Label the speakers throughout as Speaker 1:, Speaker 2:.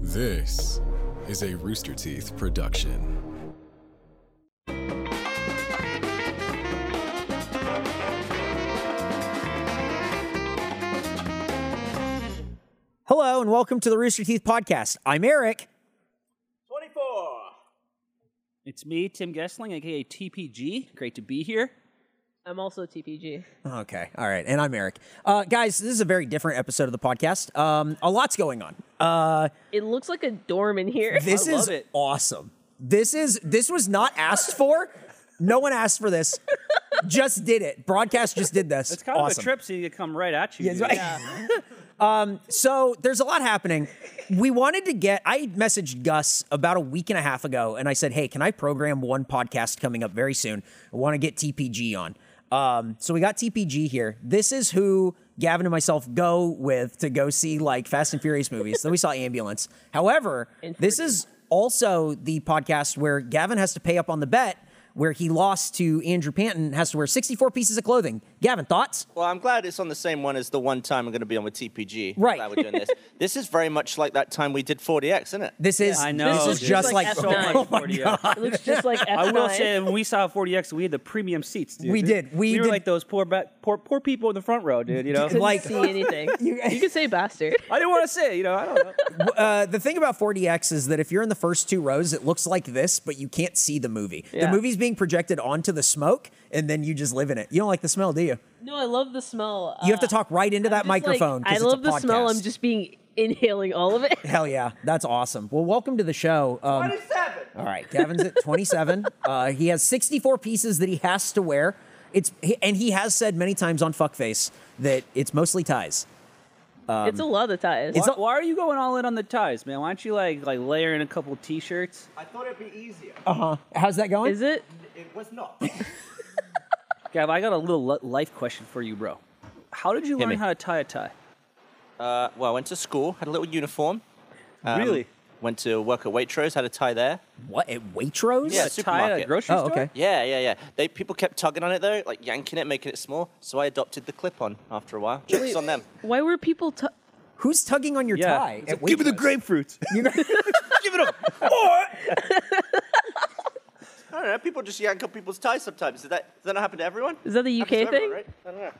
Speaker 1: This is a Rooster Teeth production.
Speaker 2: Hello and welcome to the Rooster Teeth podcast. I'm Eric.
Speaker 3: 24.
Speaker 4: It's me, Tim Gessling, aka TPG. Great to be here.
Speaker 5: I'm also TPG.
Speaker 2: Okay, all right, and I'm Eric. Uh, guys, this is a very different episode of the podcast. Um, a lot's going on. Uh,
Speaker 5: It looks like a dorm in here.
Speaker 2: this
Speaker 4: I love
Speaker 2: is
Speaker 4: it.
Speaker 2: awesome. This is this was not asked for. No one asked for this. just did it. Broadcast just did this.
Speaker 4: It's kind
Speaker 2: awesome.
Speaker 4: of a trip seeing it come right at you.
Speaker 2: Yeah, it's right. um, so there's a lot happening. We wanted to get. I messaged Gus about a week and a half ago, and I said, "Hey, can I program one podcast coming up very soon? I want to get TPG on." Um, so we got TPG here. This is who Gavin and myself go with to go see like Fast and Furious movies. then we saw Ambulance. However, this is also the podcast where Gavin has to pay up on the bet where he lost to Andrew Panton, has to wear 64 pieces of clothing. Gavin, thoughts?
Speaker 3: Well, I'm glad it's on the same one as the one time I'm going to be on with TPG.
Speaker 2: Right.
Speaker 3: Glad we're doing this. this is very much like that time we did 40X, isn't it?
Speaker 2: This is
Speaker 4: I know.
Speaker 2: This is
Speaker 4: dude.
Speaker 2: just like,
Speaker 5: like
Speaker 4: so
Speaker 5: F9.
Speaker 4: much
Speaker 2: oh my
Speaker 4: 40X.
Speaker 2: god.
Speaker 5: It looks just like F9.
Speaker 4: I will say, when we saw 40X, we had the premium seats, dude.
Speaker 2: We did. We
Speaker 4: were
Speaker 2: did-
Speaker 4: like those poor, ba- poor, poor people in the front row, dude. You know,
Speaker 5: couldn't
Speaker 2: like-
Speaker 5: see anything. you, can say bastard.
Speaker 4: I didn't want to say. You know, I don't know.
Speaker 2: Uh, the thing about 4DX is that if you're in the first two rows, it looks like this, but you can't see the movie. The
Speaker 5: Yeah.
Speaker 2: movie's being projected onto the smoke, and then you just live in it. You don't like the smell, do you?
Speaker 5: No, I love the smell. uh,
Speaker 2: You have to talk right into that microphone. 'cause
Speaker 5: I
Speaker 2: it's a
Speaker 5: love the smell. I'm
Speaker 2: podcast.
Speaker 5: just being inhaling all of it.
Speaker 2: Hell yeah, that's awesome. Well, welcome to the show. Um,
Speaker 3: 27.
Speaker 2: All right, Gavin's at 27. uh, he has 64 pieces that he has to wear. It's he- and he has said many times on Fuckface that it's mostly ties.
Speaker 5: it's a lot of ties.
Speaker 2: Um, It's
Speaker 4: why, why are you going all in on the ties, man? Why don't you like like layer in a couple t-shirts?
Speaker 3: I thought it'd be easier.
Speaker 2: How's that going?
Speaker 5: Is it?
Speaker 3: It was not.
Speaker 4: Gav, I got a little li- life question for you, bro. How did you learn
Speaker 3: me.
Speaker 4: how to tie a tie?
Speaker 3: uh, well, I went to school, had a little uniform. um,
Speaker 4: really?
Speaker 3: Went to work at Waitrose, had a tie there.
Speaker 2: What at Waitrose?
Speaker 3: Yeah,
Speaker 4: A tie at a
Speaker 3: supermarket.
Speaker 4: grocery
Speaker 2: Oh,
Speaker 4: store?
Speaker 2: okay.
Speaker 3: Yeah, yeah, yeah. They People kept tugging on it, though, like yanking it, making it small. So I adopted the clip on after a while. Jokes on them.
Speaker 5: Why were people? T-
Speaker 2: Who's tugging on your
Speaker 4: Yeah.
Speaker 2: tie?
Speaker 4: It's
Speaker 2: at
Speaker 4: like, Give me the
Speaker 2: Waitrose?
Speaker 4: grapefruits.
Speaker 3: Give it up. I don't know. People just yank up people's ties sometimes. Does that, does that not happen to everyone?
Speaker 5: is that the UK
Speaker 3: Happens to
Speaker 5: thing?
Speaker 3: everyone, right? I don't know.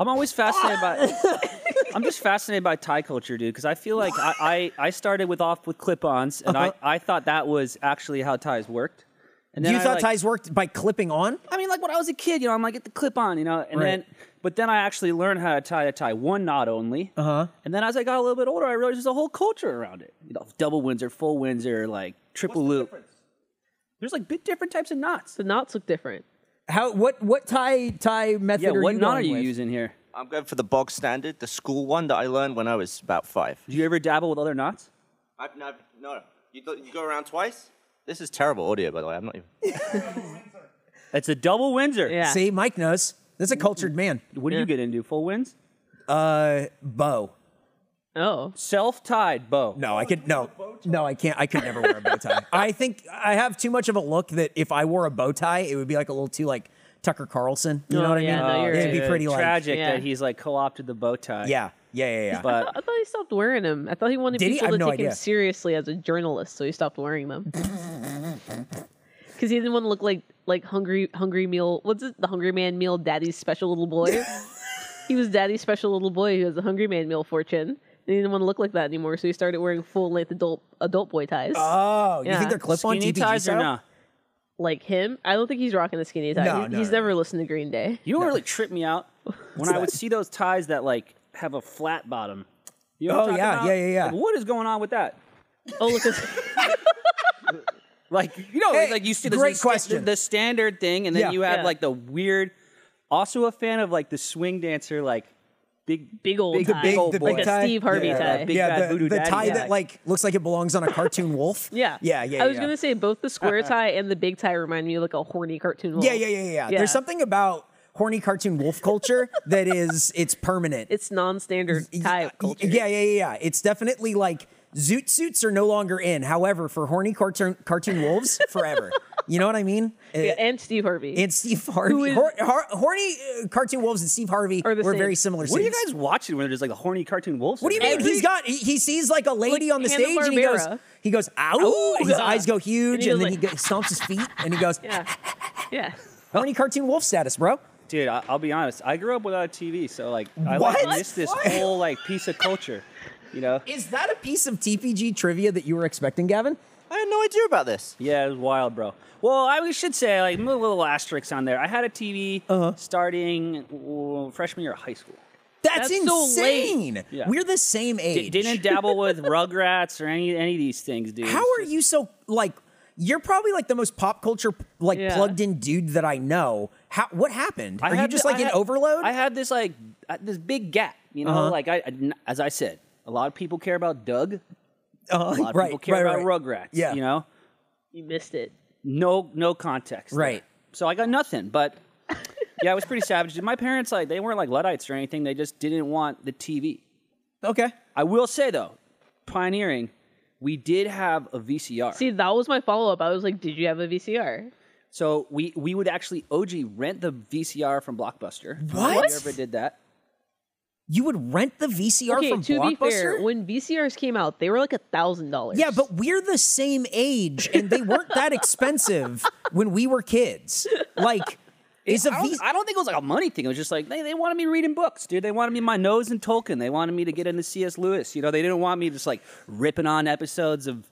Speaker 4: I'm always fascinated by. I'm just fascinated by Thai culture, dude, because I feel like I, I, I started with off with clip-ons, and I, I thought that was actually how ties worked. And
Speaker 2: You
Speaker 4: I,
Speaker 2: thought
Speaker 4: like-
Speaker 2: ties worked by clipping on?
Speaker 4: I mean, like when I was a kid, you know, I'm like, get the clip on, you know, and
Speaker 2: Right.
Speaker 4: then, but then I actually learned how to tie a tie, one knot only. Uh huh. And then as I got a little bit older, I realized there's a whole culture around it. You know, double Windsor, full Windsor, like triple loop. there's like big different types of knots.
Speaker 5: The knots look different.
Speaker 2: How what what tie tie method
Speaker 4: Yeah,
Speaker 2: are
Speaker 4: what
Speaker 2: you
Speaker 4: knot
Speaker 2: going
Speaker 4: are you
Speaker 2: with?
Speaker 4: using here?
Speaker 3: I'm going for the bog standard, the school one that I learned when I was about five.
Speaker 4: Do you ever dabble with other knots?
Speaker 3: I've, I've, no, you, do- you go around twice? This is terrible audio, by the way. I'm not even.
Speaker 4: It's a double Windsor.
Speaker 5: Yeah.
Speaker 2: See, Mike knows. That's a cultured man. Uh,
Speaker 4: What do you get into? Full winds?
Speaker 2: Bow.
Speaker 5: Oh,
Speaker 4: Self-tied bow.
Speaker 2: No, I could no. No, I can't. I could never wear a bow tie. I think I have too much of a look that if I wore a bow tie, it would be like a little too like Tucker Carlson. You know
Speaker 5: Oh,
Speaker 2: what I
Speaker 5: yeah,
Speaker 2: mean?
Speaker 5: no, you're
Speaker 2: It'd be
Speaker 5: right.
Speaker 2: pretty like
Speaker 4: tragic
Speaker 5: Yeah.
Speaker 4: that he's like co-opted the bow tie.
Speaker 2: Yeah, yeah, yeah, yeah.
Speaker 4: but
Speaker 5: I thought he stopped wearing them. I thought he wanted
Speaker 2: Did he?
Speaker 5: people
Speaker 2: I
Speaker 5: to
Speaker 2: have no
Speaker 5: take
Speaker 2: idea.
Speaker 5: him seriously as a journalist, so he stopped wearing them. Because he didn't want to look like like hungry hungry meal. What's it? The hungry man meal. Daddy's special little boy. he was daddy's special little boy who has a hungry man meal fortune. And he didn't want to look like that anymore, so he started wearing full length adult adult boy ties.
Speaker 2: oh, you
Speaker 5: Yeah.
Speaker 2: think they're clip on
Speaker 4: skinny
Speaker 2: TPG
Speaker 4: ties or
Speaker 2: style?
Speaker 4: not?
Speaker 5: like him, I don't think he's rocking the skinny tie.
Speaker 2: No,
Speaker 5: He-
Speaker 2: no,
Speaker 5: he's
Speaker 2: no,
Speaker 5: never listened to Green Day.
Speaker 4: You know what really tripped me out? When I would see those ties that like have a flat bottom. You know what
Speaker 2: Oh,
Speaker 4: I'm
Speaker 2: yeah,
Speaker 4: talking about?
Speaker 2: yeah, yeah, yeah.
Speaker 4: Like, what is going on with that?
Speaker 5: Oh look, it's-
Speaker 4: Like you know,
Speaker 2: Hey,
Speaker 4: like you see the,
Speaker 2: great
Speaker 4: the,
Speaker 2: question.
Speaker 4: the standard thing, and then
Speaker 2: Yeah.
Speaker 4: you have
Speaker 5: Yeah.
Speaker 4: like the weird. Also a fan of like the swing dancer, like big
Speaker 5: Big old
Speaker 4: big,
Speaker 5: tie.
Speaker 4: big old
Speaker 2: the
Speaker 4: boy.
Speaker 2: big
Speaker 5: Like a
Speaker 2: tie.
Speaker 5: Steve Harvey
Speaker 2: yeah,
Speaker 5: tie.
Speaker 2: Big
Speaker 4: Big
Speaker 2: yeah,
Speaker 4: bad
Speaker 2: the,
Speaker 4: voodoo
Speaker 2: the
Speaker 4: daddy
Speaker 2: tie
Speaker 4: tie.
Speaker 2: that like looks like it belongs on a cartoon wolf.
Speaker 5: Yeah.
Speaker 2: yeah, yeah.
Speaker 5: I was
Speaker 2: yeah.
Speaker 5: gonna say both the square tie and the big tie remind me of like a horny cartoon. Wolf.
Speaker 2: Yeah, yeah, yeah, yeah, yeah.
Speaker 5: Yeah.
Speaker 2: There's something about horny cartoon wolf culture that is it's permanent.
Speaker 5: It's non-standard tie culture.
Speaker 2: Yeah, yeah, yeah, yeah. It's definitely like zoot suits are no longer in. However, for horny cartoon cartoon wolves, forever. You know what I mean?
Speaker 5: Yeah, and Steve Harvey.
Speaker 2: And Steve Harvey,
Speaker 5: is-
Speaker 2: Hor- Hor- horny uh, cartoon wolves and Steve Harvey
Speaker 5: Are the
Speaker 2: were
Speaker 5: same.
Speaker 2: very similar.
Speaker 4: What are you
Speaker 2: scenes.
Speaker 4: guys watching when there's like the horny cartoon wolves?
Speaker 2: What do you mean? He's got. He, he sees like a lady on the
Speaker 5: Hanna
Speaker 2: stage, and he goes.
Speaker 5: Barbera.
Speaker 2: He goes, ow! His
Speaker 5: Ow!
Speaker 2: eyes go huge, and,
Speaker 5: And he
Speaker 2: then
Speaker 5: goes
Speaker 2: he go, stomps his feet, and he goes,
Speaker 5: yeah. Yeah.
Speaker 2: "Horny cartoon wolf status, bro."
Speaker 4: Dude, I- I'll be honest. I grew up without a TV, so like I
Speaker 2: What?
Speaker 4: like missed this
Speaker 2: What?
Speaker 4: whole like piece of culture. You know?
Speaker 2: Is that a piece of TPG trivia that you were expecting, Gavin?
Speaker 3: I had no idea about this.
Speaker 4: Yeah, it was wild, bro. Well, I should say like a little asterisk on there. I had a TV
Speaker 2: Uh-huh.
Speaker 4: starting uh, freshman year of high school.
Speaker 2: That's,
Speaker 5: That's so late.
Speaker 2: insane.
Speaker 4: Yeah.
Speaker 2: We're the same
Speaker 4: D-
Speaker 2: age.
Speaker 4: didn't dabble with Rugrats or any any of these things, dude.
Speaker 2: How are you so like? You're probably like the most pop culture like
Speaker 5: Yeah.
Speaker 2: plugged in dude that I know. How? What happened?
Speaker 4: I
Speaker 2: Are you
Speaker 4: had
Speaker 2: just
Speaker 4: th-
Speaker 2: like
Speaker 4: I
Speaker 2: in
Speaker 4: had-
Speaker 2: overload? Uh-huh.
Speaker 4: I had this like uh, this big gap, you know. Like I, I- as I said, a lot of people care about Doug.
Speaker 2: Uh,
Speaker 4: A lot of
Speaker 2: right,
Speaker 4: people care
Speaker 2: right,
Speaker 4: about
Speaker 2: right.
Speaker 4: Rugrats.
Speaker 2: Yeah.
Speaker 4: you know,
Speaker 5: You missed it.
Speaker 4: no no context. there.
Speaker 2: Right.
Speaker 4: So I got nothing, but. yeah, it was pretty savage. My parents like they weren't like Luddites or anything. They just didn't want the TV.
Speaker 2: Okay.
Speaker 4: I will say though, pioneering, we did have a VCR.
Speaker 5: See, that was my follow up. I was like, did you have a VCR?
Speaker 4: so we we would actually OG rent the VCR from Blockbuster.
Speaker 2: What?
Speaker 4: You ever did that?
Speaker 2: You would rent the VCR
Speaker 5: Okay,
Speaker 2: from
Speaker 5: to be
Speaker 2: Blockbuster.
Speaker 5: fair, when VCRs came out, they were like a thousand dollars.
Speaker 2: yeah, but we're the same age, and they weren't that expensive when we were kids. Like, is a
Speaker 4: I
Speaker 2: V?
Speaker 4: don't, I don't think it was like a money thing. It was just like they, they wanted me reading books, dude. They wanted me my nose in Tolkien. They wanted me to get into C.S. Lewis. You know, they didn't want me just like ripping on episodes of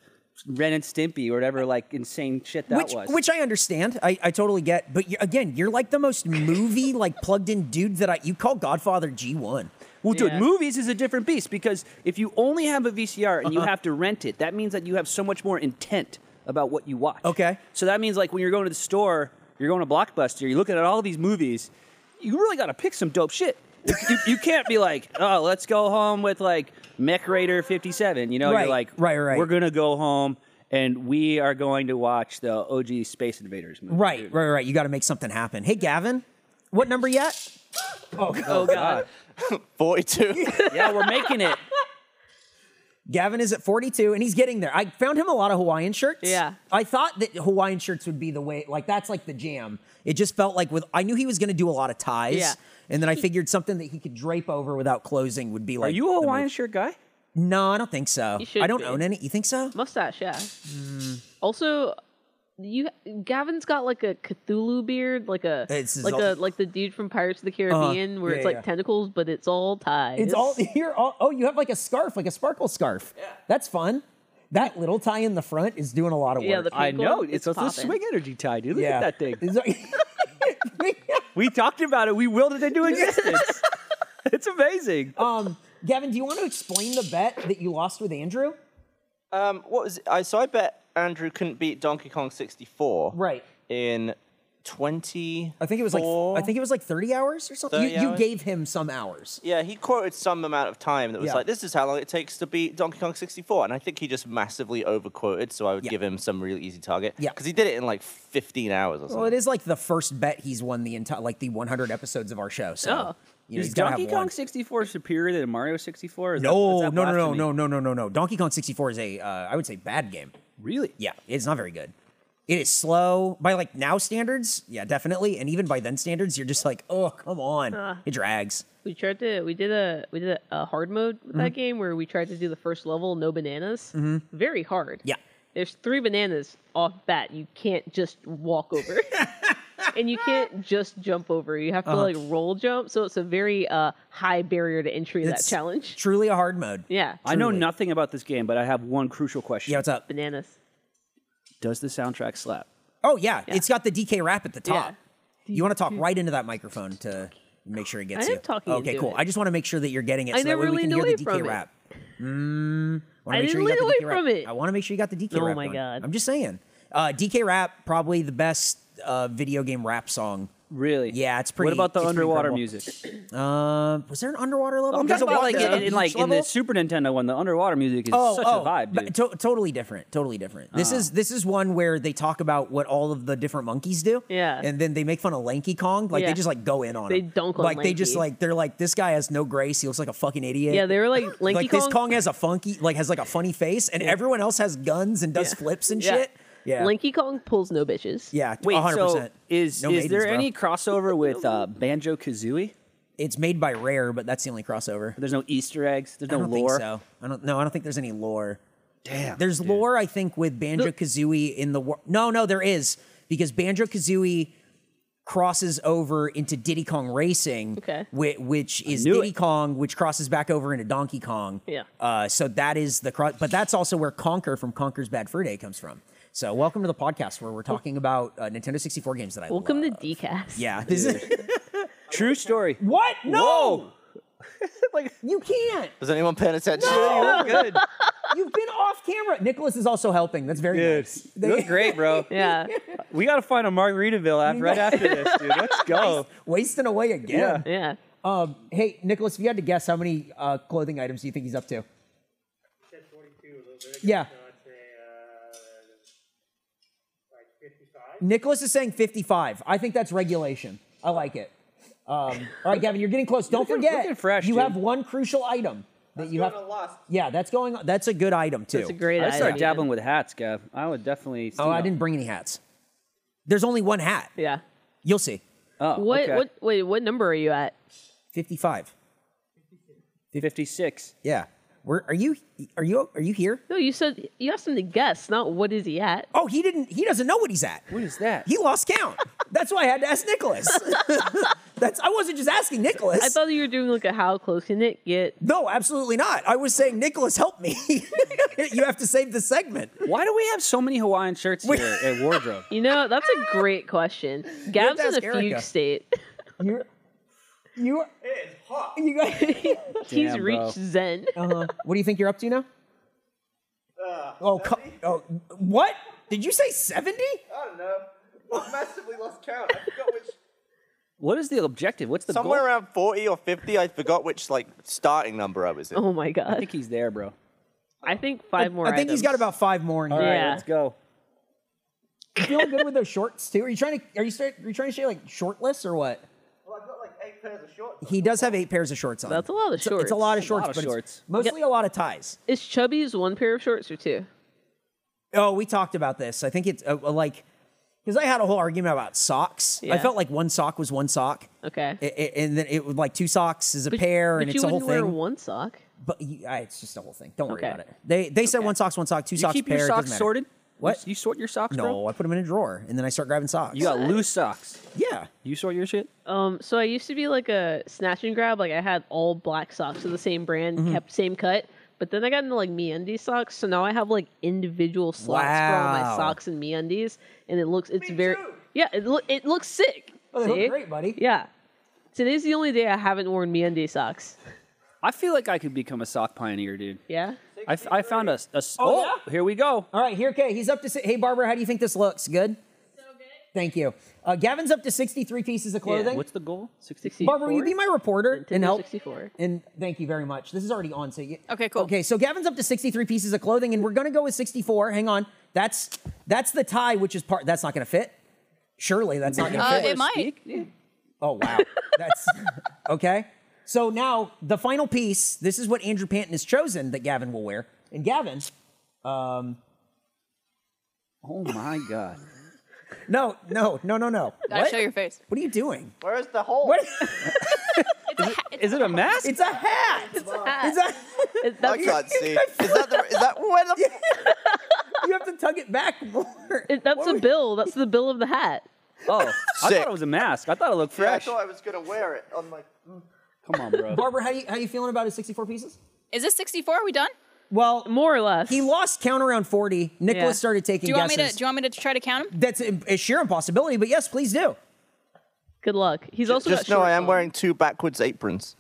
Speaker 4: Ren and Stimpy or whatever like insane shit that
Speaker 2: which,
Speaker 4: was.
Speaker 2: which I understand. I, I totally get. But you, again, you're like the most movie like plugged in dude that I. You call Godfather G one.
Speaker 4: Well, dude,
Speaker 5: Yeah.
Speaker 4: movies is a different beast because if you only have a VCR and you
Speaker 2: Uh-huh.
Speaker 4: have to rent it, that means that you have so much more intent about what you watch.
Speaker 2: Okay.
Speaker 4: So that means like when you're going to the store, you're going to Blockbuster, you're looking at all these movies, you really got to pick some dope shit. you, you, you can't be like, oh, let's go home with like Mech Raider 57. You know,
Speaker 2: Right,
Speaker 4: you're like,
Speaker 2: right, right.
Speaker 4: We're gonna go home and we are going to watch the OG Space Invaders movie.
Speaker 2: Right,
Speaker 4: dude.
Speaker 2: right, right. You got to make something happen. Hey, Gavin, what number yet?
Speaker 4: Oh God.
Speaker 3: 42.
Speaker 4: yeah, we're making it.
Speaker 2: Gavin is at 42 and he's getting there. I found him a lot of Hawaiian shirts.
Speaker 5: Yeah.
Speaker 2: I thought that Hawaiian shirts would be the way, like, that's like the jam. It just felt like with, I knew he was going to do a lot of ties.
Speaker 5: Yeah.
Speaker 2: And then I figured something that he could drape over without closing would be like.
Speaker 4: Are you a
Speaker 2: the
Speaker 4: Hawaiian
Speaker 2: move.
Speaker 4: shirt guy?
Speaker 2: No, I don't think so.
Speaker 5: You should
Speaker 2: I don't
Speaker 5: be.
Speaker 2: own any. You think so?
Speaker 5: mustache. Yeah.
Speaker 2: Mm.
Speaker 5: Also, you Gavin's got like a Cthulhu beard, like a
Speaker 2: It's his
Speaker 5: like
Speaker 2: all- Uh-huh.
Speaker 5: a like the dude from Pirates of the Caribbean, where
Speaker 2: Yeah,
Speaker 5: it's like
Speaker 2: yeah.
Speaker 5: tentacles, but it's all ties.
Speaker 2: It's all, you're all, oh, you have like a scarf, like a sparkle scarf. Yeah. That's fun. That little tie in the front is doing a lot of work.
Speaker 5: Yeah, the
Speaker 4: I
Speaker 5: pink
Speaker 4: know.
Speaker 5: one,
Speaker 4: It's, also
Speaker 5: poppin'.
Speaker 4: swing energy tie, dude. Look
Speaker 2: yeah.
Speaker 4: at that thing.
Speaker 2: thing.
Speaker 4: We talked about it. We willed it into existence. it's amazing.
Speaker 2: Um, Gavin, do you want to explain the bet that you lost with Andrew?
Speaker 3: Um, what was it? I, so I bet Andrew couldn't beat Donkey Kong 64.
Speaker 2: Right.
Speaker 3: In 20.
Speaker 2: I think it was like I think it was like 30 hours or something. You,
Speaker 3: 30
Speaker 2: you
Speaker 3: hours?
Speaker 2: gave him some hours.
Speaker 3: Yeah, he quoted some amount of time that was
Speaker 2: Yeah.
Speaker 3: like, this is how long it takes to beat Donkey Kong 64. And I think he just massively overquoted, so I would
Speaker 2: Yeah.
Speaker 3: give him some really easy target.
Speaker 2: Yeah.
Speaker 3: Because he did it in like 15 hours or something.
Speaker 2: Well, it is like the first bet he's won the entire like the 100 episodes of our show. So
Speaker 5: Oh.
Speaker 2: you know,
Speaker 4: is
Speaker 2: he's gotta have
Speaker 4: Donkey
Speaker 2: one.
Speaker 4: Kong 64 superior to Mario 64? Is that- is
Speaker 2: No,
Speaker 4: that
Speaker 2: no, no, no,
Speaker 4: blasphemy?
Speaker 2: no, no, no, no, no. Donkey Kong 64 is a uh, I would say bad game.
Speaker 4: Really?
Speaker 2: Yeah, it's not very good. It is slow by like now standards. Yeah, definitely. And even by then standards, you're just like, oh, come on, it drags.
Speaker 5: We tried to we did a we did a, a hard mode with that game where we tried to do the first level, no bananas, very hard.
Speaker 2: Yeah.
Speaker 5: There's three bananas off bat. You can't just walk over. and you can't just jump over. You have to like roll jump. So it's a very uh, high barrier to entry to that
Speaker 2: It's
Speaker 5: challenge.
Speaker 2: Truly a hard mode.
Speaker 5: Yeah.
Speaker 4: I know
Speaker 2: Truly.
Speaker 4: nothing about this game, but I have one crucial question.
Speaker 2: Yeah, what's up?
Speaker 5: bananas.
Speaker 4: Does the soundtrack slap?
Speaker 2: Oh yeah, it's got the DK rap at the top. You want to talk right into that microphone to make sure it gets
Speaker 5: I
Speaker 2: you.
Speaker 5: am talking
Speaker 2: Okay,
Speaker 5: into
Speaker 2: cool.
Speaker 5: it.
Speaker 2: I just want to make sure that you're getting it.
Speaker 5: I
Speaker 2: so that
Speaker 5: never
Speaker 2: way we can
Speaker 5: leaned
Speaker 2: hear
Speaker 5: away
Speaker 2: the DK
Speaker 5: from it.
Speaker 2: rap. Mm, wanna
Speaker 5: I
Speaker 2: make sure
Speaker 5: didn't
Speaker 2: you got
Speaker 5: lean
Speaker 2: the
Speaker 5: away
Speaker 2: DK rap.
Speaker 5: from it.
Speaker 2: I want to make sure you got the DK
Speaker 5: Oh
Speaker 2: rap.
Speaker 5: my
Speaker 2: going.
Speaker 5: God.
Speaker 2: I'm just saying. Uh, DK rap probably the best uh, video game rap song.
Speaker 4: Really?
Speaker 2: Yeah, it's pretty-
Speaker 4: What about the
Speaker 2: it's pretty
Speaker 4: underwater
Speaker 2: incredible.
Speaker 4: music?
Speaker 2: Uh, was there an underwater level?
Speaker 4: I'm
Speaker 2: There's
Speaker 4: talking
Speaker 2: a
Speaker 4: about
Speaker 2: walk
Speaker 4: like
Speaker 2: at
Speaker 4: in,
Speaker 2: the
Speaker 4: in, like
Speaker 2: beach
Speaker 4: in the
Speaker 2: level?
Speaker 4: Super Nintendo one. The underwater music is such a vibe,
Speaker 2: Oh, but
Speaker 4: dude. Uh-huh.
Speaker 2: to- totally different. Totally different. This is this is one where they talk about what all of the different monkeys do.
Speaker 5: Yeah.
Speaker 2: And then they make fun of Lanky Kong. Like
Speaker 5: Yeah.
Speaker 2: they just like go in on
Speaker 5: They
Speaker 2: him.
Speaker 5: dunk on
Speaker 2: Like they just
Speaker 5: Lanky.
Speaker 2: like they're like this guy has no grace. He looks like a fucking idiot.
Speaker 5: Yeah, they were like Lanky
Speaker 2: like
Speaker 5: Kong.
Speaker 2: this Kong has a funky like has like a funny face, and everyone else has guns and does
Speaker 5: Yeah.
Speaker 2: flips and
Speaker 5: Yeah.
Speaker 2: shit. Yeah.
Speaker 5: Lanky Kong pulls no bitches.
Speaker 2: Yeah,
Speaker 4: Wait,
Speaker 2: 100%.
Speaker 4: so is
Speaker 2: No
Speaker 4: is there
Speaker 2: maidens, bro.
Speaker 4: any crossover with uh, Banjo Kazooie?
Speaker 2: It's made by Rare, but that's the only crossover.
Speaker 4: There's no Easter eggs. There's
Speaker 2: I
Speaker 4: no
Speaker 2: don't
Speaker 4: lore.
Speaker 2: think so. I don't. No, I don't think there's any lore.
Speaker 4: Damn.
Speaker 2: There's lore, I think, with Banjo Kazooie in the world. No, no, there is because Banjo Kazooie crosses over into Diddy Kong Racing,
Speaker 5: Okay.
Speaker 2: whi- which is
Speaker 4: knew
Speaker 2: Diddy
Speaker 4: it.
Speaker 2: Kong, which crosses back over into Donkey Kong.
Speaker 5: Yeah.
Speaker 2: Uh, so that is the cross, but that's also where Conker from Conker's Bad Fur Day comes from. So welcome to the podcast where we're talking about uh, Nintendo 64 games that I
Speaker 5: Welcome
Speaker 2: love.
Speaker 5: to DCast.
Speaker 2: yeah. This is-
Speaker 4: True story.
Speaker 2: what? No,
Speaker 4: Whoa. like
Speaker 2: you can't.
Speaker 3: Is anyone paying attention?
Speaker 4: good.
Speaker 2: You've been off camera. Nicholas is also helping. That's very
Speaker 4: Dude,
Speaker 2: nice.
Speaker 4: you look great, bro.
Speaker 5: Yeah.
Speaker 4: We gotta find a Margaritaville after, right after this, dude. Let's go.
Speaker 2: Wasting away again.
Speaker 4: Yeah.
Speaker 5: Yeah.
Speaker 2: Um, hey, Nicholas, if you had to guess, how many uh, clothing items do you think he's up to?
Speaker 6: said 42 a little bit ago,
Speaker 2: Yeah.
Speaker 6: so I'd say uh, like 55.
Speaker 2: Nicholas is saying 55. I think that's regulation. I like it. Um, all right, Gavin, you're getting close. Don't
Speaker 4: Looking-
Speaker 2: forget,
Speaker 4: looking fresh,
Speaker 2: you
Speaker 4: dude.
Speaker 2: have one crucial item that you have.
Speaker 6: lost.
Speaker 2: Yeah, that's going. on. That's a good item too.
Speaker 5: It's a great
Speaker 4: I start
Speaker 5: idea.
Speaker 4: dabbling with hats, Gav. I would definitely.
Speaker 2: oh, I didn't bring any hats. There's only one hat.
Speaker 5: Yeah.
Speaker 2: You'll see.
Speaker 4: Oh,
Speaker 5: What
Speaker 4: okay.
Speaker 5: what wait, what number are you at?
Speaker 2: 55.
Speaker 4: 56.
Speaker 2: Yeah. Where are you? Are you? Are you here?
Speaker 5: No, you said you asked him to guess, not what is he at.
Speaker 2: Oh, he didn't. He doesn't know what he's at.
Speaker 4: What is that?
Speaker 2: He lost count. That's why I had to ask Nicholas. That's I wasn't just asking Nicholas.
Speaker 5: I thought you were doing like a how close can it get?
Speaker 2: no, absolutely not. I was saying, Nicholas, help me. you have to save the segment.
Speaker 4: Why do we have so many Hawaiian shirts here at wardrobe?
Speaker 5: You know, that's a great question. Gab's in
Speaker 2: ask
Speaker 5: a
Speaker 2: Erica.
Speaker 5: fugue state.
Speaker 2: You're, you,
Speaker 6: It is hot.
Speaker 2: you guys,
Speaker 5: He's
Speaker 4: Damn,
Speaker 5: reached
Speaker 4: bro.
Speaker 5: Zen.
Speaker 2: uh, what do you think you're up to now?
Speaker 5: Uh,
Speaker 2: oh, co- oh, what? Did you say seventy?
Speaker 6: I don't know. I massively lost count. I forgot which.
Speaker 4: What is the objective? What's the
Speaker 3: Somewhere
Speaker 4: goal?
Speaker 3: around 40 or 50, I forgot which like starting number I was in.
Speaker 5: Oh my
Speaker 4: I
Speaker 5: god.
Speaker 4: think he's there, bro.
Speaker 5: I think five more
Speaker 2: I think he's got
Speaker 5: items.
Speaker 2: about five more. In
Speaker 4: All
Speaker 2: here.
Speaker 4: right,
Speaker 5: Yeah.
Speaker 4: let's go.
Speaker 2: You feeling good with those shorts too? Are you trying to? Are you start, are you trying to say like shortless or what?
Speaker 6: Well, I've got like eight pairs of shorts.
Speaker 2: He does have eight pairs of shorts on.
Speaker 5: That's a lot of
Speaker 2: It's a- It's
Speaker 5: shorts.
Speaker 2: a lot of shorts,
Speaker 4: of
Speaker 2: but it's
Speaker 4: shorts.
Speaker 2: mostly a lot of ties.
Speaker 5: Is Chubby's one pair of shorts or two?
Speaker 2: Oh, we talked about this. I think it's uh, uh, like because I had a whole argument about socks. I
Speaker 5: Yeah.
Speaker 2: felt like one sock was one sock,
Speaker 5: Okay.
Speaker 2: I- I- and then it was like two socks is a
Speaker 5: But-
Speaker 2: pair,
Speaker 5: but
Speaker 2: and
Speaker 5: you
Speaker 2: it's a whole
Speaker 5: wouldn't
Speaker 2: thing.
Speaker 5: wear one sock.
Speaker 2: But you, I, it's just a whole thing. Don't worry
Speaker 5: Okay.
Speaker 2: about it. They they said one sock's one sock, two
Speaker 4: You
Speaker 2: socks
Speaker 4: keep
Speaker 2: pair.
Speaker 4: your
Speaker 2: it doesn't
Speaker 4: socks
Speaker 2: matter.
Speaker 4: sorted?
Speaker 2: What?
Speaker 4: You sort your socks, bro?
Speaker 2: No, I put them in a drawer, and then I start grabbing socks.
Speaker 4: You got loose socks.
Speaker 2: yeah.
Speaker 4: You sort your shit?
Speaker 5: Um, so I used to be like a snatch and grab. Like I had all black socks of the same brand,
Speaker 2: Mm-hmm.
Speaker 5: kept same cut. But then I got into like MeUndies socks, so now I have like individual slots for all
Speaker 2: Wow.
Speaker 5: my socks and MeUndies, and it looks it's very yeah it look it looks sick.
Speaker 2: Oh, they look
Speaker 5: See?
Speaker 2: great, buddy.
Speaker 5: Yeah, today's the only day I haven't worn MeUndies socks.
Speaker 4: I feel like I could become a sock pioneer, dude.
Speaker 5: Yeah,
Speaker 4: I, f- I found a, s- a s-
Speaker 2: Oh,
Speaker 4: oh,
Speaker 2: yeah?
Speaker 4: here we go.
Speaker 2: All right, here, Kay. He's up to. si- Hey, Barbara, how do you think this looks? Good. Thank you. Uh, Gavin's up to sixty-three pieces of clothing.
Speaker 4: What's the goal? 60.
Speaker 2: Barbara, will you be my reporter and help?
Speaker 5: 64.
Speaker 2: And thank you very much. This is already on. So you,
Speaker 5: Okay, cool.
Speaker 2: Okay, so Gavin's up to 63 pieces of clothing, and we're gonna go with 64. Hang on, that's that's the tie, which is part. That's not gonna fit. Surely that's not gonna
Speaker 7: Uh,
Speaker 2: fit.
Speaker 7: it might.
Speaker 2: Oh wow, that's okay. So now the final piece. This is what Andrew Panton has chosen that Gavin will wear. And Gavin,
Speaker 4: Oh my god.
Speaker 2: no, no, no, no, no.
Speaker 7: Gotta
Speaker 2: What?
Speaker 7: Uh, show your face.
Speaker 2: What are you doing?
Speaker 3: Where's the hole?
Speaker 2: What?
Speaker 4: Is it a mask?
Speaker 2: It's a hat. It's a hat.
Speaker 5: It-
Speaker 3: I
Speaker 5: that's,
Speaker 3: can't see. Is that the, is that where the
Speaker 2: you have to tug it back more.
Speaker 5: it- that's a bill. That's the bill of the hat.
Speaker 4: Oh, I
Speaker 3: Sick.
Speaker 4: thought it was a mask. I thought it looked
Speaker 3: Yeah, I
Speaker 4: fresh.
Speaker 3: thought I was gonna wear it on my.
Speaker 4: Come on, bro.
Speaker 2: Barbara, how you how you feeling about his 64 pieces?
Speaker 7: Is this 64? Are we done?
Speaker 2: Well,
Speaker 5: More or less.
Speaker 2: He lost count around 40. Nicholas
Speaker 5: Yeah.
Speaker 2: started taking
Speaker 7: Do you want
Speaker 2: guesses.
Speaker 7: me to? Do you want me to try to count them?
Speaker 2: That's a, a sheer impossibility, but yes, please do.
Speaker 5: Good luck. He's also
Speaker 3: Just
Speaker 5: got
Speaker 3: know I
Speaker 5: shorts
Speaker 3: am
Speaker 5: on.
Speaker 3: wearing two backwards aprons.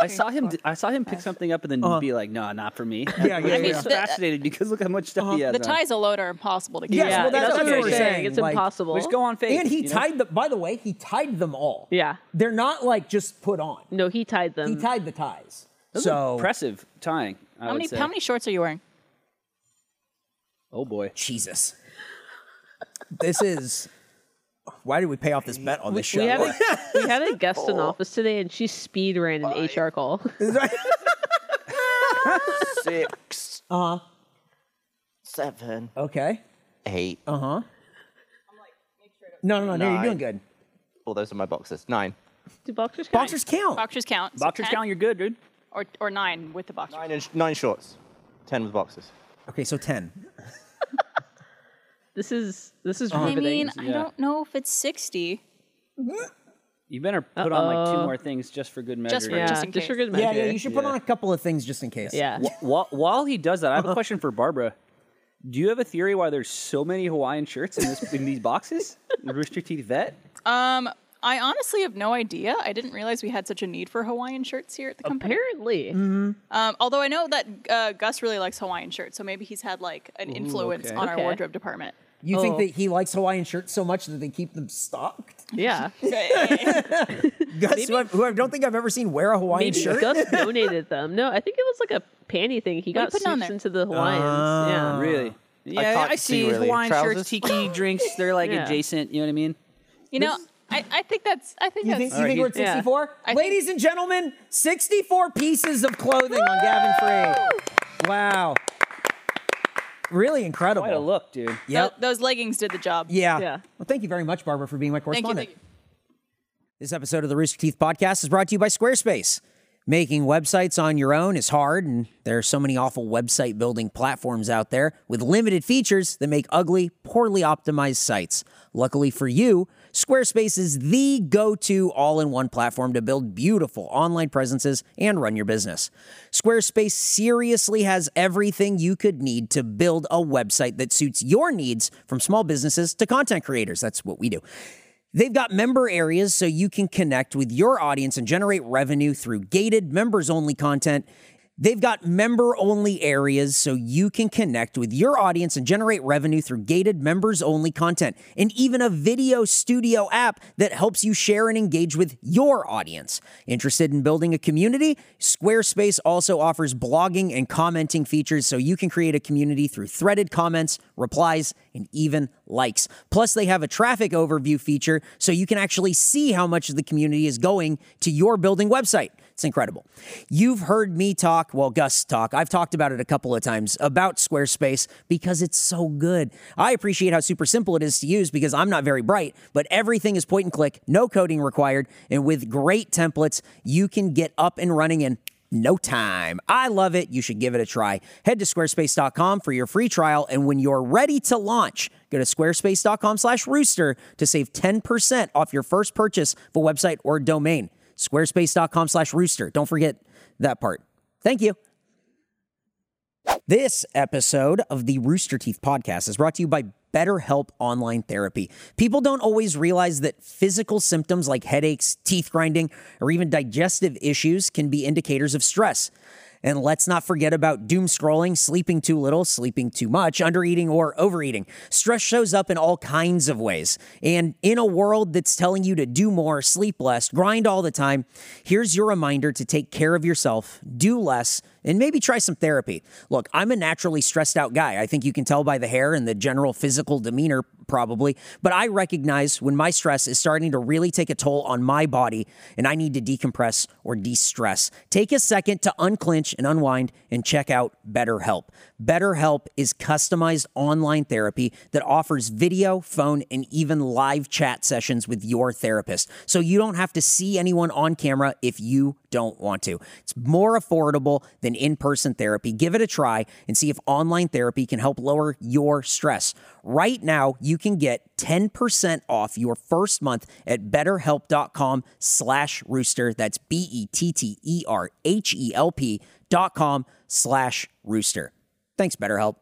Speaker 4: I saw him. I saw him pick something up and then be like, "No, not for me."
Speaker 2: Uh-huh. Yeah, yeah, Uh-huh.
Speaker 4: I was
Speaker 2: yeah.
Speaker 4: fascinated because look how much stuff he has.
Speaker 7: The
Speaker 4: on.
Speaker 7: ties alone are impossible to count.
Speaker 2: Yes,
Speaker 5: Yeah,
Speaker 2: well, that's,
Speaker 5: that's
Speaker 2: what
Speaker 5: what
Speaker 2: we
Speaker 5: we
Speaker 2: were
Speaker 5: were saying. It's
Speaker 2: like-
Speaker 5: impossible.
Speaker 4: Just go on faith.
Speaker 2: And he
Speaker 4: you know?
Speaker 2: tied them. By the way, he tied them all.
Speaker 5: Yeah. Mm.
Speaker 2: they're not like just put on.
Speaker 5: No, he tied them.
Speaker 2: He tied the ties.
Speaker 4: Those are
Speaker 2: so
Speaker 4: impressive tying. I
Speaker 7: How
Speaker 4: would
Speaker 7: many?
Speaker 4: say.
Speaker 7: How many shorts are you wearing?
Speaker 4: Oh boy.
Speaker 2: Jesus, this is. Why did we pay off this bet on this show?
Speaker 5: We had, a, we had a guest in office today, and she speed ran an HR call.
Speaker 2: Uh-huh.
Speaker 3: Six. seven,
Speaker 2: Okay.
Speaker 3: eight.
Speaker 2: Uh huh. No, no, no, no. You're doing
Speaker 3: Nine.
Speaker 2: good.
Speaker 3: All those are my boxes. Nine.
Speaker 5: Do boxers count?
Speaker 2: Boxers count.
Speaker 7: Boxers count. so
Speaker 4: Boxers
Speaker 7: 10
Speaker 4: count, you're good, dude.
Speaker 7: Or, or nine with the boxers.
Speaker 3: Nine, inch, nine shorts. Ten with boxes.
Speaker 2: Okay, so ten.
Speaker 5: This is this is
Speaker 7: I
Speaker 5: riveting.
Speaker 7: mean, I
Speaker 4: yeah.
Speaker 7: don't know if it's 60.
Speaker 4: You better put on like two
Speaker 5: Uh-oh.
Speaker 4: more things just for good measure.
Speaker 7: Uh, Just for-
Speaker 5: yeah,
Speaker 7: just in case.
Speaker 5: your good
Speaker 2: Yeah,
Speaker 5: measure.
Speaker 2: yeah. You should put on a couple of things just in case.
Speaker 5: Yeah.
Speaker 4: Wh- while, while he does that, I have a
Speaker 2: Uh-huh.
Speaker 4: question for Barbara. Do you have a theory why there's so many Hawaiian shirts in, this, in these boxes? The Rooster Teeth Vet?
Speaker 7: Um, I honestly have no idea. I didn't realize we had such a need for Hawaiian shirts here at the company.
Speaker 5: Apparently,
Speaker 2: Mm.
Speaker 7: Um, although I know that uh, Gus really likes Hawaiian shirts, so maybe he's had like an influence
Speaker 4: okay.
Speaker 7: on our
Speaker 5: Okay.
Speaker 7: wardrobe department.
Speaker 2: You think
Speaker 5: Oh.
Speaker 2: that he likes Hawaiian shirts so much that they keep them stocked?
Speaker 5: yeah.
Speaker 2: Gus, who, I, who I don't think I've ever seen wear a Hawaiian shirt.
Speaker 5: Gus donated them. No, I think it was like a panty thing. He got
Speaker 7: you putting on
Speaker 5: suits
Speaker 7: there?
Speaker 5: into the Hawaiians.
Speaker 2: Oh,
Speaker 5: yeah.
Speaker 4: Really? Uh, Yeah,
Speaker 3: can't
Speaker 4: I, see
Speaker 3: see really.
Speaker 4: Hawaiian
Speaker 3: Trousers?
Speaker 4: shirts, tiki drinks. They're like
Speaker 5: Yeah.
Speaker 4: adjacent. You know what I mean?
Speaker 7: You know, I, I think that's I think
Speaker 2: You
Speaker 7: that's
Speaker 2: think, you
Speaker 4: Alright,
Speaker 2: think we're at
Speaker 4: he-
Speaker 5: yeah.
Speaker 2: 64?
Speaker 7: I think-
Speaker 2: Ladies and gentlemen, 64 pieces of clothing on Gavin Free. Wow. Really incredible.
Speaker 4: Quite a look, dude.
Speaker 7: tho-
Speaker 2: Yep.
Speaker 7: those leggings did the job.
Speaker 2: Yeah.
Speaker 5: Yeah.
Speaker 2: Well, thank you very much, Barbara, for being my
Speaker 7: Thank you.
Speaker 2: correspondent.
Speaker 7: Thank you.
Speaker 2: This episode of the Rooster Teeth Podcast is brought to you by Squarespace. Making websites on your own is hard, and there are so many awful website building platforms out there with limited features that make ugly, poorly optimized sites. Luckily for you, Squarespace is the go to all in one platform to build beautiful online presences and run your business. Squarespace seriously has everything you could need to build a website that suits your needs from small businesses to content creators. That's what we do. They've got member areas so you can connect with your audience and generate revenue through gated members only content. They've got member only areas so you can connect with your audience and generate revenue through gated members only content, and even a video studio app that helps you share and engage with your audience. Interested in building a community? Squarespace also offers blogging and commenting features so you can create a community through threaded comments, replies, and even likes. Plus, they have a traffic overview feature so you can actually see how much of the community is going to your building website. It's incredible. You've heard me talk, well, Gus talk. I've talked about it a couple of times about Squarespace because it's so good. I appreciate how super simple it is to use because I'm not very bright, but everything is point and click, no coding required, and with great templates, you can get up and running in no time. I love it. You should give it a try. Head to squarespace.com for your free trial and when you're ready to launch, go to squarespace.com/rooster slash rooster to save 10% off your first purchase of a website or domain. squarespace.com/rooster. slash rooster. Don't forget that part. Thank you. This episode of the Rooster Teeth podcast is brought to you by BetterHelp Online Therapy. People don't always realize that physical symptoms like headaches, teeth grinding, or even digestive issues can be indicators of stress. And let's not forget about doom scrolling, sleeping too little, sleeping too much, undereating, or overeating. Stress shows up in all kinds of ways. And in a world that's telling you to do more, sleep less, grind all the time, here's your reminder to take care of yourself, do less, and maybe try some therapy. Look, I'm a naturally stressed out guy. I think you can tell by the hair and the general physical demeanor, probably. But I recognize when my stress is starting to really take a toll on my body and I need to decompress or de stress. Take a second to unclench and unwind and check out BetterHelp. BetterHelp is customized online therapy that offers video, phone, and even live chat sessions with your therapist. So you don't have to see anyone on camera if you don't want to. It's more affordable than in person therapy. Give it a try and see if online therapy can help lower your stress. Right now, you can get 10% off your first month at betterhelp.com slash rooster. That's B E T T E R H E L P dot com slash rooster. Thanks, BetterHelp.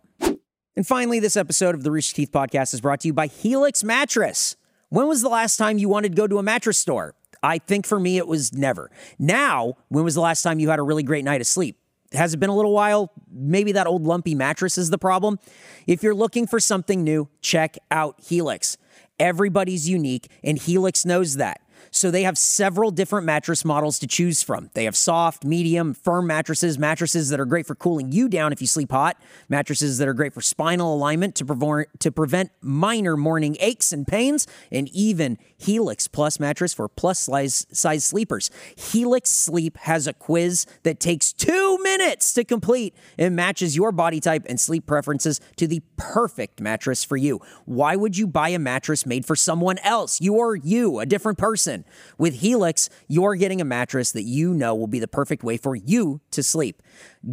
Speaker 2: And finally, this episode of the Rooster Teeth Podcast is brought to you by Helix Mattress. When was the last time you wanted to go to a mattress store? I think for me, it was never. Now, when was the last time you had a really great night of sleep? Has it been a little while? Maybe that old lumpy mattress is the problem. If you're looking for something new, check out Helix. Everybody's unique, and Helix knows that. So they have several different mattress models to choose from. They have soft, medium, firm mattresses, mattresses that are great for cooling you down if you sleep hot, mattresses that are great for spinal alignment to, prevor- to prevent minor morning aches and pains, and even Helix Plus mattress for plus size, size sleepers. Helix Sleep has a quiz that takes two minutes to complete and matches your body type and sleep preferences to the perfect mattress for you. Why would you buy a mattress made for someone else? You are you, a different person. With Helix, you're getting a mattress that you know will be the perfect way for you to sleep.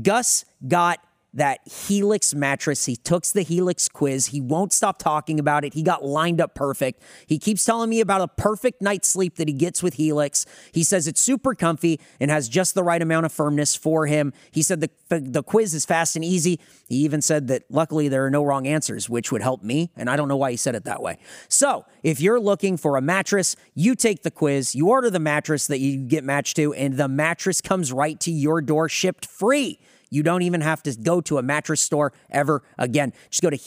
Speaker 2: Gus got that Helix mattress. He took the Helix quiz. He won't stop talking about it. He got lined up perfect. He keeps telling me about a perfect night's sleep that he gets with Helix. He says it's super comfy and has just the right amount of firmness for him. He said the, the quiz is fast and easy. He even said that luckily there are no wrong answers, which would help me. And I don't know why he said it that way. So if you're looking for a mattress, you take the quiz, you order the mattress that you get matched to, and the mattress comes right to your door shipped free. You don't even have to go to a mattress store ever again. Just go to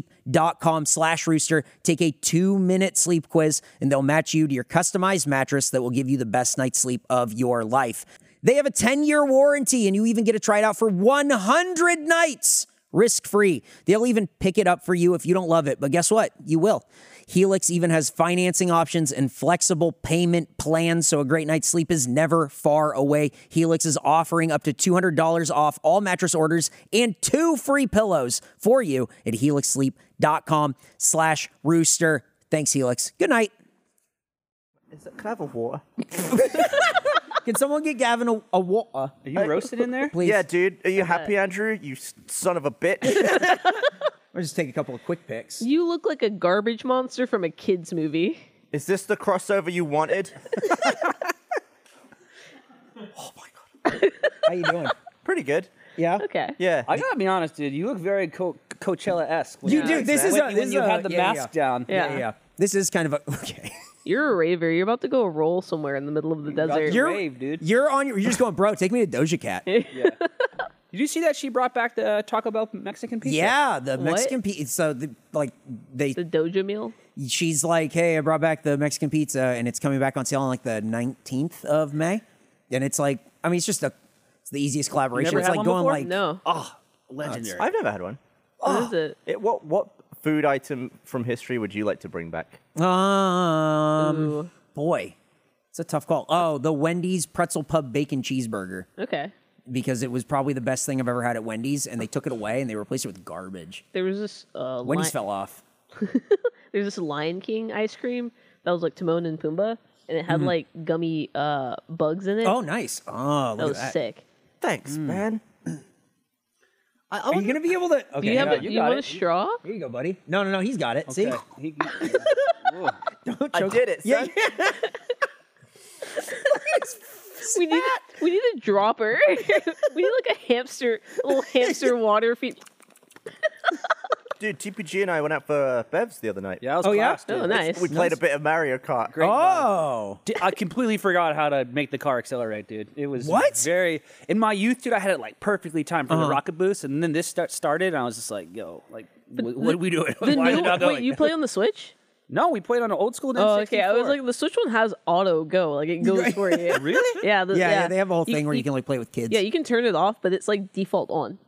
Speaker 2: helixsleep.com slash rooster, take a two-minute sleep quiz, and they'll match you to your customized mattress that will give you the best night's sleep of your life. They have a 10-year warranty, and you even get to try it out for 100 nights risk free. They'll even pick it up for you if you don't love it, but guess what? You will. Helix even has financing options and flexible payment plans, so a great night's sleep is never far away. Helix is offering up to $200 off all mattress orders and two free pillows for you at helixsleep.com slash rooster. Thanks, Helix. Good night.
Speaker 3: Is that, can I have a water?
Speaker 2: Can someone get Gavin a, a water,
Speaker 4: Are you roasted in there?
Speaker 2: please?
Speaker 3: Yeah, dude. Are you happy, Andrew? You s- son of a bitch.
Speaker 2: I'll just take a couple of quick picks.
Speaker 5: You look like a garbage monster from a kids movie.
Speaker 3: is this the crossover you wanted? Oh
Speaker 2: How you doing?
Speaker 3: Pretty good.
Speaker 2: Yeah?
Speaker 5: Okay.
Speaker 3: Yeah.
Speaker 4: I gotta be honest, dude. You look very Co- Coachella-esque. when
Speaker 2: You
Speaker 4: you're
Speaker 2: do.
Speaker 4: like
Speaker 2: This
Speaker 4: that.
Speaker 2: is
Speaker 4: when,
Speaker 2: a-
Speaker 4: you-
Speaker 2: this
Speaker 4: when
Speaker 2: is
Speaker 4: you
Speaker 2: a-
Speaker 4: had the
Speaker 2: yeah,
Speaker 4: mask
Speaker 2: yeah.
Speaker 4: down.
Speaker 5: Yeah.
Speaker 2: Yeah, yeah. This is kind of a... Okay.
Speaker 5: You're a raver. You're about to go roll somewhere in the middle of the desert.
Speaker 4: You're- Wave, dude.
Speaker 2: You're on your. You're just going, bro. Take me to Doja Cat.
Speaker 4: Did you see that she brought back the uh, Taco Bell Mexican pizza?
Speaker 2: yeah, the Mexican pizza. So the, like they,
Speaker 5: the doja meal.
Speaker 2: she's like, hey, I brought back the Mexican pizza, and it's coming back on sale on like the 19th of May, and it's like, I mean, it's just a, it's the easiest collaboration.
Speaker 4: never
Speaker 2: It's
Speaker 4: had
Speaker 2: like
Speaker 4: one
Speaker 2: going
Speaker 4: before?
Speaker 2: like, ah.
Speaker 5: No.
Speaker 4: legendary.
Speaker 3: I've never had one.
Speaker 5: What is it?
Speaker 3: It, what what food item from history would you like to bring back?
Speaker 2: um,
Speaker 5: Ooh.
Speaker 2: boy, it's a tough call. Oh, the Wendy's pretzel pub bacon cheeseburger
Speaker 5: Okay.
Speaker 2: because it was probably the best thing I've ever had at Wendy's, and they took it away and they replaced it with garbage.
Speaker 5: There was this uh,
Speaker 2: Wendy's
Speaker 5: li-
Speaker 2: fell off.
Speaker 5: there's this Lion King ice cream that was like Timon and Pumbaa, and it had like gummy uh, bugs in it.
Speaker 2: Mm-hmm. Oh, nice. Oh, look
Speaker 5: that
Speaker 2: at
Speaker 5: was
Speaker 2: that.
Speaker 5: sick.
Speaker 3: Thanks, man.
Speaker 2: Are you gonna be able to? Okay,
Speaker 5: Do you have
Speaker 2: hang
Speaker 5: a,
Speaker 2: on.
Speaker 5: you,
Speaker 4: you got
Speaker 5: want a
Speaker 4: it.
Speaker 5: straw?
Speaker 2: Here you go, buddy. No, no, no. He's got it. See?
Speaker 4: Okay. He- Whoa.
Speaker 3: I did it.
Speaker 2: Yeah,
Speaker 3: Son.
Speaker 5: We need we need a dropper. we need like a hamster, a little hamster water feed.
Speaker 3: Dude, TPG and I went out for uh, Bev's the other night.
Speaker 4: Yeah, that was
Speaker 2: Oh, yeah?
Speaker 4: class, dude.
Speaker 5: Oh, nice.
Speaker 3: We played a bit of Mario Kart.
Speaker 4: Great vibe.
Speaker 2: Oh,
Speaker 4: Di- I completely forgot how to make the car accelerate, dude. It was
Speaker 2: What? Uh-huh.
Speaker 4: Very in my youth, dude. I had it like perfectly timed for the rocket boost, and then this start started, and I was just like, "Yo, like, wh- what are we doing?
Speaker 5: The
Speaker 4: Why is
Speaker 5: new
Speaker 4: it not
Speaker 5: wait,
Speaker 4: going?"
Speaker 5: you play on the Switch?
Speaker 4: no, we played on an old school.
Speaker 5: Oh,
Speaker 4: Nintendo
Speaker 5: okay. I was
Speaker 4: 64.
Speaker 5: like, the Switch one has auto go, like it goes for you.
Speaker 4: really?
Speaker 5: Yeah, the,
Speaker 2: yeah, yeah. They have a whole thing where you can like play with kids.
Speaker 5: yeah, you can turn it off, but it's like default on.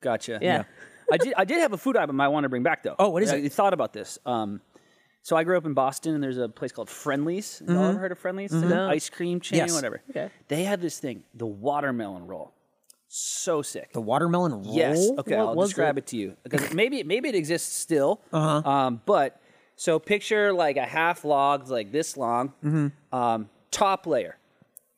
Speaker 4: Gotcha.
Speaker 5: Yeah.
Speaker 4: I did. I did have a food item I want to bring back though.
Speaker 2: Oh, what is
Speaker 4: I,
Speaker 2: it?
Speaker 4: I thought about this. Um, so I grew up in Boston, and there's a place called Friendlies. Y'all ever heard of Friendlies? It's an
Speaker 5: Mm-hmm. No.
Speaker 4: ice cream chain,
Speaker 2: Mm-hmm. Yes.
Speaker 4: whatever.
Speaker 5: Okay.
Speaker 4: They had this thing, the watermelon roll. So sick.
Speaker 2: The watermelon roll.
Speaker 4: Yes. Okay.
Speaker 5: What
Speaker 4: I'll
Speaker 5: was
Speaker 4: describe
Speaker 5: it?
Speaker 4: it? to you because maybe maybe it exists still. Uh-huh. Um, but so picture like a half log, like this long, um, top layer,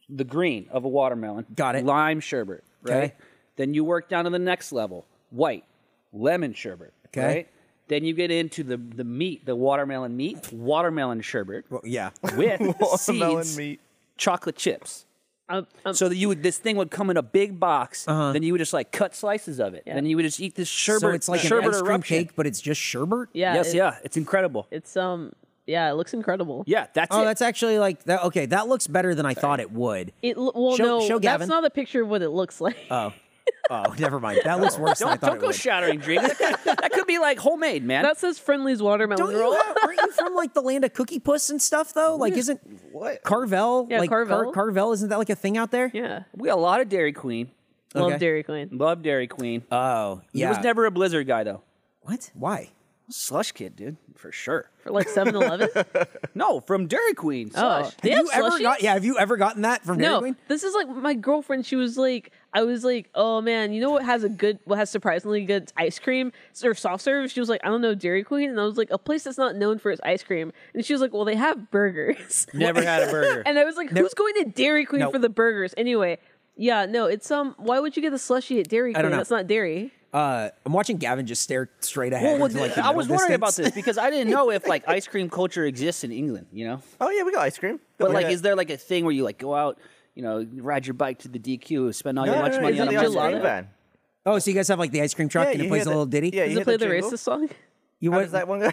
Speaker 4: the green of a watermelon.
Speaker 2: Got it.
Speaker 4: Lime sherbet. Right.
Speaker 2: Okay.
Speaker 4: Then you work down to the next level, white, lemon sherbet.
Speaker 2: Okay.
Speaker 4: Right. Then you get into the the meat, the watermelon meat, watermelon sherbet
Speaker 2: Well, yeah.
Speaker 4: with
Speaker 3: Watermelon
Speaker 4: seeds,
Speaker 3: meat.
Speaker 4: chocolate chips
Speaker 5: Um, um,
Speaker 4: so that you would this thing would come in a big box then you would just like cut slices of it and then you would just eat this sherbet
Speaker 2: Uh-huh. so it's like an
Speaker 4: sherbet
Speaker 2: ice cream
Speaker 4: eruption.
Speaker 2: cake, but it's just sherbet.
Speaker 5: yeah,
Speaker 4: yes
Speaker 5: it-
Speaker 4: yeah it's incredible
Speaker 5: It's um, yeah, it looks incredible.
Speaker 4: yeah that's
Speaker 2: Oh,
Speaker 4: it
Speaker 2: that's actually like that. Okay, that looks better than I thought it would.
Speaker 5: It l- well,
Speaker 2: Show-
Speaker 5: no,
Speaker 2: show
Speaker 5: that's
Speaker 2: Gavin.
Speaker 5: not a picture of what it looks like.
Speaker 2: Oh, Oh, never mind. That looks worse than I
Speaker 4: Don't,
Speaker 2: thought
Speaker 4: don't
Speaker 2: it
Speaker 4: go
Speaker 2: would.
Speaker 4: shattering dreams. That could, that could be like homemade, man.
Speaker 5: That says Friendly's watermelon
Speaker 2: don't
Speaker 5: roll.
Speaker 2: you have, aren't you from like the land of Cookie Puss and stuff though? Like, isn't
Speaker 4: what?
Speaker 2: Carvel?
Speaker 5: Yeah,
Speaker 2: like,
Speaker 5: Carvel.
Speaker 2: Carvel, isn't that like a thing out there?
Speaker 5: yeah,
Speaker 4: We got a lot of Dairy Queen.
Speaker 2: Okay.
Speaker 5: love Dairy Queen.
Speaker 4: Love Dairy Queen.
Speaker 2: Oh, yeah.
Speaker 4: Uh, He was never a Blizzard guy though.
Speaker 2: what? Why?
Speaker 4: Slush kid, dude, for sure.
Speaker 5: For like 7-Eleven.
Speaker 4: No, from Dairy Queen.
Speaker 5: Oh,
Speaker 4: Slush.
Speaker 5: they
Speaker 2: Have
Speaker 5: have
Speaker 2: you ever
Speaker 5: slushies?
Speaker 2: got? Yeah, have you ever gotten that from Dairy
Speaker 5: no,
Speaker 2: Queen?
Speaker 5: this is like my girlfriend. She was like, I was like, oh man, you know what has a good, what has surprisingly good ice cream or soft serve? She was like, I don't know, Dairy Queen, and I was like, a place that's not known for its ice cream, and she was like, well, they have burgers,
Speaker 4: Never had a burger.
Speaker 5: and I was like, who's going to Dairy Queen
Speaker 2: No.
Speaker 5: for the burgers anyway? Yeah, no, it's um, why would you get the slushie at Dairy Queen?
Speaker 2: don't know.
Speaker 5: That's not dairy.
Speaker 2: Uh, I'm watching Gavin just stare straight ahead.
Speaker 4: Well, well,
Speaker 2: into, like, the
Speaker 4: I was
Speaker 2: middle
Speaker 4: wondering about
Speaker 2: distance.
Speaker 4: this because I didn't know if like ice cream culture exists in England, you know.
Speaker 8: Oh yeah, we got ice cream.
Speaker 4: But like, is there like a thing where you like go out, you know, ride your bike to the DQ, spend all your lunch money
Speaker 5: it's
Speaker 4: on
Speaker 5: like
Speaker 4: a
Speaker 5: the
Speaker 4: ice
Speaker 5: gelato.
Speaker 4: cream?
Speaker 8: van.
Speaker 2: Oh, so you guys have like the ice cream truck
Speaker 8: Yeah,
Speaker 2: and it
Speaker 8: you
Speaker 2: plays a
Speaker 8: hear the-
Speaker 2: little ditty?
Speaker 8: Yeah, you
Speaker 5: Does
Speaker 8: hear
Speaker 5: it play the,
Speaker 8: jingle?
Speaker 5: racist song?
Speaker 2: You
Speaker 8: How
Speaker 2: what-
Speaker 8: does that one go?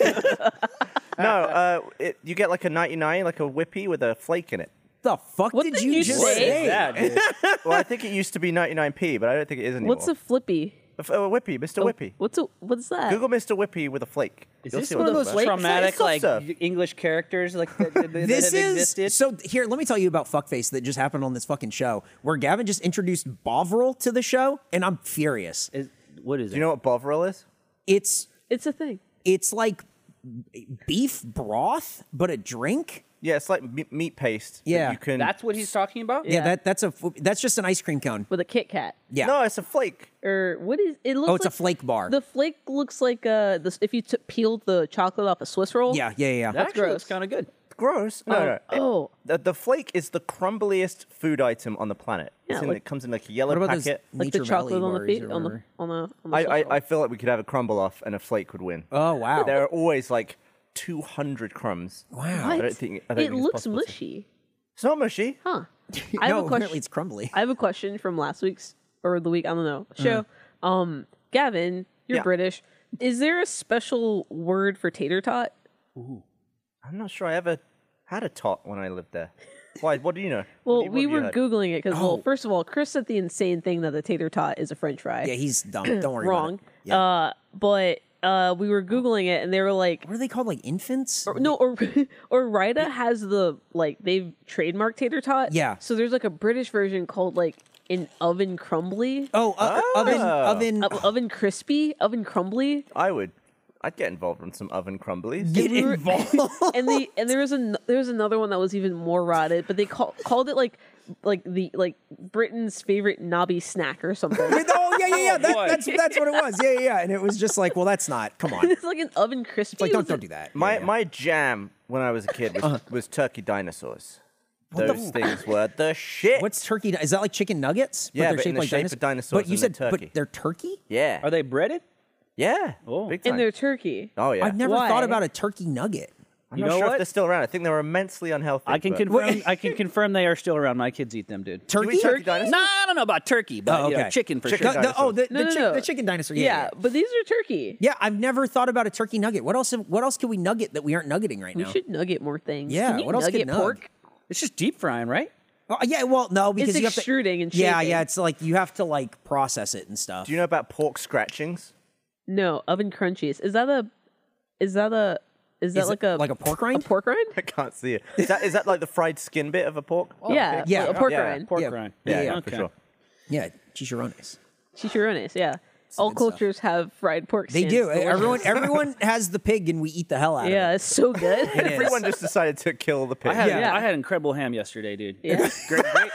Speaker 8: no, uh, it, you get like a 99, like a whippie with a flake in it.
Speaker 2: the fuck
Speaker 5: What
Speaker 2: did,
Speaker 5: did
Speaker 2: you,
Speaker 5: you
Speaker 2: just
Speaker 5: say?
Speaker 2: say?
Speaker 4: Yeah, dude.
Speaker 8: Well, I think it used to be 99p, but I don't think it is anymore.
Speaker 5: What's a flippy?
Speaker 8: a, f- a whippy, Mr. Whippy?
Speaker 5: What's a what's that?
Speaker 8: Google Mr. Whippy with a flake.
Speaker 4: Oh, Is
Speaker 8: You'll
Speaker 4: this
Speaker 8: see
Speaker 4: one
Speaker 8: what
Speaker 4: of
Speaker 8: that's
Speaker 4: those
Speaker 8: about.
Speaker 4: traumatic
Speaker 8: It's like
Speaker 4: like
Speaker 8: soft serve.
Speaker 4: English characters like that, that, that
Speaker 2: This
Speaker 4: have
Speaker 2: is
Speaker 4: existed?
Speaker 2: so. Here, let me tell you about fuckface that just happened on this fucking show, where Gavin just introduced Bovril to the show, and I'm furious.
Speaker 4: Is- what is it?
Speaker 8: Do you know what Bovril is?
Speaker 2: It's
Speaker 5: It's a thing.
Speaker 2: it's like beef broth, but a drink.
Speaker 8: Yeah, it's like me- meat paste. that
Speaker 2: Yeah.
Speaker 8: you can.
Speaker 4: That's what he's talking about.
Speaker 2: Yeah, that that's a fu- that's just an ice cream cone.
Speaker 5: With a Kit Kat,
Speaker 2: Yeah.
Speaker 8: No, it's a flake.
Speaker 5: or what is it? Looks
Speaker 2: oh, it's
Speaker 5: like
Speaker 2: a flake bar.
Speaker 5: The flake looks like uh, this, if you t- peeled the chocolate off a Swiss roll.
Speaker 2: yeah, yeah, yeah.
Speaker 4: that actually looks
Speaker 5: gross.
Speaker 4: kind of good.
Speaker 8: Gross. No,
Speaker 5: Oh,
Speaker 8: no. it-
Speaker 5: oh.
Speaker 8: the, the flake is the crumbliest food item on the planet.
Speaker 5: Yeah,
Speaker 8: It's in-
Speaker 5: like-
Speaker 8: it comes in like a yellow
Speaker 2: What about those
Speaker 8: packet.
Speaker 5: like the
Speaker 2: Nature Valley
Speaker 5: chocolate on the
Speaker 2: bars
Speaker 5: feet
Speaker 2: or
Speaker 5: on the
Speaker 2: whatever?
Speaker 5: on the. On the
Speaker 8: I, I,
Speaker 5: Swiss roll.
Speaker 8: I feel like we could have a crumble off and a flake would win.
Speaker 2: Oh wow.
Speaker 8: There are always like 200 crumbs.
Speaker 2: Wow.
Speaker 8: I
Speaker 5: What?
Speaker 8: don't think, I don't
Speaker 5: it
Speaker 8: think it's
Speaker 5: looks
Speaker 8: possible to-
Speaker 5: mushy,
Speaker 8: It's not mushy.
Speaker 5: huh? I have
Speaker 2: no,
Speaker 5: a
Speaker 2: apparently
Speaker 5: question.
Speaker 2: it's crumbly.
Speaker 5: I have a question from last week's or the week I don't know
Speaker 2: Uh.
Speaker 5: show. Um, Gavin, you're
Speaker 8: Yeah.
Speaker 5: British. Is there a special word for tater tot?
Speaker 8: I'm not sure I ever had a tot when I lived there. Why? What do you know? What
Speaker 5: Well,
Speaker 8: do you- what
Speaker 5: we
Speaker 8: have you
Speaker 5: were
Speaker 8: heard?
Speaker 5: googling it because,
Speaker 2: Oh.
Speaker 5: well, first of all, Chris said the insane thing that the tater tot is a French fry.
Speaker 2: Yeah, he's dumb. Don't worry.
Speaker 5: wrong.
Speaker 2: About it. Yeah.
Speaker 5: Uh, but uh, we were googling it, and they were like,
Speaker 2: what are they called? Like infants?
Speaker 5: no, or or Rida has the like they've trademarked tater tot.
Speaker 2: Yeah.
Speaker 5: So there's like a British version called like an oven crumbly,
Speaker 2: Oh, uh, oven, oven.
Speaker 5: o- oven crispy, oven crumbly,
Speaker 8: I would. I'd get involved in some oven crumblies.
Speaker 2: get
Speaker 5: we were-
Speaker 2: involved.
Speaker 5: and the and there was an there was another one that was even more rotted, but they call, called it like like the like Britain's favorite knobby snack or something.
Speaker 2: oh yeah, yeah, yeah. That,
Speaker 4: boy.
Speaker 2: that's that's what it was. Yeah, yeah, yeah. And it was just like, well, that's not. Come on.
Speaker 5: it's like an oven crispy.
Speaker 2: Like,
Speaker 5: It
Speaker 2: don't
Speaker 5: was
Speaker 2: don't
Speaker 5: a-
Speaker 2: do that.
Speaker 8: My
Speaker 2: Yeah, yeah.
Speaker 8: my jam when I was a kid was, was turkey dinosaurs.
Speaker 2: the
Speaker 8: Those things were the shit.
Speaker 2: What's turkey? Is that like chicken nuggets?
Speaker 8: Yeah, but in the shape
Speaker 2: dinos-
Speaker 8: of dinosaurs
Speaker 2: But you
Speaker 8: and
Speaker 2: said,
Speaker 8: they're
Speaker 2: but
Speaker 8: turkey.
Speaker 2: they're turkey.
Speaker 8: yeah?
Speaker 4: Are they breaded?
Speaker 8: yeah.
Speaker 4: Oh.
Speaker 8: Big time.
Speaker 5: And they're turkey.
Speaker 8: oh yeah.
Speaker 2: I've never
Speaker 5: Why?
Speaker 2: thought about a turkey nugget.
Speaker 8: I'm
Speaker 4: You
Speaker 8: not
Speaker 4: know
Speaker 8: sure
Speaker 4: what?
Speaker 8: if they're still around. I think they were immensely unhealthy.
Speaker 4: I can
Speaker 8: but-
Speaker 4: confirm. I can confirm they are still around. My kids eat them, dude.
Speaker 8: Do we
Speaker 2: Turkey.
Speaker 8: eat turkey dinosaurs?
Speaker 4: No, I don't know about turkey, but
Speaker 2: Oh,
Speaker 4: you know,
Speaker 2: okay.
Speaker 4: chicken for
Speaker 8: Chicken
Speaker 4: sure.
Speaker 2: No, no, oh, the,
Speaker 5: No,
Speaker 2: the,
Speaker 5: no,
Speaker 2: chick-
Speaker 5: no.
Speaker 2: the chicken dinosaur.
Speaker 5: Yeah,
Speaker 2: Yeah, yeah.
Speaker 5: but these are turkey.
Speaker 2: Yeah, I've never thought about a turkey nugget. What else? What else can we nugget that we aren't nuggeting right
Speaker 5: We
Speaker 2: now?
Speaker 5: should nugget more things.
Speaker 2: Yeah,
Speaker 5: Can you
Speaker 2: what else
Speaker 5: nugget
Speaker 2: could nug?
Speaker 5: pork?
Speaker 4: It's just deep frying, right?
Speaker 2: Oh, yeah, well, no, because you have to.
Speaker 5: extruding and
Speaker 2: Yeah, yeah,
Speaker 5: shaping.
Speaker 2: it's like you have to like process it and stuff.
Speaker 8: Do you know about pork scratchings?
Speaker 5: No, oven crunchies. Is that a? Is that a? Is that
Speaker 2: Is it
Speaker 5: like a
Speaker 2: like a pork rind?
Speaker 5: A pork rind?
Speaker 8: I can't see it. Is that is that like the fried skin bit of a pork?
Speaker 5: yeah,
Speaker 2: yeah,
Speaker 5: a pork
Speaker 8: yeah.
Speaker 5: rind.
Speaker 4: Oh, Pork
Speaker 2: Yeah.
Speaker 4: rind.
Speaker 8: Yeah, yeah,
Speaker 4: Okay.
Speaker 8: for sure.
Speaker 2: yeah, chicharrones.
Speaker 5: Chicharrones. Yeah, all
Speaker 2: good stuff.
Speaker 5: cultures have fried pork.
Speaker 2: They
Speaker 5: skins.
Speaker 2: do.
Speaker 5: Delicious.
Speaker 2: Everyone, everyone has the pig, and we eat the hell out
Speaker 5: Yeah,
Speaker 2: of
Speaker 5: it's so good.
Speaker 2: it.
Speaker 8: Everyone just decided to kill the pig.
Speaker 4: I had,
Speaker 5: Yeah.
Speaker 4: I had incredible ham yesterday, dude.
Speaker 5: Yeah.
Speaker 4: great, great,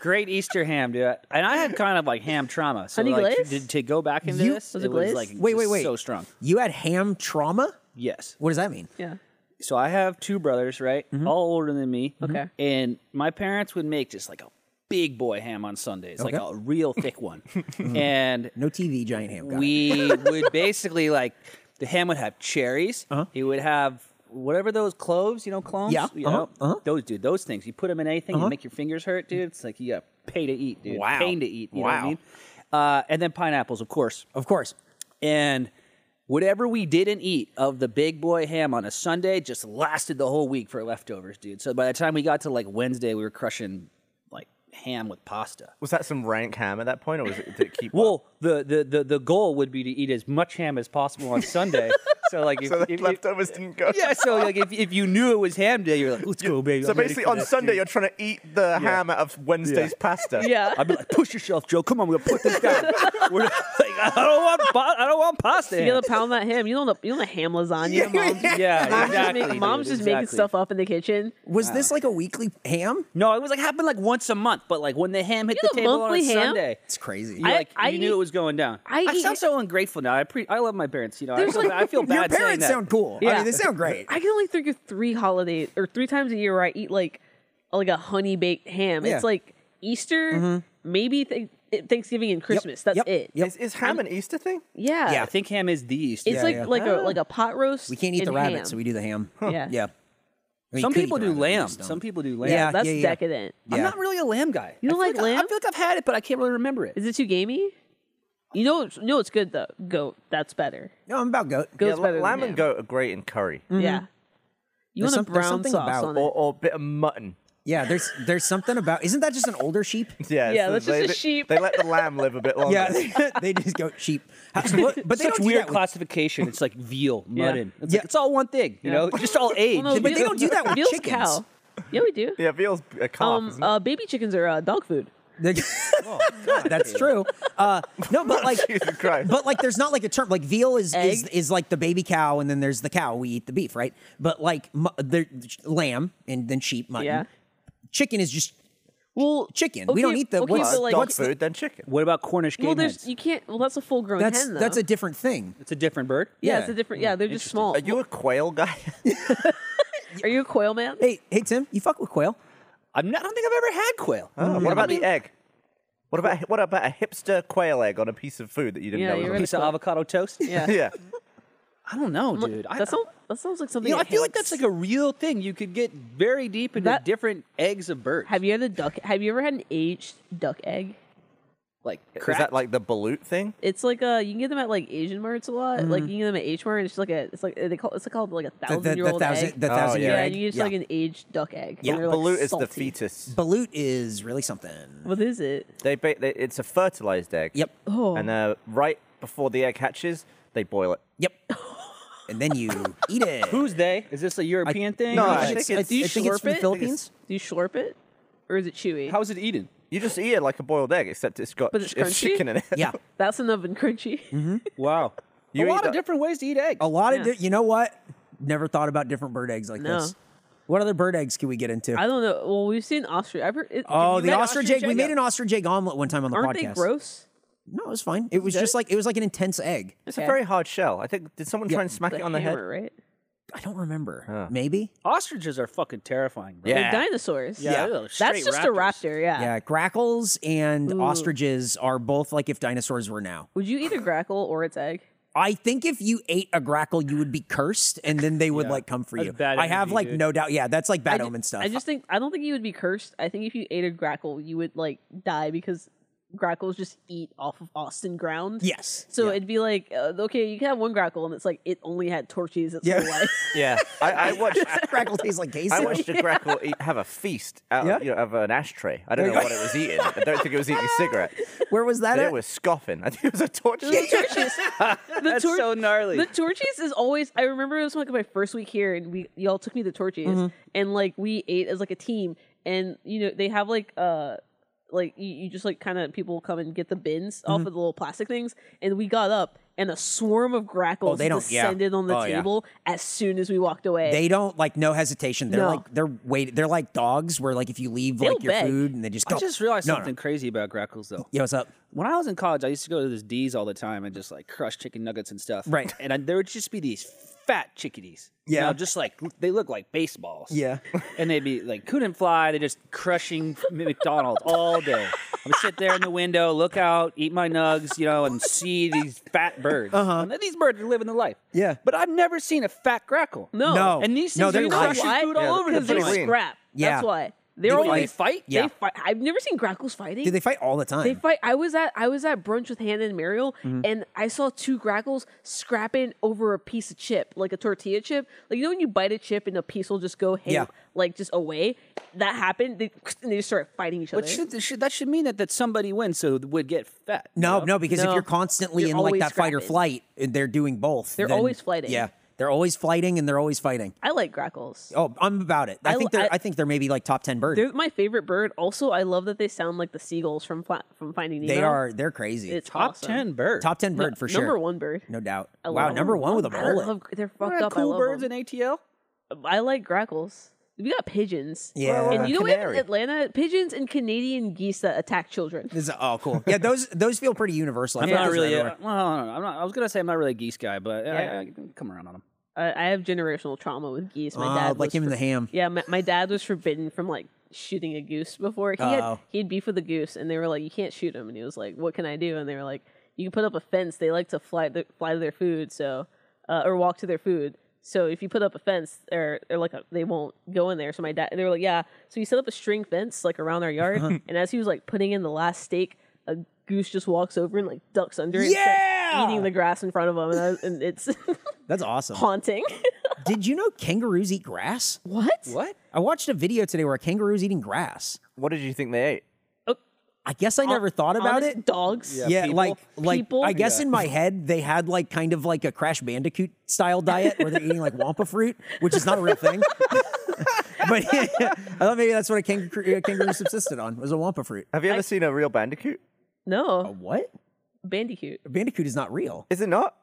Speaker 4: great Easter ham, dude. And I had kind of like ham trauma. So
Speaker 5: Honey
Speaker 4: like,
Speaker 5: glaze?
Speaker 4: to, to go back into
Speaker 5: You-
Speaker 4: this,
Speaker 5: Was
Speaker 4: it,
Speaker 5: it
Speaker 4: was
Speaker 5: glaze?
Speaker 4: like
Speaker 2: Wait, wait,
Speaker 4: just
Speaker 2: wait.
Speaker 4: so strong.
Speaker 2: You had ham trauma.
Speaker 4: Yes.
Speaker 2: What does that mean?
Speaker 5: yeah.
Speaker 4: So I have two brothers, right?
Speaker 2: Mm-hmm.
Speaker 4: All older than me.
Speaker 5: Okay.
Speaker 4: And my parents would make just like a big boy ham on Sundays, like
Speaker 2: Okay.
Speaker 4: a real thick one. and
Speaker 2: No TV, giant ham. Got it.
Speaker 4: we would basically like the ham would have cherries.
Speaker 2: Uh-huh.
Speaker 4: He would have whatever those cloves, you know, clones.
Speaker 2: Yeah,
Speaker 4: you
Speaker 2: uh-huh,
Speaker 4: know?
Speaker 2: uh-huh.
Speaker 4: those dude, those things. You put them in anything, you make your fingers hurt, dude. It's like you got pay to eat, dude.
Speaker 2: Wow.
Speaker 4: Pain to eat. You know what I
Speaker 2: Wow.
Speaker 4: mean? Uh, and then pineapples, of course.
Speaker 2: Of course.
Speaker 4: And whatever we didn't eat of the big boy ham on a Sunday just lasted the whole week for leftovers, dude. So by the time we got to like Wednesday, we were crushing like ham with pasta.
Speaker 8: Was that some rank ham at that point, or was it, did it keep? up?
Speaker 4: Well, the, the, the, the goal would be to eat as much ham as possible on Sunday. so like if,
Speaker 8: so the
Speaker 4: if-
Speaker 8: leftovers didn't go.
Speaker 4: yeah, so like if, if you knew it was ham day, you're like, let's go, baby.
Speaker 8: So
Speaker 4: I'm ready
Speaker 8: basically,
Speaker 4: for
Speaker 8: on
Speaker 4: this,
Speaker 8: Sunday,
Speaker 4: dude."
Speaker 8: you're trying to eat the ham out of Wednesday's pasta.
Speaker 5: Yeah.
Speaker 4: I'd be like, push yourself, Joe. Come on, we're gonna put this down. We're like, I don't want, pa- I don't want pasta.
Speaker 5: You gotta pound that ham. You don't know, you don't know ham lasagna. Mom's,
Speaker 4: yeah,
Speaker 5: mom's just,
Speaker 4: exactly.
Speaker 5: make-
Speaker 4: dude,
Speaker 5: mom's just making
Speaker 4: exactly.
Speaker 5: stuff up in the kitchen.
Speaker 2: Was this like a weekly ham?
Speaker 4: No, it was like happened like once a month, but like when the ham hit
Speaker 5: You
Speaker 4: the
Speaker 5: know,
Speaker 4: table on a
Speaker 5: monthly ham?
Speaker 4: Sunday,
Speaker 2: It's crazy.
Speaker 4: you, like,
Speaker 5: I
Speaker 4: you knew
Speaker 5: eat-
Speaker 4: it was going down.
Speaker 5: I eat-
Speaker 4: sound so ungrateful now. I pre- I love my parents. You know, I
Speaker 5: There's,
Speaker 4: feel,
Speaker 5: like-
Speaker 4: bad- I feel bad.
Speaker 2: Your
Speaker 4: saying
Speaker 2: parents
Speaker 4: that.
Speaker 2: sound cool. I
Speaker 5: Yeah.
Speaker 2: mean, they sound great.
Speaker 5: I can only think of three holidays or three times a year where I eat like like a honey baked ham.
Speaker 2: Yeah. Mm-hmm.
Speaker 5: It's like Easter, maybe th- Thanksgiving and Christmas. That's
Speaker 2: Yep.
Speaker 5: it.
Speaker 2: Yep.
Speaker 8: Is, is ham an Easter thing?
Speaker 5: Yeah.
Speaker 4: I think ham is the Easter.
Speaker 5: It's like
Speaker 2: yeah.
Speaker 5: like a like a pot roast.
Speaker 2: We can't eat the
Speaker 5: and
Speaker 2: rabbit,
Speaker 5: ham.
Speaker 2: so we do the ham.
Speaker 5: Yeah.
Speaker 2: Yeah. I mean,
Speaker 4: Some
Speaker 2: you could
Speaker 4: people
Speaker 2: eat the
Speaker 4: do
Speaker 2: rabbit, you
Speaker 4: lamb.
Speaker 2: just don't.
Speaker 4: Some people do lamb.
Speaker 2: Yeah,
Speaker 5: That's
Speaker 2: yeah.
Speaker 5: decadent.
Speaker 4: I'm
Speaker 2: Yeah.
Speaker 4: not really a lamb guy.
Speaker 5: You don't
Speaker 4: I feel
Speaker 5: like lamb?
Speaker 4: I feel like I've had it, but I can't really remember it.
Speaker 5: Is it too gamey? You know, you know it's good though. Goat. That's better.
Speaker 2: No, I'm about goat.
Speaker 5: Goat's
Speaker 8: yeah,
Speaker 5: better.
Speaker 8: lamb
Speaker 5: than
Speaker 8: and
Speaker 5: ham. Mm.
Speaker 8: goat are great in curry,
Speaker 5: Yeah. You
Speaker 2: Mm-hmm. There's
Speaker 5: want
Speaker 2: some-
Speaker 5: a
Speaker 2: there's
Speaker 5: brown
Speaker 2: something
Speaker 5: sauce
Speaker 2: about-
Speaker 5: on it.
Speaker 8: or, or a bit of mutton.
Speaker 2: Yeah, there's there's something about. Isn't that just an older sheep?
Speaker 8: Yeah,
Speaker 5: Yeah,
Speaker 8: so
Speaker 5: that's just
Speaker 8: they,
Speaker 5: a sheep.
Speaker 8: They let the lamb live a bit longer.
Speaker 2: Yeah, they, they just go sheep. How- But, but they
Speaker 4: Such
Speaker 2: don't do
Speaker 4: weird
Speaker 2: that with-
Speaker 4: classification. It's like veal, mutton. It's,
Speaker 2: Yeah.
Speaker 4: like, it's all one thing, you know, just all age.
Speaker 5: Well, no,
Speaker 2: but they
Speaker 5: veal-
Speaker 2: don't do that with
Speaker 5: veal's
Speaker 2: chickens.
Speaker 5: Cow. Yeah, we do.
Speaker 8: yeah, veal's a calf.
Speaker 5: um,
Speaker 8: isn't it?
Speaker 5: uh, baby chickens are uh, dog food.
Speaker 2: Oh, That's true. Uh, no, but like,
Speaker 8: Jesus Christ.
Speaker 2: but like, there's not like a term. Like veal is, is
Speaker 5: Egg?
Speaker 2: is like the baby cow, and then there's the cow. We eat the beef, right? But like, mu- there, lamb and then sheep, mutton.
Speaker 5: Yeah.
Speaker 2: Chicken is just
Speaker 5: Well,
Speaker 2: chicken. We don't
Speaker 5: okay-
Speaker 2: eat the-
Speaker 5: okay,
Speaker 2: what's-
Speaker 5: but,
Speaker 8: Well,
Speaker 5: like,
Speaker 8: dog
Speaker 2: what's the-
Speaker 8: food, then chicken.
Speaker 4: What about Cornish game
Speaker 5: Well, there's
Speaker 4: hens?
Speaker 5: you can't. Well, that's a full grown
Speaker 2: that's
Speaker 5: hen though.
Speaker 2: that's a different thing.
Speaker 4: It's a different bird.
Speaker 5: yeah,
Speaker 2: yeah.
Speaker 5: it's a different. Yeah, they're just small.
Speaker 8: Are you a quail guy?
Speaker 5: Are you a quail man?
Speaker 2: Hey, hey Tim, you fuck with quail?
Speaker 4: I'm not, I don't think I've ever had quail. Mm.
Speaker 8: Oh, what about the egg? What about what about a hipster quail egg on a piece of food that you didn't
Speaker 5: Yeah,
Speaker 8: know? was
Speaker 5: you're
Speaker 4: A
Speaker 8: on
Speaker 5: right.
Speaker 8: the-
Speaker 4: piece of avocado toast.
Speaker 5: Yeah.
Speaker 8: Yeah,
Speaker 4: I don't know, dude. I,
Speaker 5: that, sound, that sounds like something.
Speaker 4: you know, I
Speaker 5: that
Speaker 4: feel like
Speaker 5: hangs.
Speaker 4: that's like a real thing. You could get very deep into
Speaker 5: That-
Speaker 4: different eggs of birds.
Speaker 5: Have you had a duck? Have you ever had an aged duck egg?
Speaker 4: like
Speaker 8: is
Speaker 4: cracked?
Speaker 8: that like the balut thing?
Speaker 5: It's like a you can get them at like Asian marts a lot. Like you can get them at H mart. and It's just like a it's like they call it's called like a
Speaker 2: The,
Speaker 5: thousand
Speaker 2: the,
Speaker 5: year
Speaker 2: the
Speaker 5: old
Speaker 2: thousand,
Speaker 5: egg.
Speaker 2: the
Speaker 8: Oh,
Speaker 2: thousand
Speaker 8: yeah.
Speaker 2: year
Speaker 5: yeah,
Speaker 2: egg.
Speaker 5: you get just like an aged duck egg.
Speaker 2: Yeah,
Speaker 5: and they're, like,
Speaker 8: Balut is
Speaker 5: salty.
Speaker 8: the fetus.
Speaker 2: Balut is really something.
Speaker 5: What is it?
Speaker 8: They, ba- they it's a fertilized egg.
Speaker 2: Yep.
Speaker 5: Oh,
Speaker 8: And uh, right before the egg hatches, they boil it.
Speaker 2: Yep. and then you eat it.
Speaker 4: Who's they? Is this a European thing?
Speaker 8: no,
Speaker 4: Or
Speaker 8: I
Speaker 4: is it-
Speaker 8: think
Speaker 2: it's,
Speaker 8: it's-
Speaker 2: I think it's from
Speaker 5: slurp
Speaker 2: the
Speaker 5: it?
Speaker 2: Philippines.
Speaker 5: do you slurp it or is it chewy?
Speaker 4: How is it eaten?
Speaker 8: You just eat it like a boiled egg, except it's got
Speaker 5: But it's
Speaker 8: ch-
Speaker 5: crunchy?
Speaker 8: chicken in it.
Speaker 2: Yeah.
Speaker 5: That's an oven crunchy.
Speaker 4: Wow.
Speaker 8: You Oh.
Speaker 4: a
Speaker 8: eat
Speaker 4: lot of
Speaker 8: the-
Speaker 4: different ways to eat eggs.
Speaker 2: A lot of
Speaker 5: Yeah.
Speaker 2: di- you know what? Never thought about different bird eggs like
Speaker 5: No.
Speaker 2: this. What other bird eggs can we get into?
Speaker 5: I don't know. Well, we've seen ostrich. I've heard, it,
Speaker 2: oh,
Speaker 5: you
Speaker 2: the
Speaker 5: made
Speaker 2: ostrich, egg. We
Speaker 5: egg?
Speaker 2: made an ostrich egg omelet one time on the
Speaker 5: Aren't
Speaker 2: podcast.
Speaker 5: they gross?
Speaker 2: No, it was fine. It was just like it was like an intense egg.
Speaker 8: It's
Speaker 5: Okay.
Speaker 8: a very hard shell. I think did someone try and smack it on the
Speaker 5: hammer,
Speaker 8: head?
Speaker 5: right?
Speaker 2: I don't remember. Maybe.
Speaker 4: Ostriches are fucking terrifying, bro.
Speaker 5: They're dinosaurs.
Speaker 4: Yeah, they're
Speaker 5: That's
Speaker 4: straight
Speaker 5: just
Speaker 4: raptors.
Speaker 5: a raptor. Yeah.
Speaker 2: Yeah, grackles and ostriches are both like if dinosaurs were now.
Speaker 5: Would you eat a grackle or its egg?
Speaker 2: I think if you ate a grackle, you would be cursed, and then they would like come for
Speaker 4: That's
Speaker 2: you.
Speaker 4: bad
Speaker 2: I have
Speaker 4: energy,
Speaker 2: like
Speaker 4: dude.
Speaker 2: no doubt. Yeah, that's like bad
Speaker 5: I ju-
Speaker 2: omen stuff.
Speaker 5: I just think I don't think you would be cursed. I think if you ate a grackle, you would like die because grackles just eat off of Austin ground.
Speaker 2: yes.
Speaker 5: So it'd be like, uh, okay, you can have one grackle, and it's like it only had torches its
Speaker 2: Yeah.
Speaker 5: whole life.
Speaker 8: Yeah. I, I watched
Speaker 2: grackle tastes like
Speaker 8: I
Speaker 2: queso.
Speaker 8: watched a grackle eat, have a feast out
Speaker 2: Yeah.
Speaker 8: of, you know, of an ashtray. I don't know what it was eating. I don't think it was eating a cigarette.
Speaker 2: Where was that?
Speaker 8: But
Speaker 2: at?
Speaker 8: it was scoffing. I think it was a torture.
Speaker 4: That's
Speaker 5: tor-
Speaker 4: so gnarly.
Speaker 5: The torches is always. I remember it was like my first week here, and we y'all took me to torches,
Speaker 2: Mm-hmm.
Speaker 5: and like we ate as like a team, and you know they have like uh like you, you just like kind of people come and get the bins off
Speaker 2: Mm-hmm.
Speaker 5: of the little plastic things, and we got up. And a swarm of grackles
Speaker 2: Oh, they don't- yeah.
Speaker 5: descended on the
Speaker 2: Oh, yeah.
Speaker 5: table as soon as we walked away.
Speaker 2: They don't like no hesitation. They're
Speaker 5: No.
Speaker 2: like they're wait. They're like dogs. Where like if you leave
Speaker 5: They'll
Speaker 2: like your
Speaker 5: beg.
Speaker 2: food and they just go.
Speaker 4: I just realized
Speaker 2: No, no.
Speaker 4: something crazy about grackles, though.
Speaker 2: Yo, what's up?
Speaker 4: When I was in college, I used to go to this D's all the time and just like crush chicken nuggets and stuff.
Speaker 2: Right.
Speaker 4: And I, there would just be these fat chickadees. you
Speaker 2: Yeah.
Speaker 4: know, just like they look like baseballs. and they'd be like couldn't fly. They're just crushing McDonald's all day. I'm gonna sit there in the window, look out, eat my nugs, you know, and see these fat birds. Uh-huh. And these birds are living the life.
Speaker 2: Yeah.
Speaker 4: But I've never seen a fat grackle.
Speaker 5: No.
Speaker 2: No.
Speaker 4: And these
Speaker 2: No,
Speaker 4: things
Speaker 2: they're
Speaker 4: are
Speaker 5: You know
Speaker 4: crushing
Speaker 5: why?
Speaker 4: food all over the
Speaker 5: Because
Speaker 8: they're
Speaker 5: they
Speaker 4: place.
Speaker 8: clean.
Speaker 5: scrap.
Speaker 2: Yeah.
Speaker 5: That's why. They're
Speaker 2: They
Speaker 5: all
Speaker 4: They
Speaker 2: fight.
Speaker 4: fight.
Speaker 2: Yeah.
Speaker 5: They fight. I've never seen grackles fighting.
Speaker 2: Dude, they fight all the time.
Speaker 5: They fight. I was at I was at brunch with Hannah and Mariel,
Speaker 2: Mm-hmm.
Speaker 5: and I saw two grackles scrapping over a piece of chip, like a tortilla chip. Like you know when you bite a chip and a piece will just go hey,
Speaker 2: Yeah.
Speaker 5: like just away. That happened. They and they just start fighting each other.
Speaker 4: But should, should, that should mean that, that somebody wins, so would get fat.
Speaker 2: no, no, because if
Speaker 5: No.
Speaker 2: you're constantly
Speaker 5: You're
Speaker 2: in like
Speaker 5: always
Speaker 2: that fight or
Speaker 5: scrapping.
Speaker 2: flight, and they're doing both.
Speaker 5: They're
Speaker 2: then-
Speaker 5: always fighting.
Speaker 2: Yeah, they're always fighting and they're always fighting.
Speaker 5: I like grackles.
Speaker 2: Oh, I'm about it. I,
Speaker 5: I-
Speaker 2: think they're. I,
Speaker 5: I-
Speaker 2: think they're maybe like top ten bird.
Speaker 5: They're my favorite bird. Also, I love that they sound like the seagulls from Fla- from Finding Nemo.
Speaker 2: They are. They're crazy.
Speaker 5: It's
Speaker 4: Top
Speaker 5: awesome.
Speaker 4: ten bird.
Speaker 2: top ten bird for sure.
Speaker 5: Number one bird.
Speaker 2: no doubt.
Speaker 5: I
Speaker 2: Wow,
Speaker 5: love
Speaker 2: number
Speaker 5: them.
Speaker 2: one with a
Speaker 5: I
Speaker 2: bullet.
Speaker 5: love- they're
Speaker 4: We're
Speaker 5: fucked
Speaker 4: at
Speaker 5: up. I
Speaker 4: cool
Speaker 5: love
Speaker 4: birds
Speaker 5: them.
Speaker 4: in ATL.
Speaker 5: I like grackles. We got pigeons.
Speaker 2: Yeah.
Speaker 5: And you know what?
Speaker 8: Canary.
Speaker 5: Atlanta pigeons and Canadian geese that attack children.
Speaker 2: This is- oh, cool. Yeah, those those feel pretty universal. I
Speaker 4: I'm
Speaker 2: feel like
Speaker 4: not
Speaker 2: those are
Speaker 4: really.
Speaker 2: everywhere.
Speaker 4: A, well, no, no, I'm not, I was gonna say I'm not really a geese guy, but I,
Speaker 5: Yeah.
Speaker 4: I, I come around on them.
Speaker 5: Uh, I, I have generational trauma with geese. My
Speaker 2: Ah,
Speaker 5: dad
Speaker 2: like
Speaker 5: was
Speaker 2: him and
Speaker 5: for-
Speaker 2: the ham.
Speaker 5: Yeah, my, my dad was forbidden from like shooting a goose before. He had
Speaker 2: Uh-oh.
Speaker 5: he had beef with a goose, and they were like, "You can't shoot him." And he was like, "What can I do?" And they were like, "You can put up a fence. They like to fly the, fly to their food, so uh, or walk to their food." So if you put up a fence, or, or like a, they won't go in there. So my dad, and they were like, "Yeah." So he set up a string fence like around our yard,
Speaker 2: Uh-huh.
Speaker 5: and as he was like putting in the last stake, a goose just walks over and like ducks under it, and starts
Speaker 2: Yeah!
Speaker 5: eating the grass in front of him, and, I, was- and it's
Speaker 2: That's awesome.
Speaker 5: haunting.
Speaker 2: Did you know kangaroos eat grass?
Speaker 5: What?
Speaker 4: What?
Speaker 2: I watched a video today where a kangaroo's eating grass.
Speaker 8: What did you think they ate?
Speaker 2: I guess I never thought about
Speaker 5: Honest
Speaker 2: it.
Speaker 5: Dogs.
Speaker 2: Yeah, like like
Speaker 5: People?
Speaker 2: I guess in my head they had like kind of like a Crash Bandicoot style diet where they're eating like wampa fruit, which is not a real thing. but I thought maybe that's what a kangaroo, a kangaroo subsisted on was a wampa fruit.
Speaker 8: Have you ever seen a real bandicoot?
Speaker 5: No,
Speaker 2: What?
Speaker 5: Bandicoot.
Speaker 2: Bandicoot is not real.
Speaker 8: Is it not?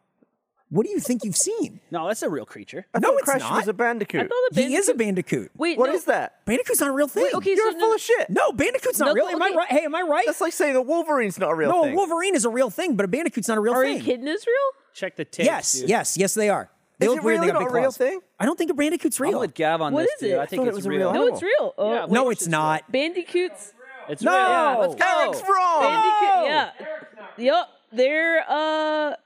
Speaker 2: What do you think you've seen?
Speaker 4: No, that's a real creature.
Speaker 8: I
Speaker 2: No,
Speaker 8: thought
Speaker 2: it's
Speaker 8: Crash
Speaker 2: not.
Speaker 8: was a bandicoot.
Speaker 5: I thought a
Speaker 2: He
Speaker 5: bandicoot.
Speaker 2: is a bandicoot.
Speaker 5: Wait,
Speaker 8: What
Speaker 5: no.
Speaker 8: is that?
Speaker 2: Bandicoot's not a real thing.
Speaker 5: Wait, okay,
Speaker 8: You're
Speaker 5: so
Speaker 8: full
Speaker 5: no,
Speaker 8: of shit.
Speaker 2: No, Bandicoot's not
Speaker 5: No,
Speaker 2: real. Am I
Speaker 5: okay.
Speaker 2: right? Hey, am I right?
Speaker 8: That's like saying the Wolverine's not a real
Speaker 2: no, a
Speaker 8: thing.
Speaker 2: Wolverine is a real thing, but a Bandicoot's not a real
Speaker 5: Are
Speaker 2: thing.
Speaker 5: you kidding, Israel?
Speaker 4: Check the tapes.
Speaker 2: Yes,
Speaker 4: dude.
Speaker 2: yes, yes, they are. They
Speaker 8: Is
Speaker 2: look
Speaker 8: it
Speaker 2: weird. They
Speaker 8: really
Speaker 2: got
Speaker 8: not
Speaker 2: big
Speaker 8: a real
Speaker 2: claws.
Speaker 8: thing?
Speaker 2: I don't think a Bandicoot's
Speaker 4: I'm
Speaker 2: real.
Speaker 4: with Gav on
Speaker 5: What
Speaker 4: this.
Speaker 5: is
Speaker 4: dude.
Speaker 5: it?
Speaker 4: I
Speaker 5: I
Speaker 4: think
Speaker 8: thought it
Speaker 4: it's
Speaker 8: was a
Speaker 4: real.
Speaker 8: real
Speaker 5: No, it's real. Oh,
Speaker 4: Yeah,
Speaker 5: wait.
Speaker 2: no, it's not.
Speaker 5: Bandicoots.
Speaker 4: It's
Speaker 2: No!
Speaker 4: real. Yeah, let's go.
Speaker 8: Eric's wrong.
Speaker 5: Bandicoot. Yeah. Yup. They're uh.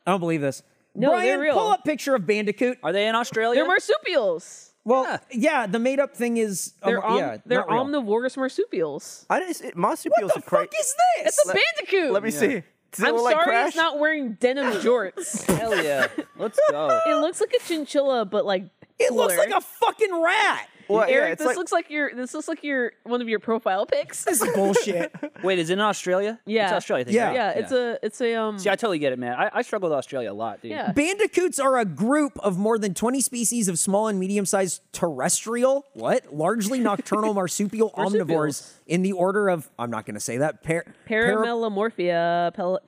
Speaker 2: I don't believe this.
Speaker 5: No,
Speaker 2: Brian,
Speaker 5: they're real.
Speaker 2: pull up picture of Bandicoot.
Speaker 4: Are they in Australia?
Speaker 5: They're marsupials.
Speaker 2: Well, yeah, the made up thing is um,
Speaker 5: They're om-
Speaker 2: yeah,
Speaker 5: they're
Speaker 2: not real.
Speaker 5: omnivorous marsupials.
Speaker 8: I don't, it, marsupials
Speaker 2: What the
Speaker 8: are cra-
Speaker 2: fuck is this?
Speaker 5: It's a bandicoot.
Speaker 8: Let me see. Does it
Speaker 5: I'm
Speaker 8: look
Speaker 5: sorry,
Speaker 8: like Crash?
Speaker 5: it's not wearing denim jorts.
Speaker 4: Hell yeah. Let's go.
Speaker 8: Oh.
Speaker 5: it looks like a chinchilla, but like
Speaker 2: it looks
Speaker 5: cooler.
Speaker 2: like a fucking rat.
Speaker 8: Well, yeah,
Speaker 5: Eric,
Speaker 8: it's
Speaker 5: this
Speaker 8: like-
Speaker 5: looks like your this looks like your one of your profile pics.
Speaker 2: This is bullshit.
Speaker 4: Wait, is it in Australia?
Speaker 5: Yeah.
Speaker 4: It's Australia, I think.
Speaker 2: Yeah.
Speaker 4: right?
Speaker 5: yeah, it's a it's a um
Speaker 4: See, I totally get it, man. I, I struggle with Australia a lot, dude.
Speaker 5: yeah.
Speaker 2: Bandicoots are a group of more than 20 species of small and medium sized terrestrial, what? Largely nocturnal marsupial omnivores
Speaker 5: Marsupials.
Speaker 2: in the order of, I'm not going to say that. Par- para-
Speaker 5: Paramelomorphia. Pel-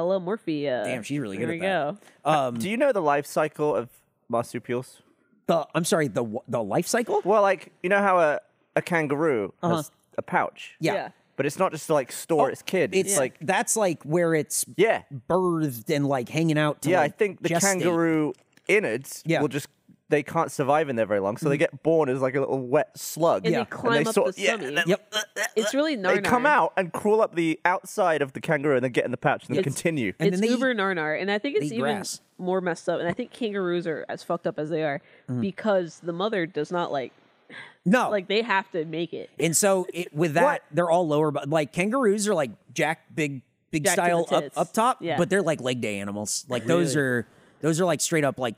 Speaker 5: paramelomorphia.
Speaker 2: Damn, she's really
Speaker 5: there
Speaker 2: good
Speaker 5: we
Speaker 2: at
Speaker 5: go.
Speaker 8: Do you know the life cycle of marsupials?
Speaker 2: the, I'm sorry, the wh- the life cycle?
Speaker 8: Well, like you know how a, a kangaroo has a pouch,
Speaker 2: Yeah.
Speaker 5: Yeah.
Speaker 8: but it's not just to like store
Speaker 5: Oh,
Speaker 8: its kid.
Speaker 2: It's like,
Speaker 8: like
Speaker 2: that's like where it's
Speaker 8: yeah,
Speaker 2: birthed and like hanging out. To
Speaker 8: yeah. I
Speaker 2: like,
Speaker 8: think the
Speaker 2: gestate.
Speaker 8: kangaroo innards
Speaker 2: Yeah. Mm-hmm.
Speaker 8: will just they can't survive in there very long, so they get born as like a little wet slug.
Speaker 5: And they climb up
Speaker 8: sort-
Speaker 5: the
Speaker 8: yeah,
Speaker 5: stomach.
Speaker 8: and then
Speaker 2: Yep.
Speaker 5: It's really narnar.
Speaker 8: They come out and crawl up the outside of the kangaroo and then get in the pouch and then
Speaker 5: It's-
Speaker 8: continue.
Speaker 2: and
Speaker 5: it's
Speaker 2: then they
Speaker 5: uber narnar, and I think it's
Speaker 2: eat
Speaker 5: even
Speaker 2: grass.
Speaker 5: more messed up. And I think kangaroos are as fucked up as they are
Speaker 2: Mm-hmm.
Speaker 5: because the mother does not like
Speaker 2: No.
Speaker 5: like they have to make it.
Speaker 2: And so it, with that,
Speaker 8: What?
Speaker 2: they're all lower, but like kangaroos are like jack big big
Speaker 5: Jack to the
Speaker 2: style up
Speaker 5: tits.
Speaker 2: up top,
Speaker 5: Yeah.
Speaker 2: but they're like leg day animals. Like those are those are like straight up like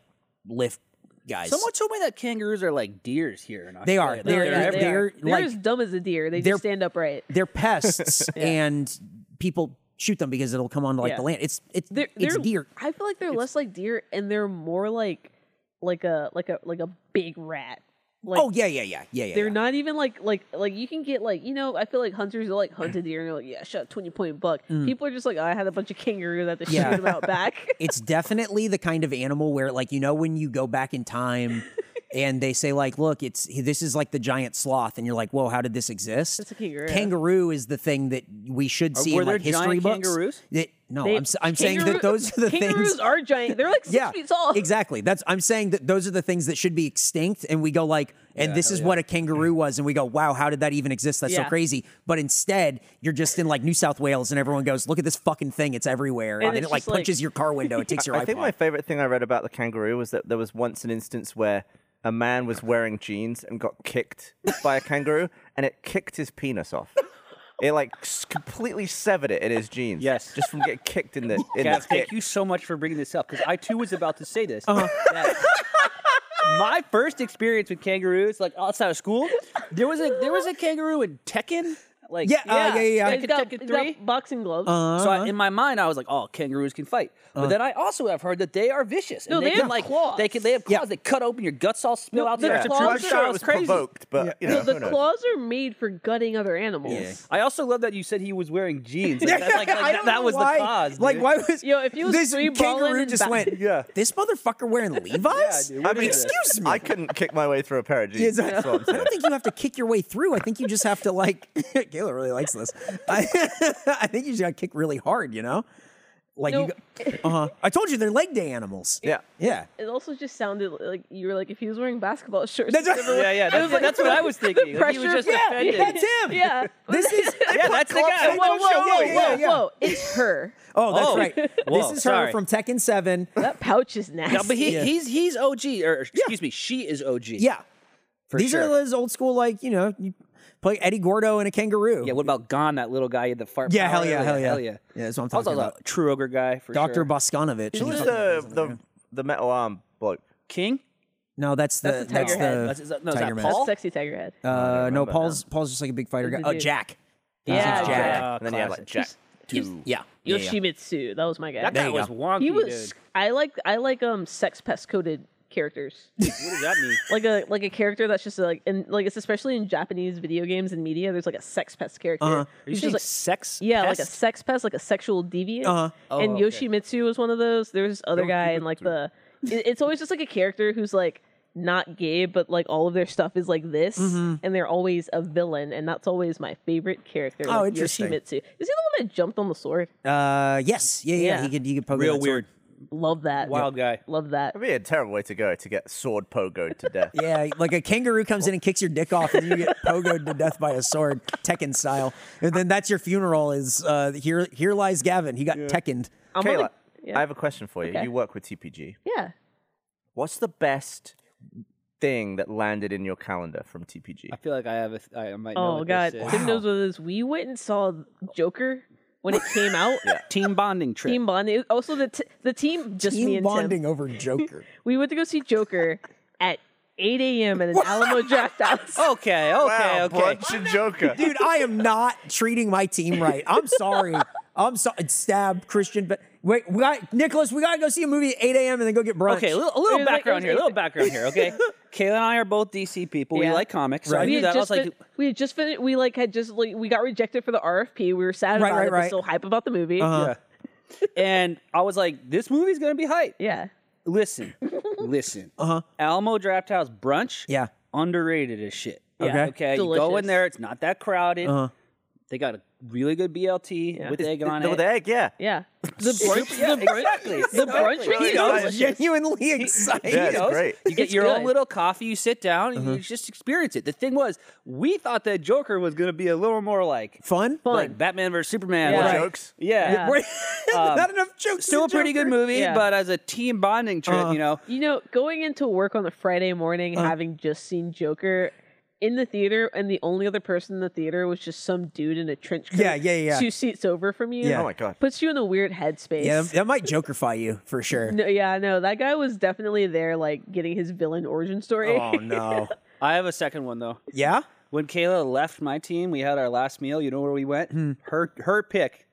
Speaker 2: lift guys.
Speaker 4: Someone told me that kangaroos are like deers here in Australia.
Speaker 2: They are.
Speaker 4: They're,
Speaker 2: They're-
Speaker 4: everywhere.
Speaker 5: they
Speaker 2: they're,
Speaker 5: are. They're
Speaker 2: like-
Speaker 5: as dumb as a deer. They
Speaker 2: they're-
Speaker 5: just stand upright.
Speaker 2: they're pests, and people shoot them because it'll come onto like
Speaker 5: Yeah.
Speaker 2: the land. It's it's
Speaker 5: They're,
Speaker 2: it's
Speaker 5: they're
Speaker 2: deer.
Speaker 5: I feel like they're less like deer and they're more like like a like a like a big rat. Like
Speaker 2: oh yeah, yeah, yeah, yeah, yeah.
Speaker 5: They're
Speaker 2: yeah.
Speaker 5: not even like like like you can get like you know I feel like hunters are like hunted deer and they're like yeah shot twenty point buck. People are just like oh, I had a bunch of kangaroo that to
Speaker 2: Mm. Yeah.
Speaker 5: shoot them out back.
Speaker 2: It's definitely the kind of animal where like you know when you go back in time. And they say like, look, it's this is like the giant sloth, and you're like, whoa, how did this exist?
Speaker 5: It's a kangaroo.
Speaker 2: kangaroo is the thing that we should see
Speaker 4: were
Speaker 2: in
Speaker 4: there
Speaker 2: like history
Speaker 4: giant
Speaker 2: books.
Speaker 4: kangaroos?
Speaker 2: That- no,
Speaker 5: They-
Speaker 2: Oh, I'm, s- I'm saying that
Speaker 5: kangaroo-
Speaker 2: those are the
Speaker 5: kangaroos
Speaker 2: things.
Speaker 5: are giant. They're like six
Speaker 2: yeah,
Speaker 5: feet tall.
Speaker 2: exactly. That's I'm saying that those are the things that should be extinct, and we go like, and this is what a kangaroo was, and we go, wow, how did that even exist? That's so
Speaker 5: Yeah.
Speaker 2: crazy. But instead, you're just in like New South Wales, and everyone goes, look at this fucking thing, it's everywhere, and,
Speaker 5: And
Speaker 2: then
Speaker 5: it's
Speaker 2: it like
Speaker 5: just like-
Speaker 2: punches your car window and takes your
Speaker 8: I think
Speaker 2: iPod.
Speaker 8: my favorite thing I read about the kangaroo was that there was once an instance where a man was wearing jeans and got kicked by a kangaroo, and it kicked his penis off. It like s- completely severed it in his jeans.
Speaker 4: Yes.
Speaker 8: just from getting kicked in the in
Speaker 4: Gav,
Speaker 8: the dick.
Speaker 4: thank you so much for bringing this up because I too was about to say this.
Speaker 2: Uh-huh.
Speaker 4: that my first experience with kangaroos, like outside of school, there was a there was a kangaroo in Tekken. Like
Speaker 2: Yeah, uh-huh. uh, yeah, yeah, yeah.
Speaker 5: He's got,
Speaker 4: Tekken
Speaker 5: he's
Speaker 4: three.
Speaker 5: got boxing gloves.
Speaker 2: Uh,
Speaker 4: So I, in my mind, I was like, "Oh, kangaroos can fight,"
Speaker 2: Uh-huh.
Speaker 4: but then I also have heard that they are vicious. and
Speaker 5: No, they
Speaker 4: can,
Speaker 5: have
Speaker 4: like
Speaker 5: claws.
Speaker 4: They can they have claws. They cut open your guts, all spill
Speaker 5: No,
Speaker 4: out
Speaker 5: the
Speaker 4: there.
Speaker 5: Yeah.
Speaker 8: So I'm
Speaker 5: claws
Speaker 8: sure it was
Speaker 4: crazy.
Speaker 8: provoked, but you know,
Speaker 5: no, the
Speaker 8: who knows?
Speaker 5: claws are made for gutting other animals.
Speaker 4: I also love that you said he was wearing jeans. Like, that's like, like,
Speaker 2: I
Speaker 4: that,
Speaker 2: don't
Speaker 4: that
Speaker 2: know
Speaker 4: was
Speaker 2: why-
Speaker 4: the cause.
Speaker 2: Like,
Speaker 4: dude.
Speaker 2: why was
Speaker 5: Yo, if you was
Speaker 2: this
Speaker 5: free balling
Speaker 2: kangaroo
Speaker 5: and
Speaker 2: just
Speaker 5: back-
Speaker 2: went?
Speaker 8: Yeah.
Speaker 2: This motherfucker wearing Levi's?
Speaker 4: dude, what
Speaker 8: I mean,
Speaker 4: is this?
Speaker 2: Excuse me.
Speaker 8: I couldn't kick my way through a pair of jeans.
Speaker 2: Yeah,
Speaker 8: That's what I'm
Speaker 2: I
Speaker 8: saying.
Speaker 2: don't think you have to kick your way through. I think you just have to like. Kayla really likes this. I, I think you just got to kick really hard. You know, like
Speaker 5: Nope.
Speaker 2: you. Uh huh. I told you they're leg day animals.
Speaker 8: Yeah.
Speaker 2: Yeah.
Speaker 5: It also just sounded like you were like if he was wearing basketball shorts.
Speaker 2: That's right.
Speaker 5: everyone-
Speaker 4: Yeah, yeah,
Speaker 5: it was
Speaker 4: that's,
Speaker 5: like-
Speaker 4: that's what I was thinking. Like, he was
Speaker 5: Pressure-
Speaker 4: just
Speaker 5: yeah,
Speaker 4: offended.
Speaker 5: yeah.
Speaker 2: That's him.
Speaker 5: Yeah.
Speaker 2: This is.
Speaker 4: Yeah, that's the guy.
Speaker 5: Whoa, whoa, whoa,
Speaker 2: Yeah, yeah,
Speaker 5: whoa,
Speaker 2: yeah.
Speaker 5: whoa! It's her.
Speaker 2: Oh, that's
Speaker 4: Oh.
Speaker 2: right.
Speaker 4: Whoa,
Speaker 2: this is her
Speaker 4: sorry.
Speaker 2: from Tekken Seven.
Speaker 5: That pouch is nasty.
Speaker 4: No, but he,
Speaker 2: Yeah.
Speaker 4: he's he's OG, or excuse me, she is OG.
Speaker 2: Yeah. These are
Speaker 4: sure.
Speaker 2: those old school, like you know, you play Eddie Gordo and a kangaroo.
Speaker 4: Yeah, what about Gon, that little guy in the fart?
Speaker 2: Yeah,
Speaker 4: power?
Speaker 2: hell yeah, hell yeah,
Speaker 4: hell yeah.
Speaker 2: Yeah, that's what I'm
Speaker 4: Also,
Speaker 2: talking about.
Speaker 4: a true ogre guy for
Speaker 2: Doctor
Speaker 4: sure.
Speaker 2: Boskanovich.
Speaker 8: Who's the the the metal arm bloke?
Speaker 4: King.
Speaker 2: No, that's the
Speaker 5: That's the tiger
Speaker 2: that's
Speaker 5: head.
Speaker 4: That's-
Speaker 2: the
Speaker 4: is that- no, is
Speaker 2: tiger
Speaker 4: that
Speaker 2: mask.
Speaker 4: Paul?
Speaker 5: That's sexy tiger head.
Speaker 2: Uh, no,
Speaker 8: remember now.
Speaker 2: Paul's Paul's just like a big fighter guy.
Speaker 5: He's a
Speaker 2: Oh,
Speaker 5: dude.
Speaker 2: Jack.
Speaker 5: yeah,
Speaker 2: Jack.
Speaker 5: Jack.
Speaker 4: Oh,
Speaker 8: and then he had like Jack.
Speaker 5: He's-
Speaker 2: Yeah. Yeah, yeah.
Speaker 5: Yoshimitsu. That was my guy.
Speaker 4: That guy
Speaker 2: you
Speaker 4: was
Speaker 2: go.
Speaker 4: wonky.
Speaker 5: he
Speaker 4: dude.
Speaker 5: was. I like. I like um sex pest coded characters.
Speaker 4: What does that mean?
Speaker 5: like a like a character that's just like and like it's especially in Japanese video games and media. There's like a sex pest character.
Speaker 2: Uh-huh.
Speaker 4: Are you
Speaker 5: who's
Speaker 4: saying
Speaker 5: just, like,
Speaker 4: sex?
Speaker 5: yeah, like a
Speaker 4: pest? Oh,
Speaker 5: sex pest, like a sexual deviant.
Speaker 2: Uh-huh.
Speaker 5: and
Speaker 4: okay.
Speaker 5: Yoshimitsu was one of those. There's this other guy in like the. it- it's always just like a character who's like not gay, but like all of their stuff is like this,
Speaker 2: Mm-hmm.
Speaker 5: and they're always a villain, and that's always my favorite character.
Speaker 2: Oh,
Speaker 5: like
Speaker 2: interesting.
Speaker 5: Yoshimitsu. Is he the one that jumped on the sword?
Speaker 2: Uh, yes. Yeah, yeah.
Speaker 5: Yeah.
Speaker 2: He could he could poke
Speaker 4: Real
Speaker 2: that sword.
Speaker 4: weird,
Speaker 5: Love that.
Speaker 4: wild guy.
Speaker 5: Love that.
Speaker 8: That'd be a terrible way to go to get sword pogoed to death.
Speaker 2: Yeah, like a kangaroo comes in and kicks your dick off, and you get pogoed to death by a sword, Tekken style. And then that's your funeral. Is uh, here here lies Gavin. He got Tekkened.
Speaker 5: I'm on
Speaker 8: Kayla,
Speaker 5: the- yeah.
Speaker 8: I have a question for you.
Speaker 5: Okay.
Speaker 8: You work with TPG.
Speaker 5: yeah.
Speaker 8: What's the best thing that landed in your calendar from TPG?
Speaker 4: I feel like I have a. th- I might know.
Speaker 5: Oh
Speaker 4: what
Speaker 5: god,
Speaker 4: This is.
Speaker 5: Tim knows what it is. We went and saw Joker when it came out.
Speaker 4: Team bonding trip.
Speaker 5: Team bonding. Also, the t- the team just me
Speaker 2: Team
Speaker 5: and
Speaker 2: bonding
Speaker 5: Tim.
Speaker 2: over Joker.
Speaker 5: We went to go see Joker at 8 a.m. at an Alamo Draft House.
Speaker 4: Okay, okay,
Speaker 8: wow,
Speaker 4: okay.
Speaker 8: brunch and Joker.
Speaker 2: Dude, I am not treating my team right. I'm sorry. I'm sorry. Stab Christian, but wait, we got Nicholas. We gotta go see a movie at 8 a.m. and then go get brunch.
Speaker 4: Okay, a little, a
Speaker 5: It
Speaker 4: little
Speaker 5: was like-
Speaker 4: background
Speaker 5: it was
Speaker 4: here. A little
Speaker 5: like-
Speaker 4: background here. Okay, Kayla and I are both DC people.
Speaker 5: Yeah.
Speaker 4: We like comics. So I
Speaker 2: Right.
Speaker 4: knew
Speaker 5: had
Speaker 4: that. I was
Speaker 5: just
Speaker 4: like,
Speaker 5: fin- we had just finished. We like had just like we got rejected for the RFP. We were sad
Speaker 2: Right,
Speaker 5: about
Speaker 2: right,
Speaker 5: it,
Speaker 2: right.
Speaker 5: but still hype about the movie.
Speaker 4: Uh-huh. and I was like, this movie's gonna be hype.
Speaker 5: Yeah,
Speaker 4: Listen, listen. Uh huh. Alamo Draft House brunch.
Speaker 2: Yeah.
Speaker 4: Underrated as shit.
Speaker 2: Yeah.
Speaker 4: Okay. Okay. You go
Speaker 5: Delicious.
Speaker 4: in there. It's not that crowded. Uh-huh. They got a really good BLT with egg on
Speaker 8: With
Speaker 4: it.
Speaker 8: the egg, yeah.
Speaker 5: yeah. The brunch,
Speaker 4: Yeah,
Speaker 5: the brunch,
Speaker 4: exactly.
Speaker 5: the brunch
Speaker 4: Exactly.
Speaker 5: was
Speaker 4: He
Speaker 2: I
Speaker 4: knows.
Speaker 2: was
Speaker 5: delicious.
Speaker 2: genuinely excited.
Speaker 8: Yeah,
Speaker 4: You
Speaker 8: it's
Speaker 4: know,
Speaker 8: great.
Speaker 4: You get
Speaker 5: It's
Speaker 4: your own
Speaker 5: good.
Speaker 4: little coffee, you sit down, and you just experience it. The thing was, we thought that Joker was going to be a little more like
Speaker 2: Fun.
Speaker 4: like Batman versus Superman.
Speaker 5: Yeah.
Speaker 4: like-
Speaker 8: Jokes.
Speaker 4: yeah.
Speaker 5: Yeah.
Speaker 2: Right. not enough jokes.
Speaker 4: Still a
Speaker 2: to
Speaker 4: pretty
Speaker 2: Joker.
Speaker 4: good movie,
Speaker 5: Yeah.
Speaker 4: but as a team bonding trip,
Speaker 2: Uh.
Speaker 4: you know,
Speaker 5: You know, going into work on a Friday morning, having just seen Joker in the theater, and the only other person in the theater was just some dude in a trench coat.
Speaker 2: Yeah, yeah, yeah.
Speaker 5: Two seats over from you.
Speaker 2: Yeah.
Speaker 8: Oh my god.
Speaker 5: Puts you in a weird headspace.
Speaker 2: Yeah, that might Jokerfy you for sure.
Speaker 5: No, yeah, no, that guy was definitely there, like getting his villain origin story.
Speaker 2: Oh no.
Speaker 4: I have a second one though.
Speaker 2: Yeah.
Speaker 4: When Kayla left my team, we had our last meal. You know where we went?
Speaker 2: Hmm.
Speaker 4: Her her pick.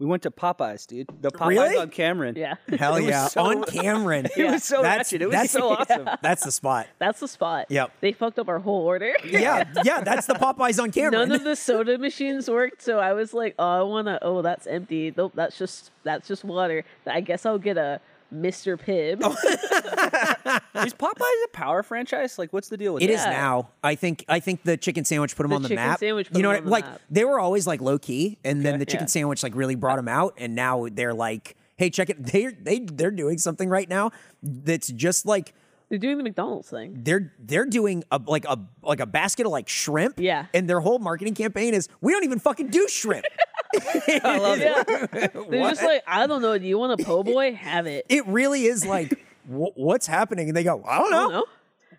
Speaker 4: We went to Popeyes, dude. The Popeyes
Speaker 2: Really?
Speaker 4: on Cameron.
Speaker 5: yeah,
Speaker 2: Hell
Speaker 4: It was
Speaker 2: yeah.
Speaker 4: so-
Speaker 2: On Cameron.
Speaker 4: It was so
Speaker 2: That's-
Speaker 4: ratchet. It was
Speaker 2: that's-
Speaker 4: so awesome.
Speaker 2: That's the spot.
Speaker 5: that's the spot.
Speaker 2: Yep.
Speaker 5: They fucked up our whole order.
Speaker 2: Yeah, yeah, that's the Popeyes on Cameron.
Speaker 5: None of the soda machines worked, so I was like, "Oh, I wanna. Oh, that's empty. Nope, that's just that's just water. I guess I'll get a Mr. Pibb."
Speaker 4: Is Popeyes a power franchise? Like, what's the deal with
Speaker 2: It
Speaker 4: that?
Speaker 2: is
Speaker 5: Yeah.
Speaker 2: now. I think I think the chicken sandwich put them
Speaker 5: The
Speaker 2: on the
Speaker 5: chicken
Speaker 2: map.
Speaker 5: sandwich put
Speaker 2: you know what?
Speaker 5: 'em on the
Speaker 2: like
Speaker 5: map.
Speaker 2: they were always like low key, and then the chicken
Speaker 5: Yeah.
Speaker 2: sandwich like really brought them out, and now they're like, hey, check it. They they they're doing something right now that's just like
Speaker 5: They're doing the McDonald's thing.
Speaker 2: they're they're doing a like a like a basket of like shrimp.
Speaker 5: Yeah.
Speaker 2: and their whole marketing campaign is we don't even fucking do shrimp.
Speaker 4: I love it.
Speaker 5: They're just like, I don't know. Do you want a po' boy? Have it.
Speaker 2: It really is like. wh- What's happening? And they go, I don't know.
Speaker 5: I don't know.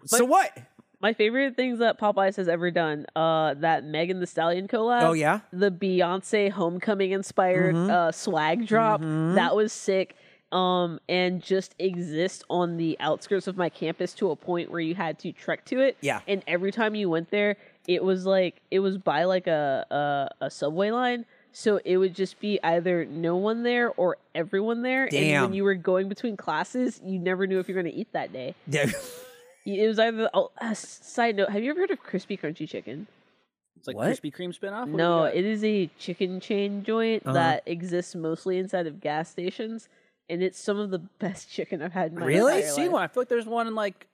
Speaker 2: So what?
Speaker 5: My favorite things that Popeyes has ever done, uh, that Megan the Stallion collab.
Speaker 2: Oh, yeah? Mm-hmm.
Speaker 5: the Beyonce homecoming inspired uh, swag drop that was sick. Um, and just exist on the outskirts of my campus to a point where you had to trek to it.
Speaker 2: Yeah.
Speaker 5: and every time you went there, it was like it was by like a a, a subway line. So it would just be either no one there or everyone there. And
Speaker 2: Damn.
Speaker 5: when you were going between classes, you never knew if you were going to eat that day.
Speaker 2: Yeah.
Speaker 5: It was either. Oh, uh, side note: Have you ever heard of crispy crunchy chicken?
Speaker 4: It's like
Speaker 2: What?
Speaker 4: Krispy Kreme spinoff. What do
Speaker 5: No,
Speaker 4: we got?
Speaker 5: it is a chicken chain joint
Speaker 2: Uh-huh.
Speaker 5: that exists mostly inside of gas stations, and it's some of the best chicken I've had in my
Speaker 2: Really?
Speaker 5: entire
Speaker 4: I see
Speaker 5: life.
Speaker 4: one. I feel like there's one like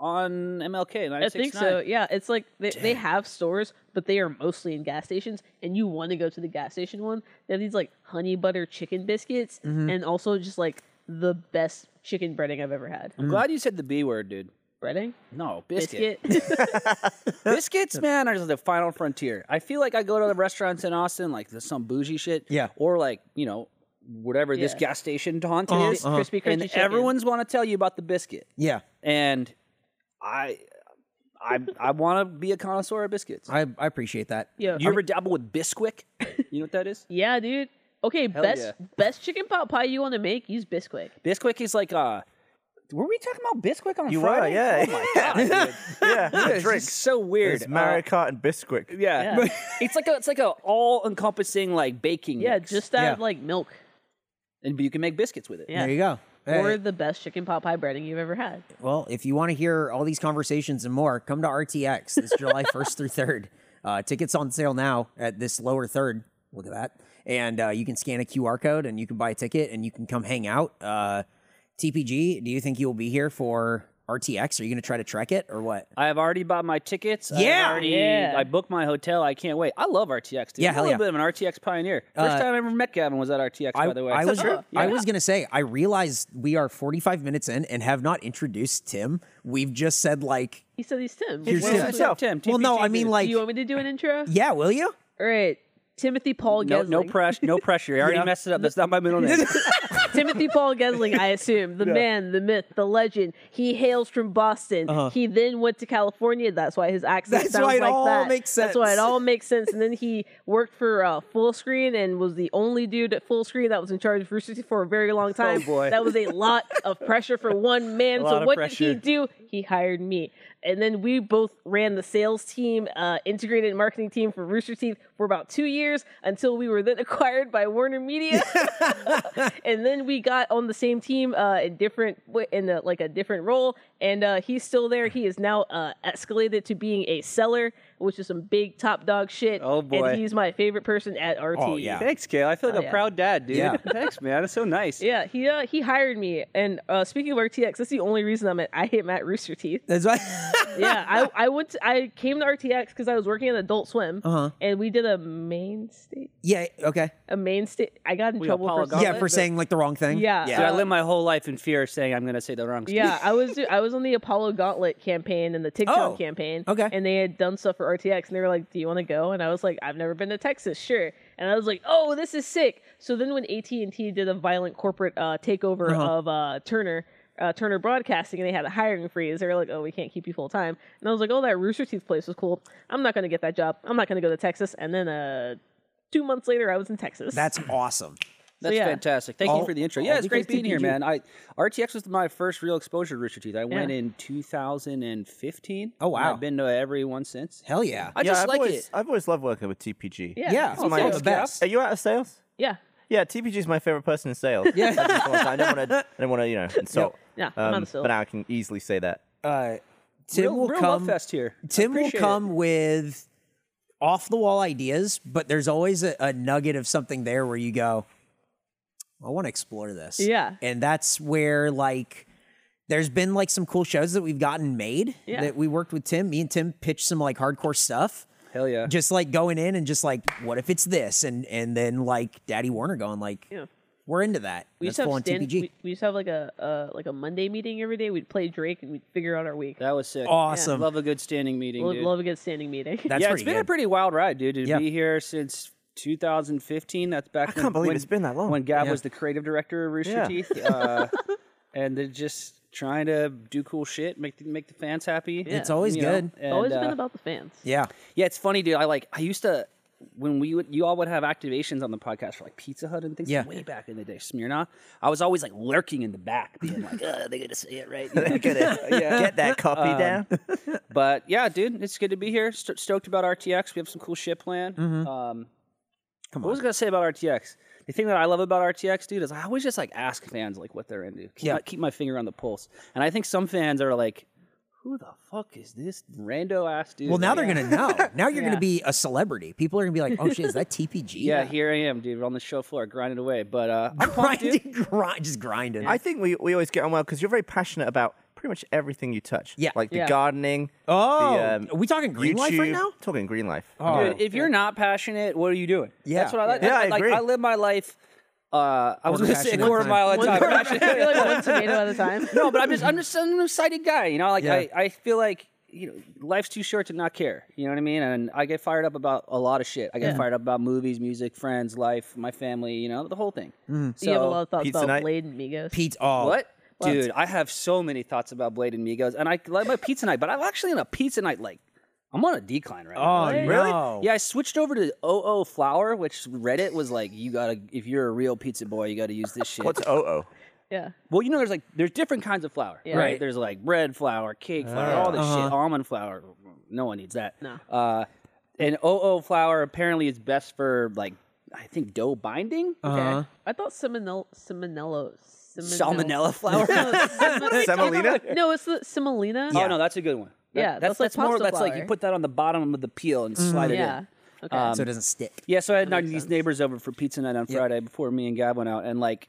Speaker 4: on MLK.
Speaker 5: I think so.
Speaker 4: 969.
Speaker 5: Yeah, it's like they, they
Speaker 2: Dang.
Speaker 5: have stores, but they are mostly in gas stations, and you want to go to the gas station one. They have these like honey butter chicken biscuits,
Speaker 4: Mm-hmm.
Speaker 5: and also just like the best chicken breading I've ever had.
Speaker 2: Hmm.
Speaker 4: I'm glad you said the B word, dude.
Speaker 5: Breading,
Speaker 4: No, biscuit.
Speaker 5: biscuit.
Speaker 8: Uh,
Speaker 4: Biscuits, man, are the final frontier. I feel like I go to the restaurants in Austin, like there's some bougie shit.
Speaker 2: Yeah.
Speaker 4: Or like, you know, whatever this
Speaker 5: Yeah.
Speaker 4: gas station taunt
Speaker 8: Uh-huh,
Speaker 5: It
Speaker 4: is.
Speaker 5: is crispy crunchy
Speaker 4: And
Speaker 5: chicken.
Speaker 4: everyone's want to tell you about the biscuit.
Speaker 2: yeah.
Speaker 4: And I I I want to be a connoisseur of biscuits.
Speaker 2: I, I appreciate that.
Speaker 5: Yo,
Speaker 4: you ever dabble with Bisquick? You know what that is?
Speaker 5: yeah, dude. Okay, best
Speaker 4: yeah.
Speaker 5: best chicken pot pie you want to make, use Bisquick.
Speaker 4: Bisquick is like uh were we talking about Bisquick on
Speaker 8: You were,
Speaker 4: Friday?
Speaker 8: yeah.
Speaker 4: Oh my god. dude.
Speaker 8: yeah, the
Speaker 4: This is
Speaker 8: drinks.
Speaker 4: so weird.
Speaker 8: It's
Speaker 4: Uh,
Speaker 8: Mario Kart and Bisquick.
Speaker 4: yeah.
Speaker 5: Yeah.
Speaker 4: it's like a it's like a all encompassing like baking.
Speaker 5: Yeah,
Speaker 4: mix.
Speaker 5: just add
Speaker 2: Yeah.
Speaker 5: like milk.
Speaker 4: and but you can make biscuits with it.
Speaker 5: Yeah.
Speaker 2: There you go.
Speaker 5: Or
Speaker 2: Hey,
Speaker 5: the best chicken pot pie breading you've ever had.
Speaker 2: well, if you want to hear all these conversations and more, come to RTX this July 1st through 3rd. Uh, tickets on sale now at this lower third. Look at that. And uh, you can scan a QR code and you can buy a ticket and you can come hang out. Uh, TPG, do you think you'll be here for RTX? Are you going to try to trek it or what?
Speaker 4: I have already bought my tickets. I've
Speaker 2: Yeah!
Speaker 4: already-
Speaker 5: Yeah.
Speaker 4: I booked my hotel. I can't wait. I love RTX. Dude.
Speaker 2: Yeah,
Speaker 4: I'm
Speaker 2: hell
Speaker 4: a little
Speaker 2: yeah.
Speaker 4: bit of an RTX pioneer. First
Speaker 2: Uh,
Speaker 4: time I ever met Gavin was at RTX.
Speaker 2: I,
Speaker 4: by the way, uh,
Speaker 2: I was I
Speaker 4: Yeah.
Speaker 2: was gonna say I realized we are 45 minutes in and have not introduced Tim. We've just said like
Speaker 5: He said he's Tim.
Speaker 2: Here's
Speaker 5: Well,
Speaker 2: Tim.
Speaker 4: What's up, Tim?
Speaker 2: well no
Speaker 4: TPG,
Speaker 2: I mean
Speaker 4: dude.
Speaker 2: like
Speaker 5: Do you want me to do an intro?
Speaker 2: yeah will you
Speaker 5: All right. Timothy Paul
Speaker 4: no,
Speaker 5: Gesling.
Speaker 4: no pressure. No pressure. I already messed it up. That's not my middle name.
Speaker 5: Timothy Paul Gesling, I assume. The man, the myth, the legend. He hails from Boston. He then went to California. That's why his accent
Speaker 2: Uh-huh. That's
Speaker 5: sounds
Speaker 2: why it
Speaker 5: like
Speaker 2: all
Speaker 5: that.
Speaker 2: makes
Speaker 5: That's why
Speaker 2: sense.
Speaker 5: it all makes sense. And then he worked for uh, Full Screen and was the only dude at Full Screen that was in charge of Rooster Teeth for a very
Speaker 2: Oh,
Speaker 5: long time.
Speaker 4: boy.
Speaker 5: That was a lot of pressure for one man.
Speaker 4: lot
Speaker 5: so
Speaker 4: of
Speaker 5: what did he
Speaker 4: pressure.
Speaker 5: do? He hired me. And then we both ran the sales team, uh, integrated marketing team for Rooster Teeth for about two years until we were then acquired by Warner Media. and then we got on the same team uh, in different in a, like a different role and uh, he's still there he is now uh, escalated to being a seller which is some big top dog shit
Speaker 4: Oh, boy.
Speaker 5: and he's my favorite person at rt
Speaker 2: Oh, yeah.
Speaker 4: Thanks, Kale. I feel like a
Speaker 5: Oh, yeah.
Speaker 4: proud dad, dude.
Speaker 2: Yeah.
Speaker 4: Thanks, man. That's so nice.
Speaker 5: yeah he uh, he hired me and uh, speaking of rtx that's the only reason i'm at i hate matt rooster teeth
Speaker 2: that's why
Speaker 5: yeah i i went to, i came to rtx because i was working at adult swim
Speaker 2: Uh-huh.
Speaker 5: and we did a main state
Speaker 2: yeah okay
Speaker 5: a main state i got in
Speaker 4: We got
Speaker 5: trouble
Speaker 4: Paula
Speaker 5: for
Speaker 4: Gauntlet?
Speaker 2: yeah for saying like the wrong thing
Speaker 5: Yeah.
Speaker 4: Dude, I
Speaker 5: Uh,
Speaker 4: live my whole life in fear of saying I'm going to say the wrong stuff.
Speaker 5: Yeah, I was I was on the Apollo Gauntlet campaign and the TikTok
Speaker 2: Oh,
Speaker 5: campaign.
Speaker 2: okay.
Speaker 5: And they had done stuff for RTX and they were like, "Do you want to go?" And I was like, "I've never been to Texas, sure." And I was like, "Oh, this is sick." So then when AT&T did a violent corporate uh, takeover
Speaker 2: Uh-huh.
Speaker 5: of uh, Turner uh, Turner Broadcasting, and they had a hiring freeze. They were like, "Oh, we can't keep you full time." And I was like, "Oh, that Rooster Teeth place was cool. I'm not going to get that job. I'm not going to go to Texas." And then uh, two months later, I was in Texas.
Speaker 2: that's awesome
Speaker 4: That's
Speaker 5: yeah.
Speaker 4: fantastic. Thank
Speaker 2: All-
Speaker 4: you for the intro.
Speaker 2: all
Speaker 4: Yeah, it's
Speaker 2: because
Speaker 4: great being here,
Speaker 2: TPG.
Speaker 4: man. I RTX was my first real exposure to Rooster Teeth. I went
Speaker 5: Yeah.
Speaker 4: in 2015.
Speaker 2: Oh,
Speaker 4: and
Speaker 2: wow.
Speaker 4: I've been to everyone since.
Speaker 2: hell yeah
Speaker 4: I
Speaker 8: Yeah,
Speaker 4: just
Speaker 8: I've
Speaker 4: like
Speaker 8: always,
Speaker 4: it.
Speaker 8: I've always loved working with TPG.
Speaker 5: yeah,
Speaker 2: yeah it's
Speaker 5: me
Speaker 2: one of
Speaker 5: too.
Speaker 2: the best
Speaker 8: Are you out of sales?
Speaker 5: yeah,
Speaker 8: Yeah, TPG is my favorite person in sales. Yeah, I don't want to. I don't want to, you know, insult.
Speaker 5: yeah. I'm out
Speaker 8: Um,
Speaker 5: of sales.
Speaker 8: but now I can easily say that.
Speaker 2: uh, Tim
Speaker 4: real,
Speaker 2: will
Speaker 4: real
Speaker 2: come
Speaker 4: love fest here. I
Speaker 2: Tim will
Speaker 4: appreciate it.
Speaker 2: come with off the wall ideas but there's always a, a nugget of something there where you go I want to explore this
Speaker 5: Yeah.
Speaker 2: and that's where like there's been like some cool shows that we've gotten made
Speaker 5: Yeah.
Speaker 2: that we worked with Tim me and Tim pitched some like hardcore stuff
Speaker 4: Hell yeah.
Speaker 2: just like going in and just like what if it's this and and then like daddy warner going like
Speaker 5: Yeah.
Speaker 2: we're into that
Speaker 5: We
Speaker 2: That's
Speaker 5: used to have
Speaker 2: full on
Speaker 5: stand-
Speaker 2: tpg
Speaker 5: We, we used to have like a uh, like a Monday meeting every day. We'd play Drake and we'd figure out our week.
Speaker 4: that was sick.
Speaker 2: awesome
Speaker 4: Love a good standing meeting.
Speaker 5: Love,
Speaker 4: dude.
Speaker 5: love a good standing meeting.
Speaker 2: that's
Speaker 4: yeah,
Speaker 2: pretty
Speaker 4: it's been
Speaker 2: good
Speaker 4: a pretty wild ride, dude. To
Speaker 2: Yeah.
Speaker 4: be here since 2015. That's back. I
Speaker 8: can't believe it's been that long.
Speaker 4: When Gab
Speaker 2: Yeah.
Speaker 4: was the creative director of Rooster
Speaker 8: Yeah.
Speaker 4: Teeth, uh, and it just trying to do cool shit, make the, make the fans happy.
Speaker 2: It's always
Speaker 4: you know,
Speaker 2: good.
Speaker 5: It's always
Speaker 4: and,
Speaker 5: been
Speaker 4: uh,
Speaker 5: about the fans.
Speaker 2: Yeah.
Speaker 4: Yeah, it's funny, dude. I like I used to when we would you all would have activations on the podcast for like Pizza Hut and things
Speaker 2: Yeah.
Speaker 4: way back in the day, Smirnoff. I was always like lurking in the back, being like, "Oh, they gotta say it right." You know?
Speaker 8: Get that copy down.
Speaker 4: but yeah, dude, it's good to be here. St- stoked about RTX. We have some cool shit planned. Um,
Speaker 2: Mm-hmm. Come
Speaker 4: what was I gonna say about RTX? The thing that I love about RTX, dude, is I always just like ask fans like what they're into. Keep
Speaker 2: Yeah.
Speaker 4: my, keep my finger on the pulse. And I think some fans are like, "Who the fuck is this rando ass dude?"
Speaker 2: Well, now
Speaker 4: Like,
Speaker 2: they're
Speaker 4: yeah.
Speaker 2: gonna know. Now you're gonna
Speaker 4: Yeah.
Speaker 2: be a celebrity. People are gonna be like, "Oh shit, is that TPG?"
Speaker 4: Yeah, here I am, dude, on the show floor grinding away. But uh, I'm pumped, dude.
Speaker 2: grinding, grind, just grinding.
Speaker 8: I think we, we always get on well because you're very passionate about pretty much everything you touch.
Speaker 2: Yeah.
Speaker 8: Like the
Speaker 5: Yeah.
Speaker 8: gardening.
Speaker 2: oh,
Speaker 8: the, um,
Speaker 2: are we talking green life right
Speaker 8: YouTube-
Speaker 2: now? Oh.
Speaker 8: Talking green life.
Speaker 4: Dude, if you're not passionate, what are you doing?
Speaker 2: Yeah.
Speaker 4: that's what I like.
Speaker 8: Yeah, I
Speaker 4: like,
Speaker 8: agree.
Speaker 4: I live my life. Uh, I was
Speaker 2: Quarter
Speaker 4: going to say a
Speaker 2: passionate
Speaker 4: quarter
Speaker 2: time.
Speaker 4: mile at a
Speaker 5: One,
Speaker 4: time.
Speaker 5: I feel like one tomato at a time.
Speaker 4: no, but I'm just, I'm just an excited guy. You know, like
Speaker 2: Yeah.
Speaker 4: I, I feel like you know, life's too short to not care. You know what I mean? And I get fired up about a lot of shit. I get fired up about movies, music, friends, life, my family. You know, the whole thing. So
Speaker 5: you have a lot of thoughts
Speaker 8: Pizza
Speaker 5: about
Speaker 8: night?
Speaker 5: Blade and Migos.
Speaker 2: Pete's all
Speaker 4: what? Oh, Dude, I have so many thoughts about Blade and Migos, and I like my pizza night, but I'm actually on a pizza night like I'm on a decline right now.
Speaker 2: Oh,
Speaker 4: Like,
Speaker 2: no.
Speaker 4: Yeah, I switched over to OO Flour, which Reddit was like, you gotta if you're a real pizza boy, you gotta use this shit.
Speaker 8: What's oh, OO?
Speaker 5: yeah.
Speaker 4: well, you know, there's like there's different kinds of flour,
Speaker 5: Yeah.
Speaker 2: Right.
Speaker 4: There's like bread flour, cake flour, all this shit, almond flour. No one needs that.
Speaker 5: No.
Speaker 4: Uh, and OO flour apparently is best for like I think dough binding.
Speaker 5: Okay. I thought salmonella, salmonella,
Speaker 4: Salmonella flour.
Speaker 8: Semolina?
Speaker 5: No, it's the semolina.
Speaker 4: Oh no, that's a good one. That-
Speaker 5: Yeah,
Speaker 4: that's
Speaker 5: that's like
Speaker 4: that's, more
Speaker 5: pasta
Speaker 4: that's like you
Speaker 5: flour. Mm-hmm.
Speaker 4: put that on the bottom of the peel and slide it
Speaker 5: Yeah.
Speaker 4: in.
Speaker 5: Okay.
Speaker 2: so it doesn't stick.
Speaker 4: Yeah, so I had these neighbors over for pizza night on Friday before me and Gab went out, and like,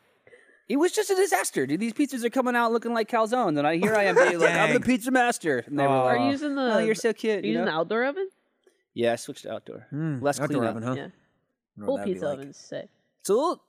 Speaker 4: it was just a disaster, dude. These pizzas are coming out looking like calzones, and I here I am being like, I'm the
Speaker 2: Dang.
Speaker 4: pizza master. And they were
Speaker 5: Are
Speaker 4: like,
Speaker 5: you using the?
Speaker 4: "Oh, you're so cute."
Speaker 5: Are
Speaker 4: you
Speaker 5: you using
Speaker 4: know?
Speaker 5: the outdoor oven?
Speaker 4: yeah, I switched to outdoor, less
Speaker 2: Hmm, Outdoor
Speaker 4: cleanup.
Speaker 2: oven, huh? I
Speaker 5: Yeah.
Speaker 2: don't know what
Speaker 5: Full
Speaker 2: that'd be
Speaker 5: pizza
Speaker 2: like.
Speaker 5: oven's sick.
Speaker 4: So little-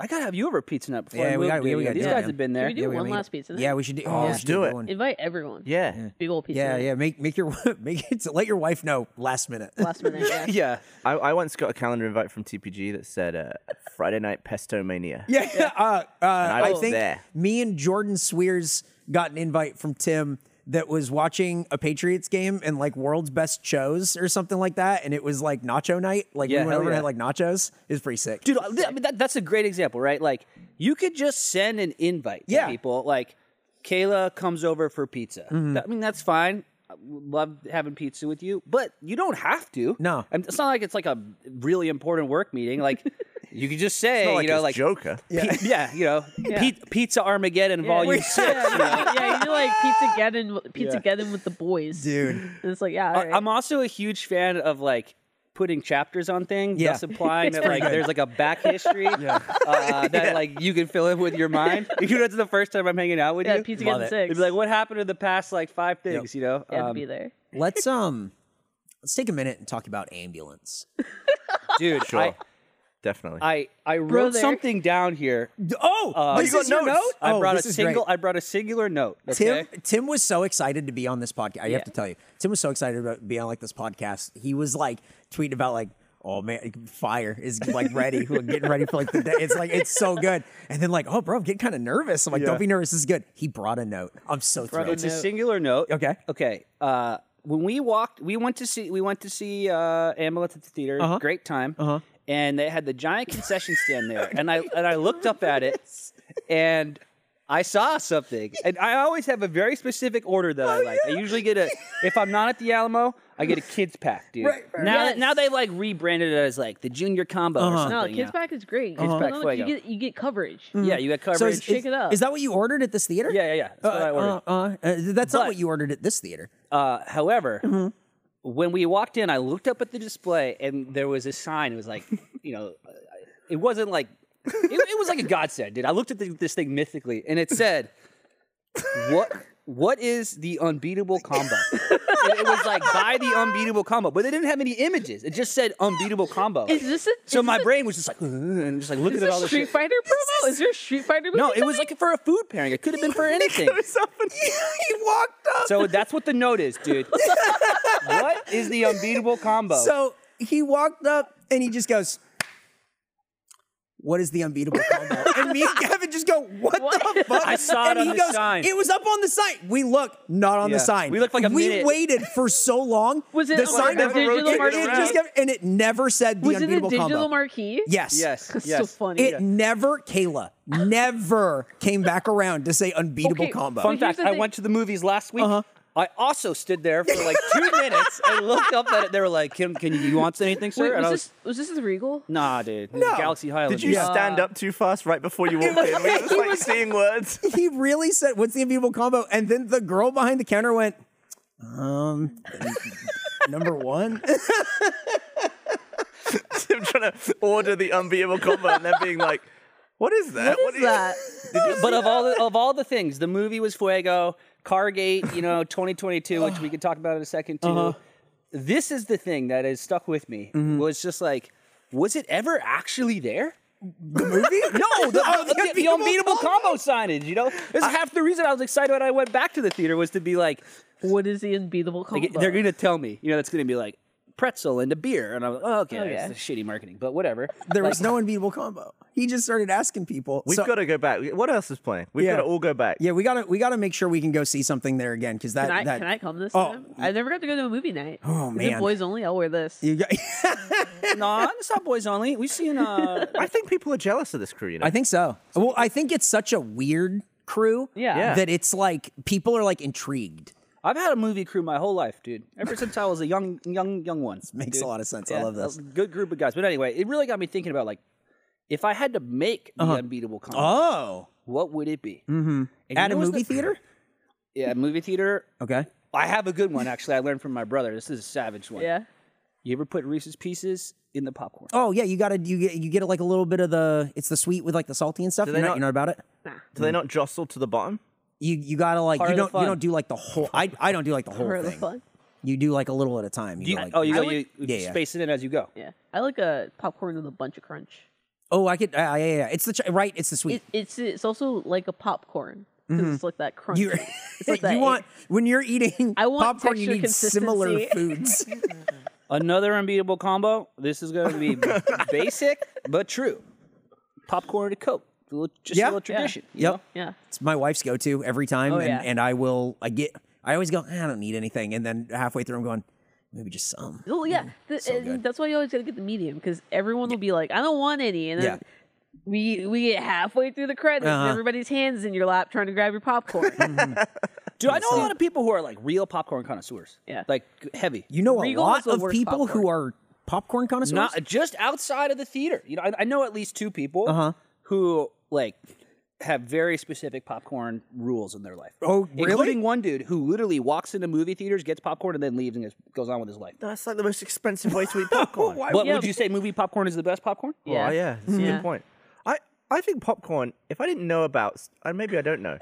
Speaker 4: I gotta have you over pizza night before
Speaker 2: Yeah,
Speaker 4: I
Speaker 2: we
Speaker 4: move,
Speaker 2: gotta-
Speaker 4: dude.
Speaker 2: yeah, we
Speaker 4: You know,
Speaker 2: gotta
Speaker 4: These
Speaker 2: do it,
Speaker 4: guys
Speaker 2: man.
Speaker 4: have been
Speaker 5: Should
Speaker 4: there.
Speaker 5: we do
Speaker 2: Yeah, we
Speaker 5: one
Speaker 2: made
Speaker 5: last
Speaker 2: it.
Speaker 5: pizza? night?
Speaker 2: Yeah, we should do. Oh,
Speaker 8: let's
Speaker 2: yeah.
Speaker 8: do it.
Speaker 2: One.
Speaker 5: Invite everyone.
Speaker 8: Yeah.
Speaker 5: Big old pizza.
Speaker 2: Yeah,
Speaker 5: night.
Speaker 2: yeah. Make make your make it. Let your wife know last minute.
Speaker 5: Last minute. Yeah.
Speaker 4: Yeah,
Speaker 8: I, I once got a calendar invite from TPG that said uh, Friday night pesto mania.
Speaker 2: Yeah, Uh, uh,
Speaker 8: I
Speaker 2: I,
Speaker 8: was
Speaker 2: think
Speaker 8: there.
Speaker 2: me and Jordan Swears got an invite from Tim that was watching a Patriots game and like world's best shows or something like that, and it was like nacho night. Like
Speaker 4: Yeah,
Speaker 2: we went
Speaker 4: hell
Speaker 2: over and
Speaker 4: yeah.
Speaker 2: had like nachos. It was pretty sick.
Speaker 4: dude. I I mean, that, that's a great example, right? Like, you could just send an invite
Speaker 2: Yeah.
Speaker 4: to people. Like, Kayla comes over for pizza. That- I mean, that's fine. I Love having pizza with you, but you don't have to.
Speaker 2: No.
Speaker 4: And it's not like it's like a really important work meeting. Like, you could just say,
Speaker 8: Not like
Speaker 4: you know,
Speaker 8: it's
Speaker 4: like
Speaker 8: Joker.
Speaker 4: Yeah. yeah, you know, pi- pizza Armageddon volume six. you know?
Speaker 5: yeah, yeah, you do like pizza getting pizza getting with the boys, dude. And it's like, yeah, all
Speaker 4: I-
Speaker 5: right.
Speaker 4: I'm also a huge fan of like putting chapters on things,
Speaker 2: Yeah.
Speaker 4: thus implying that like there's like a back history uh, that like you can fill in with your mind. You know, it's the first time I'm hanging out with
Speaker 5: yeah,
Speaker 4: you.
Speaker 5: pizza
Speaker 2: Love
Speaker 5: getting
Speaker 2: it.
Speaker 5: six.
Speaker 4: It'd be like, what happened in the past like five things? You know,
Speaker 5: Yeah, I'd
Speaker 4: Um,
Speaker 5: be there.
Speaker 2: Let's um, let's take a minute and talk about ambulance.
Speaker 4: dude.
Speaker 8: Sure.
Speaker 4: I,
Speaker 8: Definitely.
Speaker 4: I I wrote
Speaker 5: Brother.
Speaker 4: something down here.
Speaker 2: Oh, this
Speaker 4: got
Speaker 2: is your
Speaker 4: notes?
Speaker 2: note.
Speaker 4: I
Speaker 2: oh,
Speaker 4: brought a
Speaker 2: this is great.
Speaker 4: single. I brought a singular note. Okay?
Speaker 2: Tim Tim was so excited to be on this podcast. I have to tell you, Tim was so excited about being on like this podcast. He was like tweeting about like, oh man, fire is like ready. We're getting ready for like the day. It's like it's so good. And then like, oh bro, I'm getting kind of nervous. I'm like, don't be nervous. This is good. He brought a note. I'm so thrilled.
Speaker 4: It's a singular note.
Speaker 2: Okay.
Speaker 4: Okay. Uh, when we walked, we went to see we went to see uh, Amulet at the theater. Great time. Uh-huh. And they had the giant concession stand there, and I and I looked up at it, and I saw something. And I always have a very specific order that
Speaker 2: Oh,
Speaker 4: I like. I usually get a if I'm not at the Alamo. I get a kids pack, dude. Now,
Speaker 5: Yes.
Speaker 4: now they like rebranded it as like the junior combo
Speaker 2: Uh-huh.
Speaker 4: or something.
Speaker 5: No, kids
Speaker 4: now.
Speaker 5: pack is great.
Speaker 4: Kids Pack
Speaker 5: No,
Speaker 4: Fuego.
Speaker 5: you get you get coverage.
Speaker 4: Yeah, you got coverage.
Speaker 2: So is,
Speaker 5: Check
Speaker 2: is-
Speaker 5: it out.
Speaker 2: Is that what you ordered at this theater?
Speaker 4: yeah, yeah, yeah. That's what I ordered.
Speaker 2: Uh, uh, uh, that's not
Speaker 4: But-
Speaker 2: what you ordered at this theater.
Speaker 4: Uh, however,
Speaker 5: Mm-hmm.
Speaker 4: when we walked in, I looked up at the display and there was a sign. It was like, you know, uh, it wasn't like, it, it was like a godsend, dude. I looked at the, this thing mythically and it said, what? What is the unbeatable combo? And it was like buy the unbeatable combo, but they didn't have any images. It just said unbeatable combo.
Speaker 5: Is this a
Speaker 4: so
Speaker 5: is
Speaker 4: my
Speaker 5: this a-
Speaker 4: brain was just like, "Ugh," and just like looking
Speaker 5: Is
Speaker 4: at
Speaker 5: this
Speaker 4: all
Speaker 5: a
Speaker 4: this
Speaker 5: Street
Speaker 4: shit.
Speaker 5: Fighter promo? Is there a Street Fighter movie?
Speaker 4: No, it was
Speaker 5: coming?
Speaker 4: like for a food pairing. It could have been for anything.
Speaker 2: he walked up.
Speaker 4: So that's what the note is, dude. what is the unbeatable combo?
Speaker 2: So he walked up and he just goes, what is the unbeatable combo? and me and Kevin just go, what, the fuck?
Speaker 4: I saw it
Speaker 2: and
Speaker 4: on
Speaker 2: he
Speaker 4: the
Speaker 2: goes,
Speaker 4: sign.
Speaker 2: It was up on the sign. We look, not on
Speaker 4: Yeah.
Speaker 2: the sign.
Speaker 4: We looked like a
Speaker 2: We
Speaker 4: minute.
Speaker 2: waited for so long.
Speaker 5: Was it
Speaker 2: the
Speaker 5: on
Speaker 2: sign
Speaker 5: the
Speaker 2: never-
Speaker 5: digital
Speaker 2: it- it
Speaker 5: marquee?
Speaker 2: just kept- and it never said the
Speaker 5: Was it a
Speaker 2: unbeatable
Speaker 5: digital
Speaker 2: combo.
Speaker 5: marquee?
Speaker 2: yes.
Speaker 4: Yes.
Speaker 5: That's
Speaker 4: yes.
Speaker 5: so funny.
Speaker 2: It never, Kayla, never came back around to say unbeatable
Speaker 5: Okay,
Speaker 2: combo.
Speaker 5: so
Speaker 4: Fun
Speaker 5: here's
Speaker 4: fact:
Speaker 5: the
Speaker 4: I
Speaker 5: thing-
Speaker 4: went to the movies last week.
Speaker 2: Uh-huh.
Speaker 4: I also stood there for like two minutes and looked up at it. They were like, "Kim, can you, you want anything, sir?"
Speaker 5: Wait,
Speaker 4: and
Speaker 5: was,
Speaker 4: I
Speaker 5: this was this at the Regal?
Speaker 4: "Nah, dude.
Speaker 2: No.
Speaker 4: Galaxy Highland."
Speaker 8: Did you stand up too fast right before you walked in? We were just like seeing words.
Speaker 2: he really said, "What's the unbeatable combo?" And then the girl behind the counter went, "Um, number one."
Speaker 8: I'm trying to order the unbeatable combo and then being like, "What is that?
Speaker 5: What is
Speaker 8: you-"
Speaker 5: that?
Speaker 4: but of all the, of all the things, the movie was Fuego, Cargate, you know, 2022, which we could talk about in a second too.
Speaker 2: Uh-huh.
Speaker 4: This is the thing that has stuck with me.
Speaker 2: Mm-hmm.
Speaker 4: Was just like, was it ever actually there?
Speaker 2: The movie?
Speaker 4: No, the, the, the unbeatable, combo signage. You know, this is half the reason I was excited when I went back to the theater was to be like,
Speaker 5: What is the unbeatable
Speaker 4: Like,
Speaker 5: combo?
Speaker 4: They're going to tell me, you know, that's going to be like pretzel and a beer. And I'm like, oh, okay,
Speaker 5: Okay.
Speaker 4: that's shitty marketing, but whatever.
Speaker 2: There was no unbeatable combo. He just started asking people.
Speaker 8: We've
Speaker 2: So-
Speaker 8: got to go back. What else is playing? We've
Speaker 2: Yeah.
Speaker 8: got to all go back.
Speaker 2: Yeah, we gotta we gotta make sure we can go see something there again because that
Speaker 5: Can I,
Speaker 2: that
Speaker 5: can I come this
Speaker 2: Oh.
Speaker 5: time? I never got to go to a movie night.
Speaker 2: Oh,
Speaker 5: Is it
Speaker 2: man.
Speaker 5: boys only? I'll wear this.
Speaker 2: you got,
Speaker 4: no, it's not boys only. We've seen, uh,
Speaker 8: I think people are jealous of this crew. You know?
Speaker 2: I think so. Well, I think it's such a weird crew.
Speaker 5: Yeah. Yeah.
Speaker 2: That it's like people are like intrigued.
Speaker 4: I've had a movie crew my whole life, dude. Ever since I was a young, young, young one.
Speaker 2: Makes
Speaker 4: dude.
Speaker 2: a lot of sense. I
Speaker 4: Yeah,
Speaker 2: love
Speaker 4: a
Speaker 2: this.
Speaker 4: Good group of guys. But anyway, it really got me thinking about like, if I had to make the unbeatable combo,
Speaker 2: Uh-huh. Oh,
Speaker 4: what would it be? Mm-hmm.
Speaker 2: at a movie theater.
Speaker 4: Yeah, movie theater.
Speaker 2: Okay.
Speaker 4: I have a good one actually. I learned from my brother. This is a savage one.
Speaker 5: Yeah.
Speaker 4: You ever put Reese's Pieces in the popcorn?
Speaker 2: Oh yeah, you gotta you get you get like a little bit of the it's the sweet with like the salty and stuff. You're
Speaker 8: they
Speaker 2: not,
Speaker 8: not-
Speaker 2: you're not about it.
Speaker 8: Do they not jostle to the bottom?
Speaker 2: You you gotta like
Speaker 4: Part
Speaker 2: you
Speaker 4: of the
Speaker 2: don't you
Speaker 4: fun.
Speaker 2: don't do like the whole. I I don't do like the whole
Speaker 5: Part of the
Speaker 2: thing.
Speaker 5: fun.
Speaker 2: You do like a little at a time. You,
Speaker 4: You-
Speaker 2: go, like,
Speaker 4: oh, you,
Speaker 2: I
Speaker 4: go,
Speaker 2: would-
Speaker 4: you, you
Speaker 2: yeah, yeah.
Speaker 4: space it in as you go.
Speaker 5: Yeah. I like a popcorn with a bunch of crunch.
Speaker 2: Oh, I could. Uh, yeah, yeah, yeah. It's the ch- right. It's the sweet.
Speaker 5: It, it's it's also like a popcorn. 'cause It's like that crunch.
Speaker 2: Mm-hmm. you
Speaker 5: It's like that
Speaker 2: you want when you're eating
Speaker 5: I want
Speaker 2: popcorn, you
Speaker 5: texture
Speaker 2: need similar foods.
Speaker 4: Another unbeatable combo. This is going to be basic but true. Popcorn to Coke. A little- Just
Speaker 2: Yeah.
Speaker 4: a little
Speaker 2: Yeah.
Speaker 4: tradition. you
Speaker 2: Yep.
Speaker 4: know?
Speaker 5: Yeah.
Speaker 2: it's my wife's go-to every time,
Speaker 5: Oh,
Speaker 2: and,
Speaker 5: yeah.
Speaker 2: and I will. I get. I always go. "Eh, I don't need anything, and then halfway through, I'm going. Maybe just some.
Speaker 5: Well, yeah. The, and that's why you always got to get the medium because everyone will be like, I don't want any. And then we we get halfway through the credits
Speaker 2: Uh-huh.
Speaker 5: and everybody's hands in your lap trying to grab your popcorn.
Speaker 4: Dude, I know a lot of people who are like real popcorn connoisseurs.
Speaker 5: Yeah.
Speaker 4: Like heavy.
Speaker 2: You know,
Speaker 5: Regal
Speaker 2: a
Speaker 5: has
Speaker 2: lot
Speaker 5: the
Speaker 2: of
Speaker 5: worst
Speaker 2: people who are popcorn connoisseurs.
Speaker 4: Not just outside of the theater. You know, I, I know at least two people
Speaker 2: Uh-huh.
Speaker 4: who like have very specific popcorn rules in their life.
Speaker 2: Oh, really?
Speaker 4: Including one dude who literally walks into movie theaters, gets popcorn, and then leaves and just goes on with his life.
Speaker 8: That's like the most expensive way to eat popcorn. Why?
Speaker 4: What
Speaker 5: Yeah.
Speaker 4: would you say movie popcorn is the best popcorn?
Speaker 8: Oh, yeah, that's a
Speaker 5: Yeah.
Speaker 8: good point. I, I think popcorn. If I didn't know about, uh, maybe I don't know.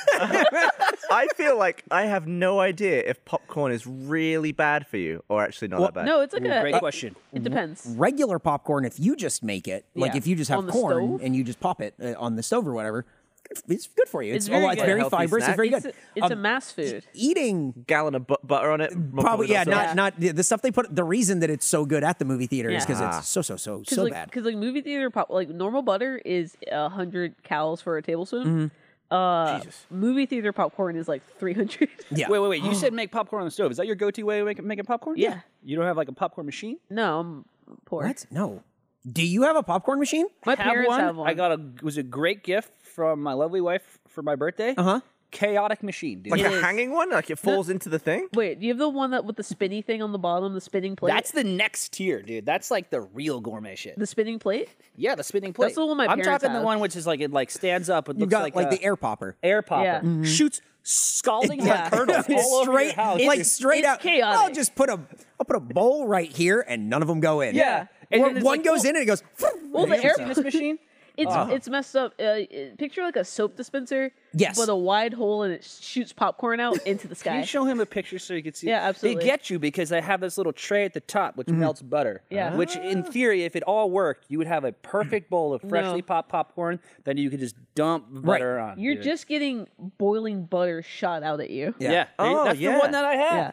Speaker 8: I feel like I have no idea if popcorn is really bad for you or actually not that bad.
Speaker 5: No, it's like a.
Speaker 2: Uh,
Speaker 4: Great
Speaker 5: it-
Speaker 4: question.
Speaker 5: It depends.
Speaker 2: regular popcorn if you just make it like
Speaker 5: Yeah.
Speaker 2: if you just
Speaker 5: On
Speaker 2: have
Speaker 5: the
Speaker 2: corn
Speaker 5: stove?
Speaker 2: and you just pop it uh, on the stove or whatever it's- it's good for you it's,
Speaker 5: It's
Speaker 2: a
Speaker 5: very
Speaker 2: lot- it's
Speaker 5: good.
Speaker 2: very
Speaker 8: Healthy
Speaker 2: fibrous it's
Speaker 8: snack.
Speaker 2: very
Speaker 5: It's
Speaker 2: good
Speaker 5: a, it's a
Speaker 2: Um,
Speaker 5: mass food.
Speaker 2: eating
Speaker 8: gallon of bu- butter on it.
Speaker 2: probably yeah
Speaker 8: not
Speaker 2: not not the the stuff they put the reason that it's so good at the movie theater is
Speaker 5: Yeah.
Speaker 2: because it's so so so
Speaker 5: Cause
Speaker 2: so
Speaker 5: like,
Speaker 2: bad
Speaker 5: Because like movie theater pop, like normal butter is a hundred calories for a tablespoon.
Speaker 2: Mm-hmm.
Speaker 5: Uh, movie theater popcorn is like three hundred.
Speaker 2: yeah Mm.
Speaker 4: Wait, wait, wait. You said make popcorn on the stove. Is that your go-to way of making, making popcorn?
Speaker 5: Yeah.
Speaker 4: You don't have like a popcorn machine?
Speaker 5: no, I'm poor.
Speaker 2: what no do you have a popcorn machine
Speaker 5: My parents have one.
Speaker 4: I got a it was a great gift from my lovely wife for my birthday. Uh
Speaker 2: Uh-huh.
Speaker 4: Chaotic machine, dude.
Speaker 8: like
Speaker 5: Yes.
Speaker 8: a hanging one. Like it falls into the thing.
Speaker 5: Wait, do you have the one that with the spinny thing on the bottom, the spinning plate?
Speaker 4: That's the next tier, dude. That's like the real gourmet shit.
Speaker 5: the spinning plate.
Speaker 4: Yeah, the spinning plate.
Speaker 5: the one my
Speaker 4: I'm
Speaker 5: parents
Speaker 4: talking
Speaker 5: have.
Speaker 4: the one which is like it like stands up and
Speaker 2: you
Speaker 4: looks
Speaker 2: got like,
Speaker 4: like, a
Speaker 2: the air popper
Speaker 4: air popper.
Speaker 5: Yeah. Mhm.
Speaker 4: Shoots scalding
Speaker 5: Yeah.
Speaker 4: hot curdles all over your
Speaker 2: straight
Speaker 4: house.
Speaker 2: like
Speaker 4: dude.
Speaker 2: straight
Speaker 5: Oh, it's
Speaker 2: out i'll
Speaker 5: chaotic.
Speaker 2: just put a i'll put a bowl right here and none of them go in
Speaker 4: Yeah. And
Speaker 2: or
Speaker 4: then it's
Speaker 2: one
Speaker 4: like,
Speaker 2: goes
Speaker 4: oh.
Speaker 2: in and it goes
Speaker 5: Well,
Speaker 4: You
Speaker 5: the
Speaker 4: ever
Speaker 5: air
Speaker 4: seen this machine?
Speaker 5: It's it's messed up. Uh, it- picture like a soap dispenser,
Speaker 2: Yes.
Speaker 5: but a wide hole and it shoots popcorn out into the
Speaker 4: Can
Speaker 5: sky.
Speaker 4: you show him a picture so you can see?
Speaker 5: Yeah, absolutely.
Speaker 4: They get you because they have this little tray at the top
Speaker 2: Mm-hmm.
Speaker 4: which melts butter.
Speaker 5: Yeah. Ah.
Speaker 4: Which in theory, if it all worked, you would have a perfect bowl of freshly popped popcorn that you could just dump butter on.
Speaker 5: You're
Speaker 4: dude.
Speaker 5: just getting boiling butter shot out at you.
Speaker 4: yeah. They-
Speaker 8: Oh,
Speaker 4: that's
Speaker 8: yeah.
Speaker 4: the one that I have.
Speaker 5: Yeah.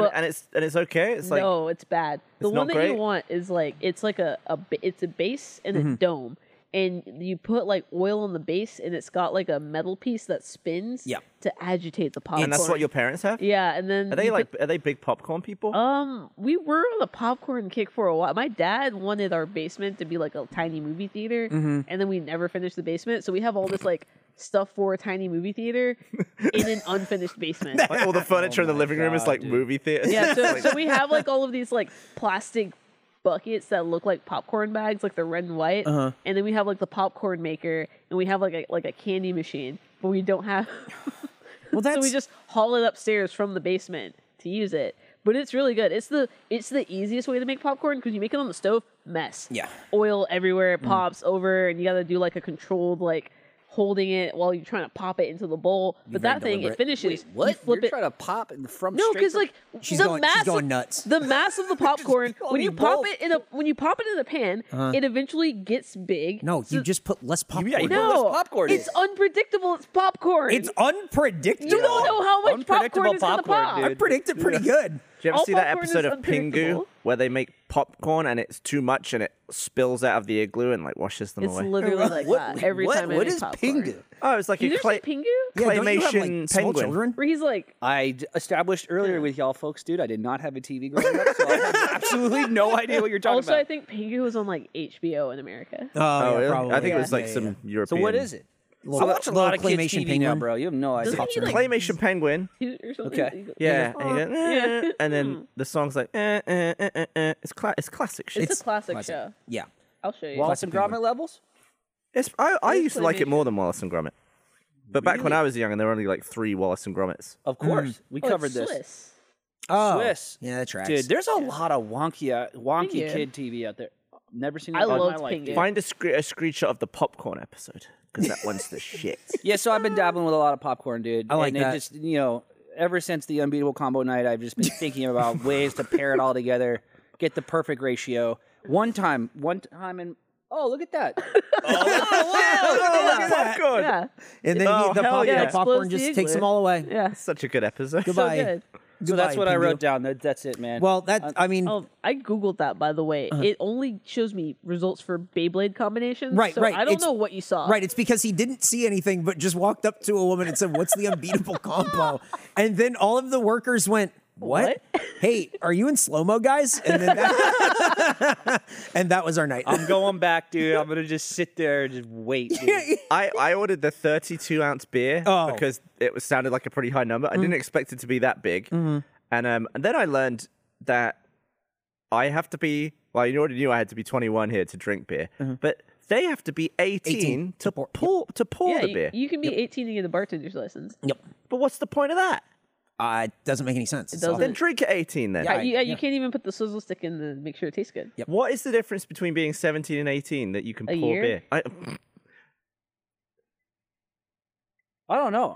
Speaker 5: Well-
Speaker 8: and, and it's and it's okay. It's like
Speaker 5: no, it's bad. The
Speaker 8: it's
Speaker 5: one that
Speaker 8: not
Speaker 5: you
Speaker 8: great? Mm-hmm.
Speaker 5: want is like it's like a, a ba- it's a base and a dome, and you put like oil on the base, and it's got like a metal piece that spins
Speaker 2: Yeah.
Speaker 5: to agitate the popcorn.
Speaker 8: and that's what your parents have.
Speaker 5: yeah, and then
Speaker 8: Are they
Speaker 5: you
Speaker 8: like
Speaker 5: put-
Speaker 8: are they big popcorn people?
Speaker 5: um we were on the popcorn kick for a while. My dad wanted our basement to be like a tiny movie theater, and then we never finished the basement, so we have all this like stuff for a tiny movie theater in an unfinished basement.
Speaker 8: like all
Speaker 2: Oh
Speaker 8: the furniture in the
Speaker 4: my
Speaker 8: living room is
Speaker 4: God,
Speaker 8: like
Speaker 4: dude.
Speaker 8: movie theater.
Speaker 5: Yeah, so, so we have like all of these like plastic buckets that look like popcorn bags, like they're red and white, and then we have like the popcorn maker, and we have like a, like a candy machine, but we don't have.
Speaker 2: Well, that's
Speaker 5: so we just haul it upstairs from the basement to use it. But it's really good. It's the it's the easiest way to make popcorn because you make it on the stove, mess.
Speaker 2: Yeah. Mm-hmm.
Speaker 5: Oil everywhere, it pops over, and you gotta do like a controlled like holding it while you're trying to pop it into the bowl. But that thing,
Speaker 2: deliberate.
Speaker 5: it finishes.
Speaker 4: What?
Speaker 5: You flip
Speaker 4: You're
Speaker 5: it
Speaker 4: trying to pop and from
Speaker 5: no,
Speaker 4: straight
Speaker 5: because
Speaker 4: from-
Speaker 5: like
Speaker 2: She's
Speaker 5: the
Speaker 2: going- she's
Speaker 5: mass, of-
Speaker 2: going nuts.
Speaker 5: The mass of the popcorn
Speaker 4: call
Speaker 5: when
Speaker 4: me
Speaker 5: you pop
Speaker 4: both.
Speaker 5: it in a when you pop it in a pan, it eventually gets big.
Speaker 2: Uh-huh. No, you
Speaker 5: So-
Speaker 2: just put less popcorn.
Speaker 8: yeah, you put
Speaker 5: no
Speaker 4: less popcorn in.
Speaker 5: It's unpredictable. It's popcorn.
Speaker 2: It's unpredictable.
Speaker 5: you don't know how much
Speaker 8: Unpredictable
Speaker 5: popcorn is gonna
Speaker 8: popcorn,
Speaker 5: pop.
Speaker 8: dude.
Speaker 2: I predicted pretty good.
Speaker 8: Do you ever
Speaker 5: all
Speaker 8: see that
Speaker 5: popcorn is
Speaker 8: episode of Pingu
Speaker 5: unpredictable.
Speaker 8: where they make popcorn and it's too much and it spills out of the igloo and like washes them
Speaker 5: It's
Speaker 8: away?
Speaker 5: literally like that every
Speaker 4: what,
Speaker 5: time I
Speaker 4: What
Speaker 5: make
Speaker 4: is
Speaker 5: popcorn.
Speaker 4: Pingu?
Speaker 8: oh, it's like
Speaker 5: Did
Speaker 8: a
Speaker 5: you say
Speaker 8: clay.
Speaker 5: Pingu?
Speaker 2: Yeah, don't you have, like,
Speaker 8: Claymation
Speaker 2: small
Speaker 8: penguin.
Speaker 2: children?
Speaker 5: Where he's like,
Speaker 4: I d- established earlier with y'all folks, dude, I did not have a TV growing up, so I have absolutely no idea what you're talking
Speaker 5: also
Speaker 4: about.
Speaker 5: I think Pingu was on like HBO in America.
Speaker 2: Oh,
Speaker 8: Oh,
Speaker 2: yeah,
Speaker 8: really?
Speaker 2: probably.
Speaker 8: I think
Speaker 2: yeah.
Speaker 8: it was like
Speaker 2: Yeah,
Speaker 8: some
Speaker 2: yeah,
Speaker 8: European.
Speaker 4: so what is it?
Speaker 2: Little-
Speaker 4: I watch a
Speaker 2: little
Speaker 4: lot of kids
Speaker 2: claymation
Speaker 4: TV now,
Speaker 2: penguin.
Speaker 4: bro. You have no idea.
Speaker 5: Doesn't he like
Speaker 8: Claymation penguin.
Speaker 5: shoot or something?
Speaker 4: Okay.
Speaker 5: He goes-
Speaker 8: Yeah,
Speaker 5: he
Speaker 8: and,
Speaker 5: goes,
Speaker 8: you go,
Speaker 5: "Uh, yeah."
Speaker 8: "Eh," and then the song's like, eh, eh, eh, eh, eh. it's cla- it's classic shit.
Speaker 5: It's, a classic show.
Speaker 2: yeah.
Speaker 5: I'll show you.
Speaker 4: Wallace and Gromit levels?
Speaker 8: It's, I, I
Speaker 5: It is
Speaker 8: used to like it
Speaker 5: claymation.
Speaker 8: more than Wallace and Gromit, but back when I was young, and there were only like three Wallace and Gromits.
Speaker 4: Of course, we
Speaker 5: Oh, it's
Speaker 4: covered this.
Speaker 5: Swiss.
Speaker 2: Oh,
Speaker 4: Swiss.
Speaker 2: Yeah, that tracks.
Speaker 4: Dude, there's a lot of wonky, uh, wonky
Speaker 5: Pingu.
Speaker 4: kid TV out there. Never seen.
Speaker 5: I
Speaker 4: That in my
Speaker 5: loved
Speaker 4: life,
Speaker 5: Pingu.
Speaker 4: dude.
Speaker 8: Find a, scre- a screenshot of the popcorn episode because that one's the shit.
Speaker 4: Yeah, so I've been dabbling with a lot of popcorn, dude.
Speaker 2: I like
Speaker 4: and
Speaker 2: that.
Speaker 4: It just you know, ever since the unbeatable combo night, I've just been thinking about ways to pair it all together, get the perfect ratio. One time, one time, and oh, look at that!
Speaker 2: look at that.
Speaker 8: popcorn.
Speaker 5: Yeah.
Speaker 2: And then
Speaker 8: Oh,
Speaker 2: he, the,
Speaker 8: hell
Speaker 2: pop,
Speaker 8: yeah.
Speaker 2: the popcorn
Speaker 5: Explodes the
Speaker 2: just takes
Speaker 5: igloo.
Speaker 2: them all away.
Speaker 5: Yeah. So
Speaker 8: Such a good episode.
Speaker 2: Goodbye.
Speaker 5: good.
Speaker 4: so that's what I
Speaker 2: Pingu.
Speaker 4: wrote down. That, that's it, man.
Speaker 2: Well, that I mean,
Speaker 5: Oh, I googled that by the way. It only shows me results for Beyblade combinations.
Speaker 2: Right,
Speaker 5: so
Speaker 2: right,
Speaker 5: I don't
Speaker 2: it's-
Speaker 5: know what you saw.
Speaker 2: right? It's because he didn't see anything, but just walked up to a woman and said, "What's the unbeatable combo?" And then all of the workers went, "What? hey, are you in slow mo, guys?" And then that, and that was our night.
Speaker 4: I'm going back, dude. I'm gonna just sit there and just wait. dude.
Speaker 8: I, I ordered the 32 ounce beer
Speaker 2: Oh.
Speaker 8: because it was sounded like a pretty high number. I didn't
Speaker 5: Mm.
Speaker 8: expect it to be that big. And um, and then I learned that I have to be well, you already knew I had to be 21 here to drink beer, but they have to be 18,
Speaker 2: 18
Speaker 8: to, pour to pour
Speaker 5: Yeah,
Speaker 8: the
Speaker 5: you,
Speaker 8: beer.
Speaker 5: you can be 18 and get a bartender's license.
Speaker 2: Yep.
Speaker 8: but what's the point of that?
Speaker 2: Uh, it doesn't make any sense. It's
Speaker 5: doesn't.
Speaker 8: Then drink at 18 then.
Speaker 5: Yeah, you, yeah,
Speaker 2: yeah.
Speaker 5: you can't even put the sizzle stick in to make sure it tastes good.
Speaker 8: What is the difference between being 17 and 18 that you can
Speaker 5: A
Speaker 8: pour
Speaker 5: year?
Speaker 8: beer? I,
Speaker 4: I don't know.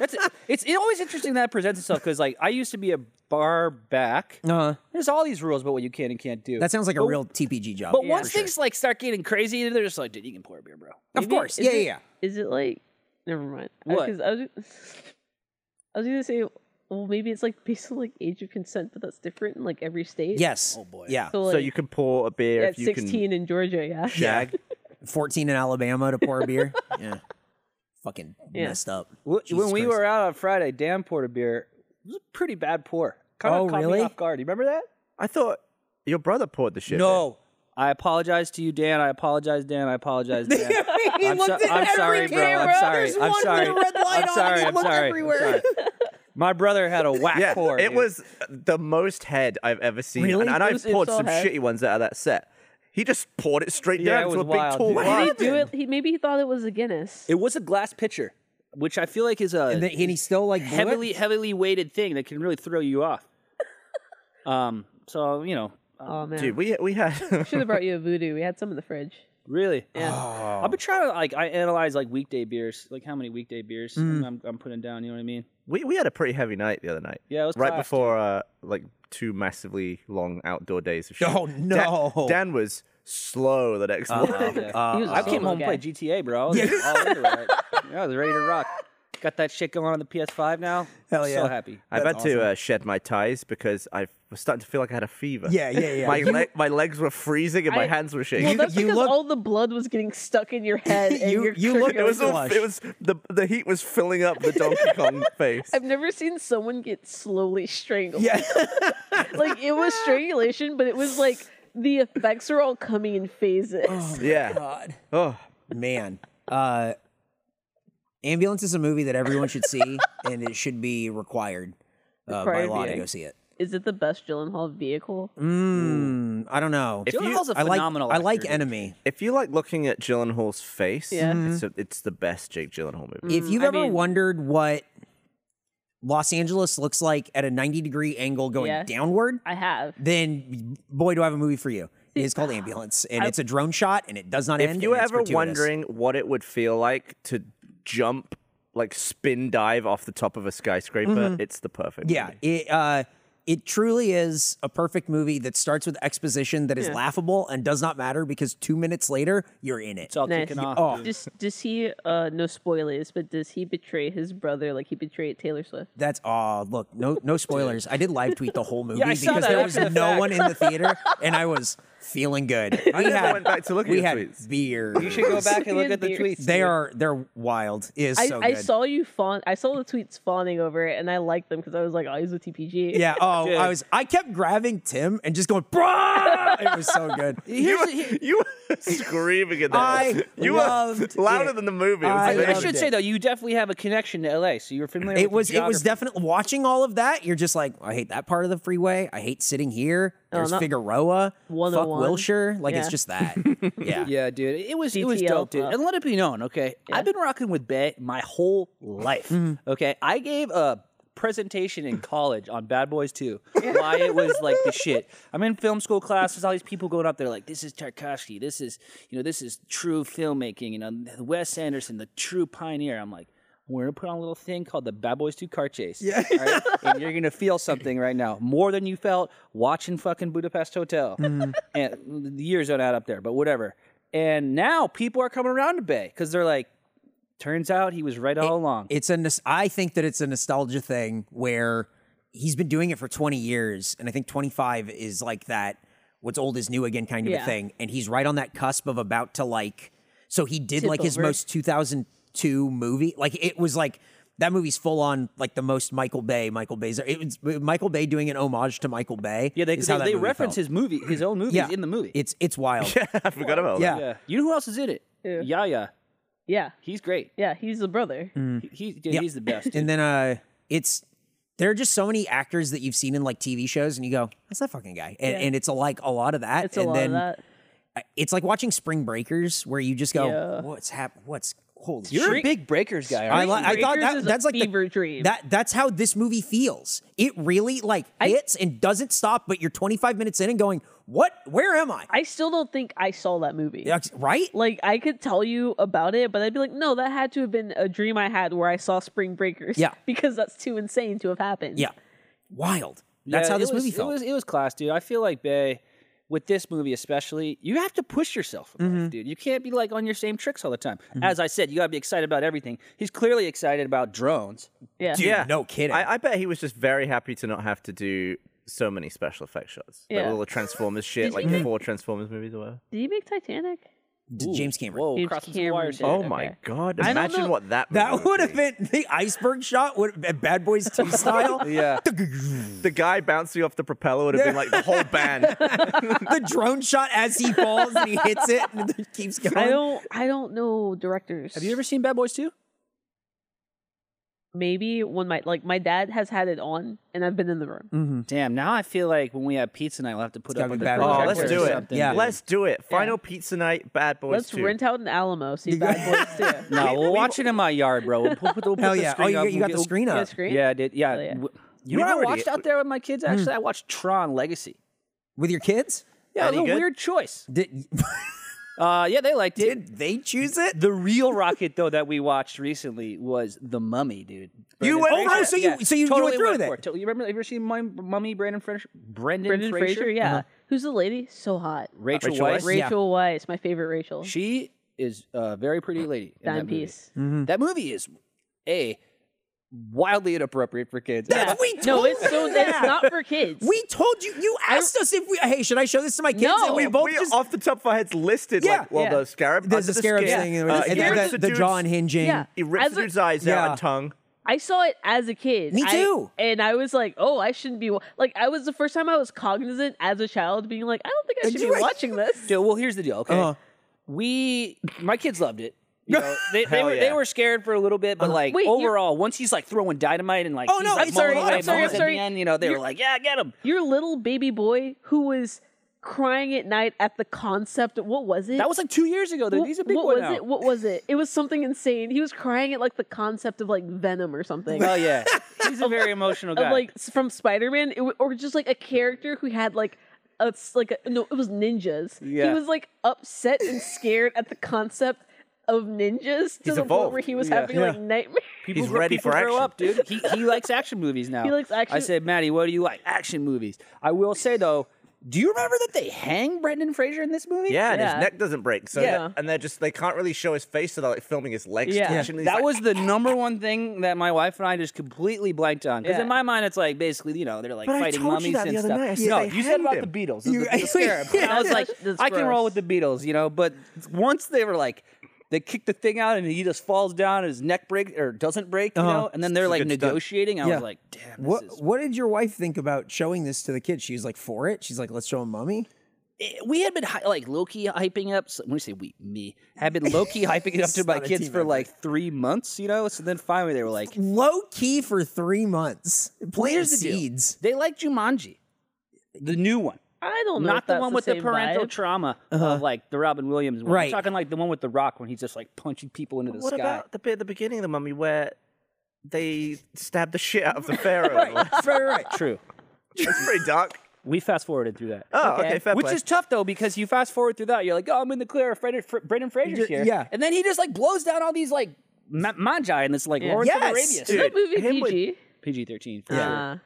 Speaker 4: that's it's it always interesting that it presents itself because like I used to be a bar back.
Speaker 2: all- Uh,
Speaker 4: There's all these rules about what you can and can't do.
Speaker 2: that sounds like a
Speaker 5: Oh.
Speaker 4: But-
Speaker 2: real TPG job.
Speaker 4: But
Speaker 2: for
Speaker 4: once
Speaker 2: sure.
Speaker 4: things like start getting crazy, they're just like, dude, you can pour a beer, bro.
Speaker 2: of course,
Speaker 5: Is
Speaker 2: yeah, yeah,
Speaker 5: it-
Speaker 2: yeah.
Speaker 5: Is it like? Never mind.
Speaker 4: What?
Speaker 5: I, 'cause I was, I was gonna say, well, maybe it's like based on like age of consent, but that's different in like every state.
Speaker 2: Yes. Oh boy. Yeah.
Speaker 5: So, like,
Speaker 8: so you can pour a beer
Speaker 5: at
Speaker 8: if you
Speaker 5: 16 in Georgia, yeah.
Speaker 8: can jag.
Speaker 2: 14 in Alabama to pour a beer. yeah. Fucking messed up.
Speaker 4: Wh-
Speaker 2: Jesus
Speaker 4: when we
Speaker 2: Christ.
Speaker 4: were out on Friday, Dan poured a beer. It was a pretty bad pour. Kind of
Speaker 2: Oh,
Speaker 4: caught
Speaker 2: really?
Speaker 4: me off guard. You remember that?
Speaker 8: I thought your brother poured the shit. beer.
Speaker 4: No. I apologize to you, Dan. I apologize, Dan. I apologize, Dan. I'm, so- I'm sorry, bro. I'm sorry. I'm sorry. I'm sorry. I'm sorry. I'm sorry. My brother had a whack
Speaker 8: Yeah,
Speaker 4: pour.
Speaker 8: it
Speaker 4: dude.
Speaker 8: was the most head I've ever seen,
Speaker 2: Really?
Speaker 8: and, and
Speaker 5: It
Speaker 8: I've
Speaker 5: was- it
Speaker 8: poured
Speaker 5: was all
Speaker 8: some
Speaker 5: head.
Speaker 8: shitty ones out of that set. He just poured it straight
Speaker 4: Yeah,
Speaker 8: down
Speaker 4: it
Speaker 8: into a
Speaker 4: was
Speaker 8: big
Speaker 4: wild,
Speaker 8: tall
Speaker 4: dude.
Speaker 8: glass.
Speaker 4: What
Speaker 5: Did he do it? He maybe he thought it was a Guinness.
Speaker 4: It was a glass pitcher, which I feel like is a
Speaker 2: And, then, and he still like blew it?
Speaker 4: heavily, heavily weighted thing that can really throw you off. um. So you know,
Speaker 5: oh man,
Speaker 8: Dude, we we had
Speaker 5: should have brought you a voodoo. We had some in the fridge.
Speaker 4: Really? Yeah.
Speaker 2: Oh.
Speaker 4: I've been trying to like I analyze like weekday beers, like how many weekday beers I'm, I'm putting down. You know what I mean?
Speaker 8: we, we had a pretty heavy night the other night.
Speaker 4: Yeah, it was
Speaker 8: right
Speaker 4: tough,
Speaker 8: before uh, like two massively long outdoor days of shit.
Speaker 2: Oh,
Speaker 8: Dan-
Speaker 2: no.
Speaker 8: Dan, was slow the
Speaker 5: Uh-huh.
Speaker 8: next morning.
Speaker 2: Uh,
Speaker 4: Yeah. I came home and played GTA, bro. I was, all into it. Yeah, I was ready to rock. Got that shit going on the PS5 now.
Speaker 2: Hell yeah.
Speaker 4: So happy.
Speaker 8: I've
Speaker 2: That's
Speaker 8: had to
Speaker 2: awesome.
Speaker 8: uh, shed my ties because I was starting to feel like I had a fever.
Speaker 2: Yeah, yeah, yeah.
Speaker 8: My,
Speaker 2: You-
Speaker 8: le- my legs were freezing and my
Speaker 5: I-
Speaker 8: hands were shaking.
Speaker 5: Well, that's
Speaker 2: you
Speaker 5: because
Speaker 2: look-
Speaker 5: all the blood was getting stuck in your head. And
Speaker 2: You-
Speaker 5: your
Speaker 2: you look-
Speaker 5: trigger
Speaker 8: it was
Speaker 5: was-
Speaker 8: all, it was the the heat was filling up the Donkey Kong face.
Speaker 5: I've never seen someone get slowly strangled.
Speaker 2: Yeah.
Speaker 5: Like it was strangulation, but it was like the effects are all coming in phases.
Speaker 8: Yeah.
Speaker 2: God.
Speaker 8: Oh,
Speaker 2: Man. Uh, Ambulance is a movie that everyone should see, and it should be required, uh, by
Speaker 5: Required
Speaker 2: law to
Speaker 5: viewing.
Speaker 2: go see it.
Speaker 5: Is it the best Gyllenhaal vehicle?
Speaker 2: Mm, I don't know.
Speaker 8: If you-
Speaker 4: Gyllenhaal's a
Speaker 2: I like.
Speaker 4: phenomenal
Speaker 2: I like
Speaker 4: actor, dude.
Speaker 2: Enemy.
Speaker 8: if you like looking at Gyllenhaal's face,
Speaker 5: Yeah.
Speaker 8: it's
Speaker 2: Mm-hmm.
Speaker 8: a, it's the best Jake Gyllenhaal movie.
Speaker 2: If you've
Speaker 4: Mm, I
Speaker 2: ever
Speaker 4: mean-
Speaker 2: wondered what Los Angeles looks like at a 90 degree angle going
Speaker 5: Yeah.
Speaker 2: downward,
Speaker 5: I have.
Speaker 2: then boy, do I have a movie for you. It's called Ambulance, and it's a drone shot, and it does not end.
Speaker 8: If you were
Speaker 2: and it's
Speaker 8: ever
Speaker 2: gratuitous.
Speaker 8: wondering what it would feel like to jump like spin dive off the top of a skyscraper, it's the perfect.
Speaker 2: Mm-hmm. yeah,
Speaker 8: movie.
Speaker 2: it uh, it truly is a perfect movie that starts with exposition that is laughable and does not matter because two minutes later you're in it.
Speaker 4: It's all
Speaker 5: Nice.
Speaker 4: kicking off.
Speaker 2: Oh.
Speaker 4: dude.
Speaker 5: Does does he uh no spoilers, but does he betray his brother like he betrayed Taylor Swift?
Speaker 2: That's aw. look, no no spoilers. I did live tweet the whole movie
Speaker 4: I saw
Speaker 2: because
Speaker 4: that
Speaker 2: there
Speaker 4: after
Speaker 2: was
Speaker 4: the
Speaker 2: no
Speaker 4: fact.
Speaker 2: one in the theater, and I was feeling good. We
Speaker 8: never
Speaker 2: had
Speaker 8: went back to look at
Speaker 2: we
Speaker 8: your
Speaker 2: had
Speaker 8: tweets.
Speaker 2: beer.
Speaker 4: You should go back and look at the
Speaker 5: Dear.
Speaker 4: tweets.
Speaker 2: They
Speaker 4: dude.
Speaker 2: are they're wild. It is
Speaker 5: I,
Speaker 2: so good.
Speaker 5: I saw you fawn. I saw the tweets fawning over it, and I liked them because I was like, "Oh, he's a TPG."
Speaker 2: Yeah. Oh,
Speaker 4: Dude.
Speaker 2: I was. I kept grabbing Tim and just going, "Bruh!" It was so good.
Speaker 8: You were, you were screaming at that.
Speaker 2: I
Speaker 8: you
Speaker 2: loved
Speaker 8: were louder
Speaker 2: it.
Speaker 8: than the movie. It was
Speaker 2: I
Speaker 4: I,
Speaker 8: amazing.
Speaker 2: loved
Speaker 4: should
Speaker 2: it.
Speaker 4: say though, you definitely have a connection to LA, so you're familiar.
Speaker 2: It
Speaker 4: with
Speaker 2: was.
Speaker 4: the
Speaker 2: It was
Speaker 4: geography.
Speaker 2: definitely watching all of that. You're just like, I hate that part of the freeway. I hate sitting here. There's
Speaker 5: not-
Speaker 2: Figueroa. Fuck
Speaker 5: 101.
Speaker 2: Wilshire. Like it's
Speaker 5: Yeah.
Speaker 2: just that. Yeah.
Speaker 4: Yeah, dude. It was it was
Speaker 5: GTL
Speaker 4: dope, dude.
Speaker 5: up.
Speaker 4: And let it be known, okay? I've been rocking with Bay my whole life. Okay. I gave a presentation in college on Bad Boys 2. Why it was like the shit. I'm in film school class, there's all these people going up there like this is Tarkovsky, this is you know, this is true filmmaking, you know, Wes Anderson, the true pioneer. I'm like we're gonna put on a little thing called the Bad Boys 2 Car Chase. Yeah. And you're gonna feel something right now. More than you felt watching fucking Budapest Hotel. And the years don't add up there, but whatever. And now people are coming around to Bay because they're like, turns out he was right all along.
Speaker 2: It's a. nos- I think that it's a nostalgia thing where he's been doing it for 20 years, and I think 25 is like that. What's old is new again, kind of a
Speaker 5: Yeah.
Speaker 2: thing, and he's right on that cusp of about to like. So he did
Speaker 5: Tip
Speaker 2: like his
Speaker 5: over.
Speaker 2: most 2002 movie. Like it was like that movie's full on like the most Michael Bay. Michael Bay's. It was Michael Bay doing an homage to Michael Bay.
Speaker 4: yeah, they,
Speaker 2: is
Speaker 4: they,
Speaker 2: how that
Speaker 4: they
Speaker 2: movie
Speaker 4: reference
Speaker 2: felt.
Speaker 4: his movie, his own movies in the movie.
Speaker 2: It's it's wild.
Speaker 8: I forgot about
Speaker 2: Yeah.
Speaker 8: that.
Speaker 4: yeah. You know who else is in it? Yeah. Yaya.
Speaker 5: yeah,
Speaker 4: He's great.
Speaker 5: yeah. He's the brother.
Speaker 2: Mm,
Speaker 4: He, he's, dude, he's the best. dude.
Speaker 2: And then uh it's there are just so many actors that you've seen in like TV shows and you go, that's that fucking guy. And, and it's a, like a lot of that.
Speaker 5: It's a
Speaker 2: and
Speaker 5: lot
Speaker 2: then
Speaker 5: of that.
Speaker 2: it's like watching Spring Breakers where you just go,
Speaker 5: Yeah.
Speaker 2: what's hap- what's holy
Speaker 4: you're
Speaker 2: shit.
Speaker 4: a big Breakers guy.
Speaker 2: I,
Speaker 4: Aren't
Speaker 2: li- I thought
Speaker 5: Breakers
Speaker 2: that,
Speaker 5: is a
Speaker 2: that's like
Speaker 5: fever
Speaker 2: the,
Speaker 5: dream.
Speaker 2: That that's how this movie feels. It really like hits and doesn't stop, but you're 25 minutes in and going, what? Where am I?
Speaker 5: I still don't think I saw that movie.
Speaker 2: Yeah, right?
Speaker 5: Like I could tell you about it, but I'd be like, no, that had to have been a dream I had where I saw Spring Breakers.
Speaker 2: Yeah.
Speaker 5: because that's too insane to have happened.
Speaker 2: Yeah, wild. That's
Speaker 4: Yeah,
Speaker 2: how this
Speaker 4: it was-
Speaker 2: movie felt.
Speaker 4: It was, it was class, dude. I feel like Bay, with this movie especially, you have to push yourself, in life,
Speaker 2: Mm-hmm.
Speaker 4: dude. You can't be like on your same tricks all the time. As I said, you gotta be excited about everything. He's clearly excited about drones.
Speaker 5: yeah.
Speaker 2: Dude, no kidding.
Speaker 8: I, I bet he was just very happy to not have to do so many special effects shots. Like
Speaker 5: Yeah.
Speaker 8: all the Transformers shit, like four Transformers movies or whatever.
Speaker 5: Did he make Titanic?
Speaker 2: D- James Cameron.
Speaker 4: Whoa,
Speaker 5: James
Speaker 4: crossing some
Speaker 5: Cameron
Speaker 4: wires.
Speaker 5: did
Speaker 4: here.
Speaker 8: Oh
Speaker 5: Okay.
Speaker 8: my god!
Speaker 5: don't
Speaker 8: Imagine
Speaker 5: know-
Speaker 8: what that movie
Speaker 2: That would have
Speaker 8: be.
Speaker 2: been the iceberg shot would Bad Boys 2 style.
Speaker 4: Yeah.
Speaker 8: the guy bouncing off the propeller would have been like the whole band.
Speaker 2: the drone shot as he falls and he hits it and it keeps going.
Speaker 5: I don't. I don't know directors.
Speaker 4: Have you ever seen Bad Boys 2?
Speaker 5: Maybe when my like my dad has had it on and I've been in the room.
Speaker 4: Damn, now I feel like when we have pizza night, we'll have to put
Speaker 2: Mm. It's
Speaker 4: up
Speaker 2: gotta
Speaker 4: a
Speaker 2: be Bad
Speaker 4: projector
Speaker 8: oh,
Speaker 2: Boys
Speaker 8: let's
Speaker 4: or
Speaker 2: Project
Speaker 8: do it.
Speaker 4: something,
Speaker 2: Yeah.
Speaker 4: dude.
Speaker 8: let's do it. Final pizza night, Bad Boys.
Speaker 5: Let's
Speaker 8: 2.
Speaker 5: rent out an Alamo. See Bad Boys too.
Speaker 4: No, we'll watch it in my yard, bro. We'll put, we'll put
Speaker 2: Hell
Speaker 4: the
Speaker 2: yeah. Oh,
Speaker 4: screen
Speaker 2: you,
Speaker 4: up.
Speaker 2: got- you
Speaker 4: We'll
Speaker 2: got
Speaker 4: get-
Speaker 2: the screen
Speaker 5: Yeah,
Speaker 2: up.
Speaker 5: screen.
Speaker 4: Yeah, I did. Yeah.
Speaker 5: Hell yeah.
Speaker 4: W- You know
Speaker 8: We've
Speaker 4: what I
Speaker 8: already-
Speaker 4: watched out there with my kids,
Speaker 2: Hmm.
Speaker 4: actually? I watched Tron Legacy.
Speaker 2: With your kids?
Speaker 4: Yeah, it
Speaker 8: Any
Speaker 4: was a
Speaker 8: good?
Speaker 4: weird choice.
Speaker 2: Did,
Speaker 4: Uh, yeah, they liked it.
Speaker 2: did they choose it?
Speaker 4: The real rocket though that we watched recently was The Mummy, dude.
Speaker 2: You
Speaker 4: Brendan
Speaker 2: went- oh,
Speaker 4: Fraser.
Speaker 2: so you- so you- you went through with
Speaker 4: for
Speaker 2: it.
Speaker 4: Totally- You remember? You ever seen Mum- Mummy? Brandon Fraser. Brendan,
Speaker 5: Brendan Fraser. Yeah.
Speaker 4: Uh-huh.
Speaker 5: Who's the lady? So hot.
Speaker 4: Rachel,
Speaker 8: Rachel
Speaker 4: Weisz.
Speaker 8: Weisz?
Speaker 2: Yeah.
Speaker 5: Rachel Weisz, my favorite Rachel.
Speaker 4: She is a very pretty lady. in that
Speaker 5: Dime
Speaker 4: movie.
Speaker 5: piece.
Speaker 4: That movie is a wildly inappropriate for kids.
Speaker 2: That's- we
Speaker 5: no,
Speaker 2: told
Speaker 5: it's so
Speaker 2: you
Speaker 5: that's
Speaker 2: that.
Speaker 5: not for kids.
Speaker 2: We told you. You asked us if we. Hey, should I show this to my kids?
Speaker 5: No.
Speaker 2: and we both
Speaker 8: we
Speaker 2: just.
Speaker 8: off the top of our heads listed
Speaker 2: Yeah.
Speaker 8: like well
Speaker 5: Yeah.
Speaker 8: the scarab
Speaker 2: there's
Speaker 8: under
Speaker 2: a scarab
Speaker 8: skin,
Speaker 2: thing,
Speaker 8: uh,
Speaker 2: and,
Speaker 8: he
Speaker 2: and then
Speaker 8: rips
Speaker 2: the,
Speaker 8: the
Speaker 2: the
Speaker 8: dude's-
Speaker 2: jaw unhinging.
Speaker 5: Yeah.
Speaker 8: he rips
Speaker 5: As
Speaker 8: the
Speaker 5: a-
Speaker 8: dude's eyes
Speaker 2: Yeah.
Speaker 8: out and tongue
Speaker 5: I saw it as a kid.
Speaker 2: Me
Speaker 5: I-
Speaker 2: too.
Speaker 5: and I was like, oh, I shouldn't be. wa- Like, I was the first time I was cognizant as a child, being like, I don't think I should be
Speaker 2: Right.
Speaker 5: watching this.
Speaker 4: Dude, well, here's the deal. Okay,
Speaker 2: Uh-huh.
Speaker 4: we my kids loved it. You know, they, they,
Speaker 8: Hell
Speaker 4: were,
Speaker 8: yeah.
Speaker 4: they were scared for a little bit, but like
Speaker 5: Wait, you're-
Speaker 4: overall, once he's like throwing dynamite and like
Speaker 2: Oh,
Speaker 4: he's,
Speaker 2: no,
Speaker 4: like,
Speaker 2: it's already-
Speaker 4: mulling
Speaker 2: I'm
Speaker 4: away
Speaker 2: sorry, I'm
Speaker 4: bullets at the
Speaker 5: sorry.
Speaker 4: end, you know, they were like, yeah, get him.
Speaker 5: Your little baby boy who was crying at night at the concept. Of, what was it?
Speaker 4: That was like two years ago. Dude.
Speaker 5: What,
Speaker 4: He's a big
Speaker 5: what
Speaker 4: boy
Speaker 5: was
Speaker 4: now.
Speaker 5: it? What was it? It was something insane. He was crying at like the concept of like venom or something.
Speaker 4: Hell Oh, yeah, he's a very emotional guy.
Speaker 5: of like s- from Spider-Man, it w- or just like a character who had like a s- like a, no, it was ninjas.
Speaker 4: Yeah.
Speaker 5: He was like upset and scared at the concept of ninjas to
Speaker 8: He's
Speaker 5: the point
Speaker 8: evolved.
Speaker 5: where he was
Speaker 4: Yeah.
Speaker 5: having like nightmares.
Speaker 4: People
Speaker 8: He's
Speaker 4: grow-
Speaker 8: ready
Speaker 4: people
Speaker 8: for
Speaker 4: grow
Speaker 8: action.
Speaker 4: up, dude. He, he likes action movies now.
Speaker 5: He likes
Speaker 4: I
Speaker 5: action-
Speaker 4: said, Maddie, what do you like? Action movies. I will say though, do you remember that they hang Brendan Fraser in this movie?
Speaker 8: yeah, and
Speaker 5: Yeah.
Speaker 8: his neck doesn't break. So
Speaker 5: Yeah.
Speaker 8: and they're just they can't really show his face, so they're like filming his legs.
Speaker 5: Yeah.
Speaker 8: twitching, and he's
Speaker 4: That
Speaker 8: like,
Speaker 4: was the number one thing that my wife and I just completely blanked on. Because
Speaker 5: Yeah.
Speaker 4: in my mind, it's like basically, you know, they're like
Speaker 8: But I
Speaker 4: fighting
Speaker 8: told
Speaker 4: mummies
Speaker 8: you that the
Speaker 4: and
Speaker 8: other
Speaker 4: stuff.
Speaker 8: night. I said
Speaker 4: no,
Speaker 8: they
Speaker 4: you said
Speaker 8: hanged
Speaker 4: about
Speaker 8: him.
Speaker 4: the Beatles. the-
Speaker 2: You-
Speaker 4: the scarab. And I was like,
Speaker 5: That's
Speaker 4: I can roll
Speaker 5: gross.
Speaker 4: with the Beatles, you know, but once they were like, they kick the thing out and he just falls down and his neck breaks or doesn't break, you know, and then they're like
Speaker 8: good stunt.
Speaker 4: negotiating. I
Speaker 2: Yeah.
Speaker 4: was like, damn, this
Speaker 2: What
Speaker 4: is
Speaker 2: What did your wife think about showing this to the kids? She was like for it. She's like, let's show him mummy.
Speaker 4: it- Eh, we had been hy- like Loki hyping up. When you say we, me had been Loki hyping it up to
Speaker 2: It's
Speaker 4: my
Speaker 2: not a
Speaker 4: kids
Speaker 2: team
Speaker 4: for
Speaker 2: effort.
Speaker 4: like three months, you know. So then finally they were like,
Speaker 2: Low key for three months.
Speaker 4: well,
Speaker 2: Plant
Speaker 4: here's the deal.
Speaker 2: seeds.
Speaker 4: They like Jumanji, the new one,
Speaker 5: I don't know. if
Speaker 4: not the
Speaker 5: that's
Speaker 4: one with the
Speaker 5: same
Speaker 4: parental
Speaker 5: vibe.
Speaker 4: trauma of like the Robin Williams one.
Speaker 2: Uh-huh. Right.
Speaker 4: I'm talking like the one with the Rock when he's just like punching people into the
Speaker 8: What
Speaker 4: sky.
Speaker 8: about the bit at the beginning of the mummy where they stab the shit out of the pharaoh?
Speaker 2: right, right, right.
Speaker 4: True.
Speaker 8: It's pretty dark.
Speaker 4: We fast forwarded through that.
Speaker 8: Oh, okay, fair
Speaker 4: Which
Speaker 8: play.
Speaker 4: is tough though because you fast forward through that, you're like, oh, I'm in the clear. Fred, Fr- Brendan Fraser's
Speaker 2: Yeah.
Speaker 4: here, and then he just like blows down all these like ma- magi in this like Lawrence of
Speaker 2: Yes,
Speaker 4: Arabia.
Speaker 5: Is that
Speaker 8: Dude,
Speaker 5: movie
Speaker 8: him with-
Speaker 5: PG?
Speaker 4: PG thirteen. for sure.
Speaker 5: Ah.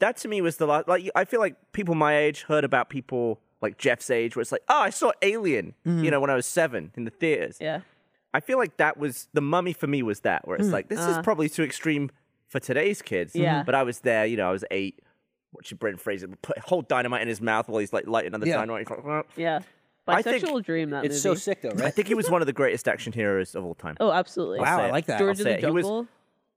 Speaker 8: that to me was the last. Like I feel like people my age heard about people like Jeff's age, where it's like, oh, I saw Alien, you know, when I was seven in the theaters.
Speaker 5: yeah.
Speaker 8: I feel like that was the mummy for me was that where it's like this is probably too extreme for today's kids.
Speaker 5: Hmm, uh. Yeah.
Speaker 8: But I was there, you know, I was eight, watching Brent Fraser put whole dynamite in his mouth while he's like lighting another
Speaker 2: Yeah.
Speaker 8: dynamite. He's like, "Well."
Speaker 5: Yeah.
Speaker 8: I think
Speaker 5: Bisexual dream that
Speaker 4: It's so
Speaker 5: movie.
Speaker 4: sick though,
Speaker 8: I
Speaker 4: right?
Speaker 8: think he was one of the greatest action heroes of all time.
Speaker 5: Oh, absolutely.
Speaker 2: Wow,
Speaker 8: say
Speaker 2: I
Speaker 8: it.
Speaker 2: like that.
Speaker 5: George of the
Speaker 8: say it. He was-
Speaker 5: Jungle.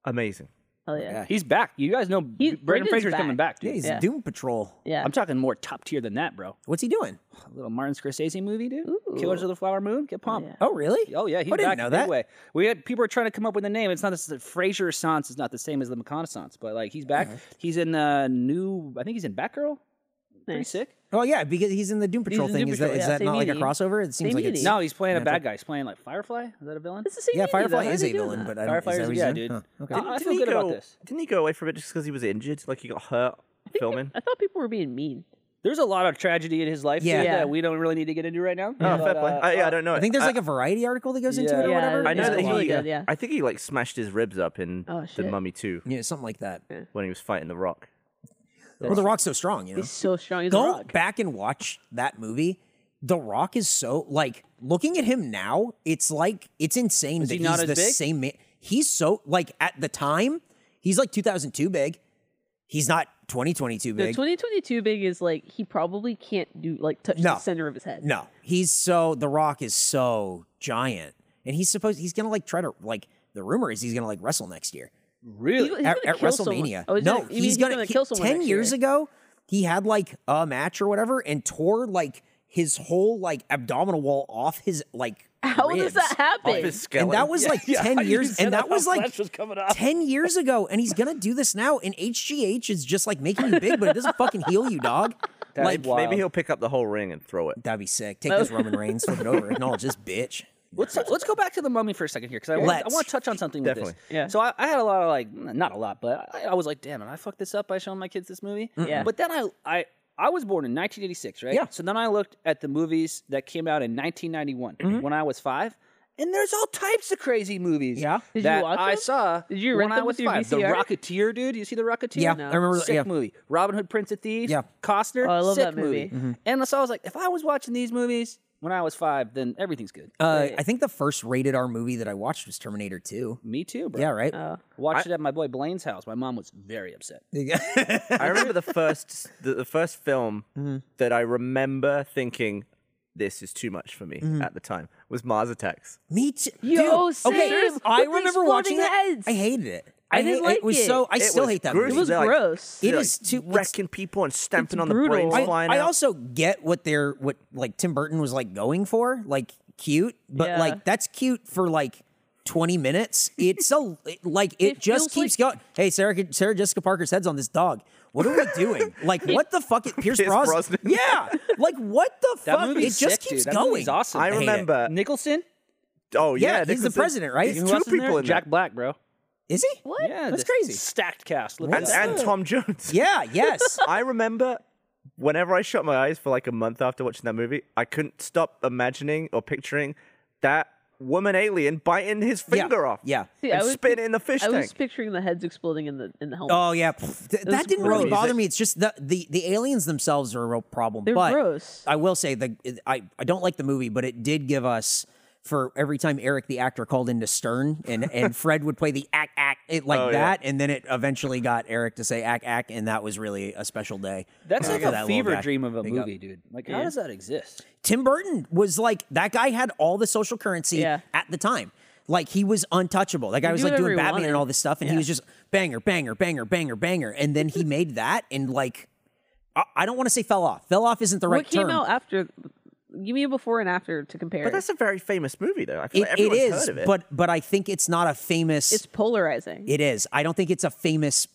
Speaker 8: Amazing.
Speaker 5: Hell yeah.
Speaker 4: He's back. You guys know
Speaker 5: He-
Speaker 4: Brendan
Speaker 5: Brendan's
Speaker 4: Fraser's coming back,
Speaker 2: yeah,
Speaker 4: dude.
Speaker 2: he's
Speaker 5: Yeah.
Speaker 2: Doom Patrol.
Speaker 5: Yeah.
Speaker 4: I'm talking more top tier than that, bro.
Speaker 2: What's he doing?
Speaker 4: A little Martin Scorsese movie, dude. Killers of the Flower Moon. Get pumped.
Speaker 2: Oh, really?
Speaker 4: Oh yeah, he's
Speaker 2: I didn't
Speaker 4: back
Speaker 2: know
Speaker 4: in
Speaker 2: that.
Speaker 4: big way. We had people are trying to come up with a name. It's not this Fraser Sans is not the same as the McConaissance, but like he's
Speaker 2: Uh-huh.
Speaker 4: back. He's in uh, new. I think he's in Batgirl. Pretty
Speaker 5: Nice.
Speaker 4: sick.
Speaker 2: Oh yeah, because he's in the Doom Patrol
Speaker 5: in
Speaker 2: thing.
Speaker 5: Doom
Speaker 2: is
Speaker 5: Patrol,
Speaker 2: that, is
Speaker 5: yeah,
Speaker 2: that
Speaker 5: same
Speaker 2: not like a
Speaker 5: meeting.
Speaker 2: crossover? It seems
Speaker 5: Same
Speaker 2: like it's
Speaker 5: meeting.
Speaker 4: No, he's playing a bad guy. He's playing like Firefly. Is that a villain?
Speaker 5: It's the same
Speaker 2: yeah.
Speaker 5: movie, though.
Speaker 2: Firefly
Speaker 5: How
Speaker 2: is
Speaker 5: they
Speaker 2: a
Speaker 5: doing
Speaker 2: villain,
Speaker 5: that?
Speaker 2: but I don't,
Speaker 4: Firefly
Speaker 2: is that
Speaker 4: is
Speaker 2: what
Speaker 4: yeah,
Speaker 2: he's doing?
Speaker 4: dude.
Speaker 2: Huh.
Speaker 4: I- I feel
Speaker 8: he
Speaker 4: good
Speaker 8: go,
Speaker 4: about this.
Speaker 8: Didn't he go away from it just because he was injured? Like he got hurt filming?
Speaker 5: I thought people were being mean.
Speaker 4: There's a lot of tragedy in his life.
Speaker 2: Yeah.
Speaker 4: dude,
Speaker 5: Yeah.
Speaker 4: that we don't really need to get into right now. uh,
Speaker 8: oh, fair
Speaker 5: uh,
Speaker 8: play. I, yeah, I don't know.
Speaker 2: I think there's
Speaker 8: I,
Speaker 2: like a variety article that goes into
Speaker 4: Yeah.
Speaker 2: it or
Speaker 5: Yeah,
Speaker 2: whatever.
Speaker 8: I know
Speaker 5: Yeah,
Speaker 8: that he. uh,
Speaker 5: well, yeah, yeah.
Speaker 8: I think he like smashed his ribs up in
Speaker 5: Oh,
Speaker 8: the
Speaker 5: shit.
Speaker 8: Mummy Two
Speaker 2: Yeah, something like that.
Speaker 8: when he was fighting the Rock.
Speaker 2: Well, The Rock's so strong, you know.
Speaker 5: He's so strong as a
Speaker 2: Go
Speaker 5: rock.
Speaker 2: back and watch that movie. The Rock is so like looking at him now. It's like it's insane that
Speaker 4: he not
Speaker 2: he's the
Speaker 4: as big?
Speaker 2: same man. He's so like at the time he's like 2002 big. He's not 2022
Speaker 5: The
Speaker 2: big.
Speaker 5: 2022 big is like he probably can't do like touch
Speaker 2: No.
Speaker 5: the center of his head.
Speaker 2: No, he's so the Rock is so giant, and he's supposed he's gonna like try to like the rumor is he's gonna like wrestle next year
Speaker 5: He-
Speaker 4: Really?
Speaker 5: he's
Speaker 2: at,
Speaker 5: gonna
Speaker 2: at
Speaker 5: kill
Speaker 2: WrestleMania.
Speaker 5: Someone. Oh, he's
Speaker 2: no,
Speaker 5: gonna, you
Speaker 2: he's,
Speaker 5: mean
Speaker 2: gonna, he-
Speaker 5: kill someone.
Speaker 2: Ten
Speaker 5: next
Speaker 2: years
Speaker 5: year.
Speaker 2: ago, he had like a match or whatever and tore like his whole like abdominal wall off his like.
Speaker 5: How
Speaker 2: ribs.
Speaker 5: does that
Speaker 8: Off
Speaker 5: happen?
Speaker 8: his
Speaker 2: And
Speaker 8: skeleton.
Speaker 2: that was like ten years, and that was like ten years ago. And he's gonna do this now. And HGH is just like making you big, but it doesn't fucking heal you, dog. like
Speaker 8: Maybe he'll pick up the whole ring and throw it.
Speaker 2: that'd be sick. Take this Roman Reigns, flip it over, acknowledge this bitch.
Speaker 4: Let's let's go back to the mummy for a second here because I, want- I
Speaker 2: Let's.
Speaker 4: want to touch on something with this.
Speaker 8: Definitely.
Speaker 5: Yeah.
Speaker 4: So I, I had a lot of like n- not a lot, but I, I was like, damn, it, I fucked this up by showing my kids this movie.
Speaker 5: Yeah.
Speaker 4: But then I I I was born in 1986, right?
Speaker 2: Yeah.
Speaker 4: So then I looked at the movies that came out in 1991
Speaker 2: Mm-hmm.
Speaker 4: when I was five. And there's all types of crazy movies.
Speaker 2: Yeah.
Speaker 5: Did you
Speaker 4: that
Speaker 5: watch
Speaker 4: I
Speaker 5: them?
Speaker 4: saw.
Speaker 5: Did you
Speaker 4: when
Speaker 5: rent
Speaker 4: I
Speaker 5: them
Speaker 4: was
Speaker 5: with your
Speaker 4: five. The
Speaker 5: VCR?
Speaker 4: Rocketeer, dude. You see the Rocketeer?
Speaker 2: Yeah,
Speaker 5: No.
Speaker 2: I remember.
Speaker 4: Sick
Speaker 2: yeah,
Speaker 4: movie. Robin Hood, Prince of Thieves.
Speaker 2: Yeah. Mm-hmm.
Speaker 4: Costner.
Speaker 5: Oh, I love
Speaker 4: sick
Speaker 5: that movie.
Speaker 4: And so I was like, if I was watching these movies, when I was five, then everything's good.
Speaker 2: Uh, I think the first rated R movie that I watched was Terminator 2.
Speaker 4: Me too, bro.
Speaker 2: Yeah, right?
Speaker 4: Watched it at my boy Blaine's house. My mom was very upset.
Speaker 5: Oh.
Speaker 8: I remember the first the, the first film
Speaker 2: Mm-hmm.
Speaker 8: that I remember thinking this is too much for me
Speaker 2: Mm-hmm.
Speaker 8: at the time was Mars Attacks.
Speaker 2: Me too.
Speaker 5: Yo,
Speaker 2: Dude,
Speaker 5: same.
Speaker 2: Okay,
Speaker 5: With
Speaker 2: I
Speaker 5: the
Speaker 2: remember watching
Speaker 5: exploding
Speaker 2: that.
Speaker 5: heads.
Speaker 2: I hated it.
Speaker 5: I
Speaker 2: hate-
Speaker 5: didn't like
Speaker 2: it. Was
Speaker 5: it.
Speaker 2: so I
Speaker 8: It
Speaker 2: still
Speaker 8: was
Speaker 2: hate that
Speaker 8: gruesome.
Speaker 5: It
Speaker 2: movie.
Speaker 5: was
Speaker 8: They're like-
Speaker 5: gross.
Speaker 2: It
Speaker 8: They're,
Speaker 2: is too- it's-
Speaker 8: wrecking people and stamping
Speaker 5: it's
Speaker 8: on the
Speaker 5: brutal.
Speaker 8: brains
Speaker 5: I-
Speaker 8: flying
Speaker 2: I
Speaker 8: out.
Speaker 2: also get what they're what like Tim Burton was like going for, like cute, but
Speaker 5: Yeah.
Speaker 2: like that's cute for like 20 minutes. It's a like it,
Speaker 5: It
Speaker 2: just
Speaker 5: feels
Speaker 2: keeps going. Hey, Sarah Sarah Jessica Parker's head's on this dog. What are we doing? Like what the fuck? It, Pierce,
Speaker 8: Pierce
Speaker 2: Bros-
Speaker 8: Brosnan.
Speaker 2: Yeah. Like what the
Speaker 4: That
Speaker 2: fuck? It
Speaker 4: movie's
Speaker 2: just
Speaker 4: sick,
Speaker 2: keeps
Speaker 4: dude. That
Speaker 2: going.
Speaker 4: movie's awesome.
Speaker 8: I
Speaker 4: hate it.
Speaker 8: remember-
Speaker 4: Nicholson.
Speaker 8: oh
Speaker 2: Yeah,
Speaker 8: yeah,
Speaker 2: he's the
Speaker 8: Nicholson-
Speaker 2: president, right?
Speaker 8: It's
Speaker 4: Who
Speaker 8: two
Speaker 4: else is in
Speaker 8: people
Speaker 4: there?
Speaker 8: in
Speaker 4: Jack
Speaker 8: there.
Speaker 4: Black, bro.
Speaker 2: Is he?
Speaker 5: What?
Speaker 4: Yeah,
Speaker 2: That's
Speaker 4: this
Speaker 2: crazy.
Speaker 4: Stacked cast. Look
Speaker 8: and,
Speaker 4: at
Speaker 8: and
Speaker 4: that.
Speaker 8: Tom Jones.
Speaker 2: Yeah, yes.
Speaker 8: I remember whenever I shut my eyes for like a month after watching that movie, I couldn't stop imagining or picturing that woman alien biting his
Speaker 2: Yeah,
Speaker 8: finger off.
Speaker 2: yeah.
Speaker 5: See,
Speaker 8: and
Speaker 5: I was
Speaker 8: spit
Speaker 5: pic-
Speaker 8: in the fish
Speaker 5: I was
Speaker 8: tank.
Speaker 5: picturing the heads exploding in the in the helmet.
Speaker 2: Oh yeah, Pff, th- that
Speaker 5: was
Speaker 2: didn't really
Speaker 5: gross.
Speaker 2: bother me. It's just the, the the aliens themselves are a real problem.
Speaker 5: They're
Speaker 2: but
Speaker 5: gross.
Speaker 2: I will say the I I don't like the movie, but it did give us for every time Eric the actor called into Stern and and Fred would play the ack ack it like
Speaker 8: Oh, yeah.
Speaker 2: that, and then it eventually got Eric to say ack ack, and that was really a special day.
Speaker 4: That's
Speaker 2: uh,
Speaker 4: like
Speaker 2: for
Speaker 4: a
Speaker 2: that little
Speaker 4: fever
Speaker 2: guy.
Speaker 4: dream of a
Speaker 2: Big up.
Speaker 4: movie, dude. Like, how does that exist?
Speaker 2: Tim Burton was like that guy had all the social currency
Speaker 5: Yeah.
Speaker 2: at the time. Like he was untouchable. That guy was
Speaker 5: do
Speaker 2: like
Speaker 5: whatever
Speaker 2: doing
Speaker 5: he
Speaker 2: Batman and
Speaker 5: wanted.
Speaker 2: all this stuff, and he was just banger, banger, banger, banger, banger. And then he made that, and like, I, I don't want to say fell off. Fell off isn't the right
Speaker 5: what came
Speaker 2: term.
Speaker 5: out after? Give me a before and after to compare.
Speaker 8: But that's a very famous movie, though. I feel
Speaker 2: It-
Speaker 8: like
Speaker 2: it is,
Speaker 8: everyone's heard of it.
Speaker 2: but but I think it's not a famous.
Speaker 5: it's polarizing.
Speaker 2: It is. I don't think it's a famous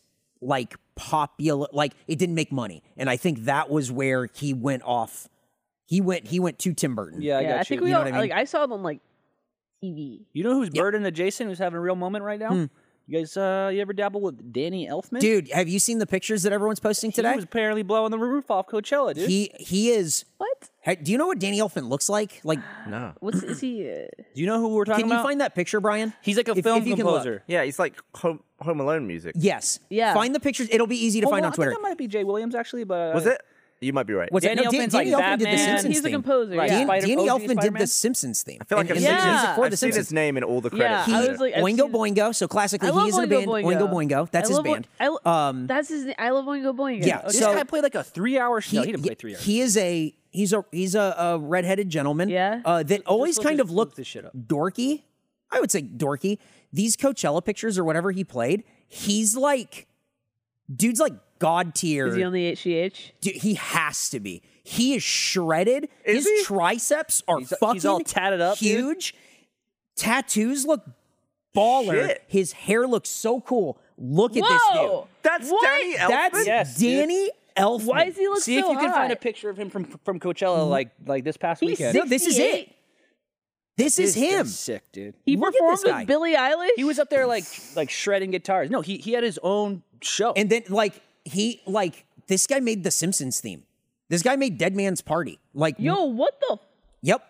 Speaker 2: like popular like it didn't make money. And I think that was where he went off. He went he went to Tim Burton.
Speaker 4: Yeah, I
Speaker 5: yeah,
Speaker 4: got
Speaker 5: I,
Speaker 4: you.
Speaker 5: think we
Speaker 4: you,
Speaker 5: all
Speaker 2: what I mean?
Speaker 5: like. I saw it on like TV.
Speaker 4: you know who's burden adjacent? Who's having a real moment right now? You guys, uh, you ever dabble with Danny Elfman?
Speaker 2: Dude, have you seen the pictures that everyone's posting today?
Speaker 4: he was apparently blowing the roof off Coachella, dude.
Speaker 2: He he is.
Speaker 5: What?
Speaker 2: Hey, Do you know what Danny Elfman looks like? Like,
Speaker 5: What's is he? Uh,
Speaker 4: Do you know who we're talking
Speaker 2: can you
Speaker 4: about?
Speaker 2: find that picture, Brian?
Speaker 4: He's like a
Speaker 2: If-
Speaker 4: film
Speaker 2: if you can look.
Speaker 4: composer.
Speaker 8: yeah, it's like Home, Home Alone music.
Speaker 2: Yes.
Speaker 5: Yeah.
Speaker 2: Find the pictures. It'll be easy to
Speaker 4: Oh,
Speaker 2: find
Speaker 4: well,
Speaker 2: on
Speaker 4: I
Speaker 2: Twitter.
Speaker 4: think that might be Jay Williams actually, but uh,
Speaker 8: Was it? You might be right.
Speaker 2: What's
Speaker 4: Danny
Speaker 2: it? No, Dan-
Speaker 4: Elfman's
Speaker 2: Danny
Speaker 4: like
Speaker 2: Elfman did the
Speaker 4: Batman.
Speaker 2: Simpsons
Speaker 5: He's a
Speaker 2: thing.
Speaker 5: composer.
Speaker 4: Right.
Speaker 5: Yeah.
Speaker 2: Dan-
Speaker 4: Spider-
Speaker 2: Danny
Speaker 4: OG
Speaker 2: Elfman did
Speaker 4: Spider-Man?
Speaker 2: the Simpsons theme.
Speaker 8: I feel like I've,
Speaker 2: and,
Speaker 8: seen,
Speaker 2: and the
Speaker 5: Yeah.
Speaker 2: music for
Speaker 8: I've
Speaker 2: the
Speaker 8: seen his
Speaker 2: Simpsons.
Speaker 8: name in all the credits.
Speaker 5: He- I
Speaker 8: Yeah.
Speaker 5: was like- I've
Speaker 2: Boingo
Speaker 5: seen-
Speaker 2: Boingo. So classically,
Speaker 5: I love
Speaker 2: he is in a
Speaker 5: Boingo
Speaker 2: band. Boingo
Speaker 5: Boingo.
Speaker 2: Boingo. That's
Speaker 5: I
Speaker 2: his
Speaker 5: love Bo-
Speaker 2: band.
Speaker 5: I lo-
Speaker 2: um,
Speaker 5: that's his. na- I love Boingo Boingo.
Speaker 2: Yeah,
Speaker 4: this
Speaker 2: so-
Speaker 4: guy played like a three-hour show. He, didn't play three hours.
Speaker 2: he is a he's a he's a, a redheaded gentleman.
Speaker 5: Yeah.
Speaker 2: Uh, that always
Speaker 4: look
Speaker 2: kind
Speaker 4: this-
Speaker 2: of
Speaker 4: look
Speaker 2: looked
Speaker 4: this shit up.
Speaker 2: dorky. I would say dorky. These Coachella pictures or whatever he played, he's like, dude's like god tier.
Speaker 5: Oh, Is he on the HGH?
Speaker 2: Dude, he has to be. He is shredded.
Speaker 8: Is
Speaker 2: His
Speaker 8: he?
Speaker 2: triceps are
Speaker 4: He's-
Speaker 2: fucking
Speaker 4: he's all tatted up, dude.
Speaker 2: huge. Tattoos look baller.
Speaker 8: Shit.
Speaker 2: His hair looks so cool. Look at
Speaker 5: Whoa!
Speaker 8: That's Danny Elfman.
Speaker 2: this dude. That's
Speaker 4: Yes, dude.
Speaker 2: Danny Elfman.
Speaker 5: Why does he look
Speaker 4: See
Speaker 5: so
Speaker 4: if you can
Speaker 5: hot?
Speaker 4: find a picture of him from from
Speaker 2: Mm-hmm.
Speaker 4: Coachella like like this past
Speaker 5: He's
Speaker 4: weekend.
Speaker 2: No, this is it.
Speaker 5: 68.
Speaker 2: This is him.
Speaker 4: That's sick, dude.
Speaker 5: He
Speaker 2: Look at
Speaker 5: performed
Speaker 2: this guy.
Speaker 5: with Billie Eilish.
Speaker 4: He was up there like like shredding guitars. No, he he had his own show.
Speaker 2: And then like he like this guy made the Simpsons theme. This guy made Dead Man's Party. Like
Speaker 5: Yo, what the?
Speaker 2: yep.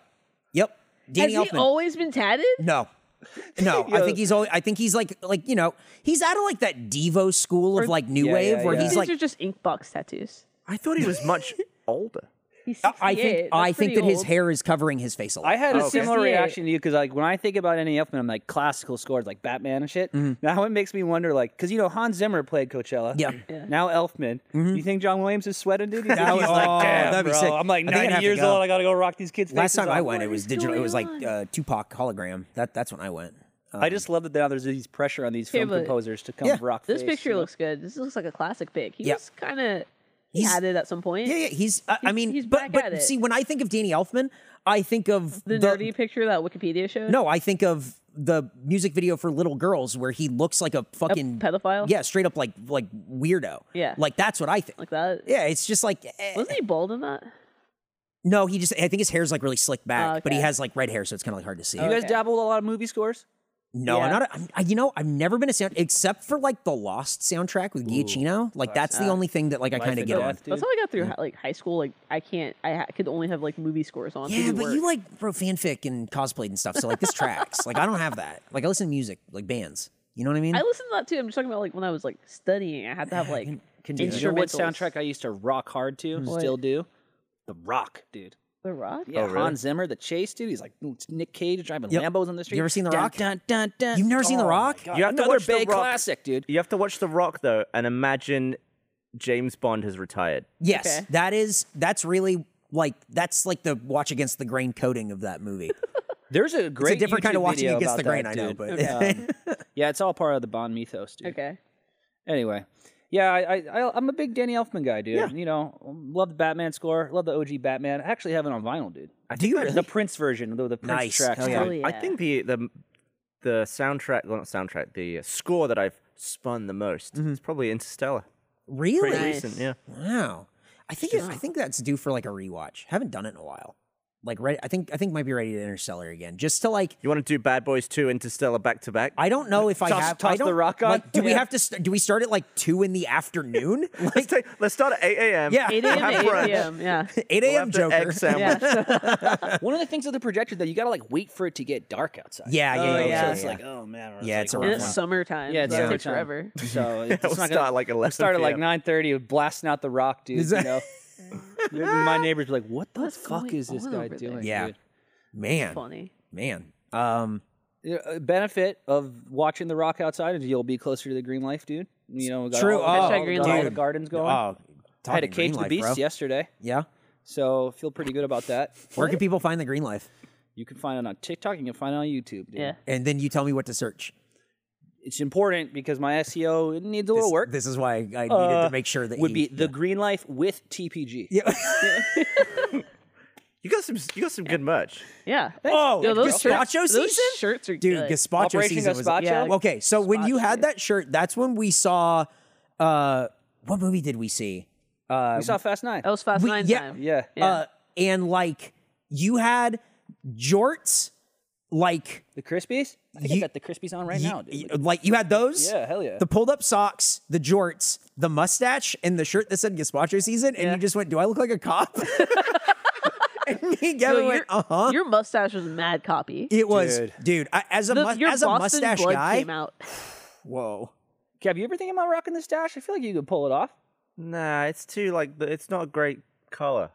Speaker 2: Yep. Danny
Speaker 5: has
Speaker 2: Elfman.
Speaker 5: he always been tatted?
Speaker 2: No. No, I think he's always, I think he's like like you know, he's out of like that Devo school of like new
Speaker 4: yeah,
Speaker 2: wave
Speaker 4: yeah,
Speaker 2: where
Speaker 4: yeah.
Speaker 2: he's
Speaker 5: These
Speaker 2: like
Speaker 5: are just ink box tattoos.
Speaker 8: I thought he was much older.
Speaker 5: He's
Speaker 2: I
Speaker 5: 68.
Speaker 2: think
Speaker 5: That's
Speaker 2: I think
Speaker 5: pretty
Speaker 2: that his
Speaker 5: old.
Speaker 2: hair is covering his face a lot.
Speaker 4: I had a similar
Speaker 5: 68.
Speaker 4: reaction to you because like when I think about any Elfman, I'm like classical scores like Batman and shit. Now it makes me wonder like because you know Hans Zimmer played Coachella.
Speaker 2: Mm-hmm. Yeah. Mm-hmm.
Speaker 4: Now Elfman. You think John Williams is sweating, dude? You think
Speaker 2: That-
Speaker 4: he's like,
Speaker 2: oh,
Speaker 4: "Damn,
Speaker 2: that'd be
Speaker 4: bro,
Speaker 2: sick.
Speaker 4: I'm like
Speaker 2: I think I'd have
Speaker 4: 90
Speaker 2: to
Speaker 4: years
Speaker 2: go.
Speaker 4: old. I gotta go rock these kids.
Speaker 2: Last time
Speaker 4: off.
Speaker 2: I went, it was
Speaker 5: is
Speaker 2: digital. It
Speaker 5: going
Speaker 2: was like
Speaker 5: on?
Speaker 2: uh, Tupac hologram. That that's when I went.
Speaker 4: I just love that now there's these pressure on these film
Speaker 5: but-
Speaker 4: composers to come
Speaker 2: um, Yeah.
Speaker 4: rock
Speaker 5: This
Speaker 4: face, you
Speaker 5: picture
Speaker 4: know?
Speaker 5: looks good. This looks like a classic pic. He
Speaker 2: Yeah.
Speaker 5: was kind of he
Speaker 2: He's-
Speaker 5: had it at some point.
Speaker 2: Yeah, yeah. He's. I, I
Speaker 5: He's-
Speaker 2: mean,
Speaker 5: he's
Speaker 2: but
Speaker 5: back
Speaker 2: but
Speaker 5: at it.
Speaker 2: see, when I think of Danny Elfman, I think of
Speaker 5: The, nerdy picture that Wikipedia showed.
Speaker 2: No, I think of the music video for Little Girls where he looks like a fucking
Speaker 5: pedophile?
Speaker 2: Yeah, straight up like like weirdo.
Speaker 5: Yeah.
Speaker 2: like that's what I think.
Speaker 5: like that.
Speaker 2: yeah, it's just like eh.
Speaker 5: Wasn't he bald in that?
Speaker 2: no, he just. I think his hair's like really slicked back,
Speaker 5: Oh,
Speaker 2: but he
Speaker 5: okay. Oh,
Speaker 2: has like red hair, so it's kind of like hard to see.
Speaker 4: You guys dabble with a lot of movie scores.
Speaker 2: No, I'm
Speaker 5: Yeah.
Speaker 2: not. A, I'm, I, you know, I've never been a sound except for like the Lost soundtrack with Giacchino. Like that's the only thing that like I kind of
Speaker 4: and
Speaker 2: get on.
Speaker 4: Death, dude.
Speaker 5: That's how I got through hi- like high school. Like I can't. I ha- could only have like movie scores on.
Speaker 2: Yeah,
Speaker 5: Didn't
Speaker 2: but
Speaker 5: work.
Speaker 2: you like wrote fanfic and cosplayed and stuff, so like this tracks. like I don't have that. Like I listen to music, like bands. You know what I mean?
Speaker 5: I listened to that too. I'm just talking about like when I was like studying. I had to have like
Speaker 2: can do that.
Speaker 4: You know what
Speaker 5: instrumental
Speaker 4: soundtrack I used to rock hard to, still do? The Rock, dude.
Speaker 5: The Rock?
Speaker 4: Yeah,
Speaker 8: Oh, really?
Speaker 4: Hans Zimmer, the chase dude. He's like Nick Cage driving
Speaker 2: Yep.
Speaker 4: Lambos on the street.
Speaker 2: ever seen The
Speaker 4: Dun,
Speaker 2: Rock?
Speaker 4: Dun, dun, dun.
Speaker 2: You've never seen The
Speaker 4: Oh my
Speaker 2: Rock?
Speaker 4: God.
Speaker 8: You have to
Speaker 4: Another
Speaker 8: watch The
Speaker 4: big
Speaker 8: Rock.
Speaker 4: classic, dude.
Speaker 8: You have to watch The Rock though, and imagine James Bond has retired.
Speaker 2: Yes,
Speaker 5: Okay.
Speaker 2: that is that's really like that's like the watch against the grain coding of that movie.
Speaker 4: There's a great
Speaker 2: different kind of
Speaker 4: YouTube
Speaker 2: watching
Speaker 4: video
Speaker 2: against
Speaker 4: about
Speaker 2: the grain,
Speaker 4: that,
Speaker 2: I know,
Speaker 4: dude.
Speaker 2: but-
Speaker 4: Um, yeah, it's all part of the Bond mythos, dude.
Speaker 5: Okay.
Speaker 4: Anyway, yeah, I, I, I I'm a big Danny Elfman guy, dude. You know, love the Batman score, love the OG Batman. I actually have it on vinyl, dude. I
Speaker 2: Do you
Speaker 4: The Prince version, the, the Prince
Speaker 2: Nice.
Speaker 4: tracks.
Speaker 2: Hell
Speaker 4: dude.
Speaker 2: Yeah.
Speaker 5: Hell yeah.
Speaker 8: I think the the the soundtrack, well, not soundtrack, the score that I've spun the most
Speaker 2: Mm-hmm.
Speaker 8: is probably Interstellar.
Speaker 2: really?
Speaker 8: Pretty
Speaker 5: Nice.
Speaker 8: recent, yeah.
Speaker 2: Wow. I think it, I think that's due for like a rewatch. Haven't done it in a while. Like re- I think I think might be ready to Interstellar again, just to like.
Speaker 8: You want to do Bad Boys Two, Interstellar back to back?
Speaker 2: I don't know if I
Speaker 4: Toss-
Speaker 2: have.
Speaker 4: toss
Speaker 2: I don't,
Speaker 4: the rock on?
Speaker 2: Like, do we
Speaker 4: Yeah.
Speaker 2: have to? St- do we start at like two in the afternoon?
Speaker 8: Let's
Speaker 2: Like
Speaker 8: take. Let's start at eight a.m.
Speaker 2: Yeah.
Speaker 5: 8 a.m.
Speaker 8: Have
Speaker 5: to 8
Speaker 8: brunch.
Speaker 5: p.m. Yeah.
Speaker 2: eight
Speaker 8: We'll
Speaker 2: a.m.
Speaker 8: have to
Speaker 2: Joker.
Speaker 8: egg sandwich.
Speaker 5: yeah.
Speaker 4: One of the things with the projector though, you gotta like wait for it to get dark outside.
Speaker 2: Yeah, yeah, yeah,
Speaker 4: So
Speaker 2: yeah,
Speaker 4: it's
Speaker 2: yeah.
Speaker 4: like, oh man. or
Speaker 2: Yeah,
Speaker 4: like,
Speaker 2: it's a
Speaker 5: And
Speaker 2: rough
Speaker 5: it's
Speaker 2: one.
Speaker 5: summertime.
Speaker 4: Yeah,
Speaker 5: Yeah,
Speaker 4: it's
Speaker 5: so that
Speaker 4: summertime.
Speaker 5: takes forever.
Speaker 4: So it's
Speaker 8: We'll
Speaker 4: not
Speaker 8: start
Speaker 4: gonna
Speaker 8: like
Speaker 4: I
Speaker 8: eleven.
Speaker 4: started like
Speaker 8: PM.
Speaker 4: nine thirty, blasting out the rock, dude.
Speaker 2: Is that-
Speaker 4: You know, my neighbors were like, "What the
Speaker 5: What's
Speaker 4: fuck
Speaker 5: going
Speaker 4: is this
Speaker 5: on
Speaker 4: guy
Speaker 5: over there?"
Speaker 4: doing?"
Speaker 2: Yeah.
Speaker 4: dude?
Speaker 2: Man,
Speaker 5: Funny.
Speaker 2: man. Um,
Speaker 4: Yeah, uh, benefit of watching the rock outside is you'll be closer to the green life, dude. You know, got
Speaker 2: True.
Speaker 4: All, got
Speaker 2: Oh,
Speaker 4: all
Speaker 5: green
Speaker 4: the- all
Speaker 5: life.
Speaker 4: the gardens going.
Speaker 2: oh,
Speaker 4: I had a
Speaker 2: talking
Speaker 4: cage
Speaker 2: green
Speaker 4: of the
Speaker 2: life,
Speaker 4: beast
Speaker 2: bro.
Speaker 4: yesterday,
Speaker 2: Yeah.
Speaker 4: so feel pretty good about that.
Speaker 2: Where can people find the green life?
Speaker 4: You can find it on TikTok. You can find it on YouTube. Dude.
Speaker 5: Yeah.
Speaker 2: And then you tell me what to search.
Speaker 4: it's important because my SEO it needs a little
Speaker 2: This-
Speaker 4: work.
Speaker 2: This is why I needed
Speaker 4: Uh,
Speaker 2: to make sure that
Speaker 4: would
Speaker 2: he-
Speaker 4: be the green life with TPG.
Speaker 2: Yeah.
Speaker 8: You got some. You got some good merch.
Speaker 5: Yeah.
Speaker 2: Oh,
Speaker 5: Yo, those
Speaker 2: gazpacho
Speaker 5: shirts, Those
Speaker 2: season,
Speaker 5: shirts are
Speaker 2: dude.
Speaker 5: good.
Speaker 2: Gazpacho
Speaker 4: Operation
Speaker 2: season was
Speaker 4: Gazpacho?
Speaker 5: Yeah.
Speaker 2: okay. So when you had that shirt, that's when we saw. uh What movie did we see?
Speaker 4: we saw Fast Nine.
Speaker 5: that was Fast
Speaker 2: We-
Speaker 5: Nine
Speaker 2: yeah.
Speaker 5: time.
Speaker 4: yeah.
Speaker 2: Uh And like you had jorts, like
Speaker 4: The Crispies? I think
Speaker 2: You-
Speaker 4: I got the Crispies on right
Speaker 2: you,
Speaker 4: now, dude.
Speaker 2: you- like you had those.
Speaker 4: Yeah, hell yeah.
Speaker 2: The pulled up socks, the jorts, the mustache, and the shirt that said Gazpacho season, and
Speaker 5: Yeah.
Speaker 2: you just went, "Do I look like a cop?" and me, and
Speaker 5: Yo,
Speaker 2: Gavin went,
Speaker 5: your,
Speaker 2: "Uh huh."
Speaker 5: your mustache was mad copy.
Speaker 2: It was, dude.
Speaker 4: Dude.
Speaker 2: I, as a
Speaker 5: The-
Speaker 2: mus-
Speaker 5: your
Speaker 2: as a
Speaker 5: Boston
Speaker 2: mustache
Speaker 5: blood
Speaker 2: guy,
Speaker 5: came out.
Speaker 2: whoa.
Speaker 4: Kev, you ever thinking about rocking the stash? I feel like you could pull it off.
Speaker 8: Nah, it's too like. the- It's not a great color.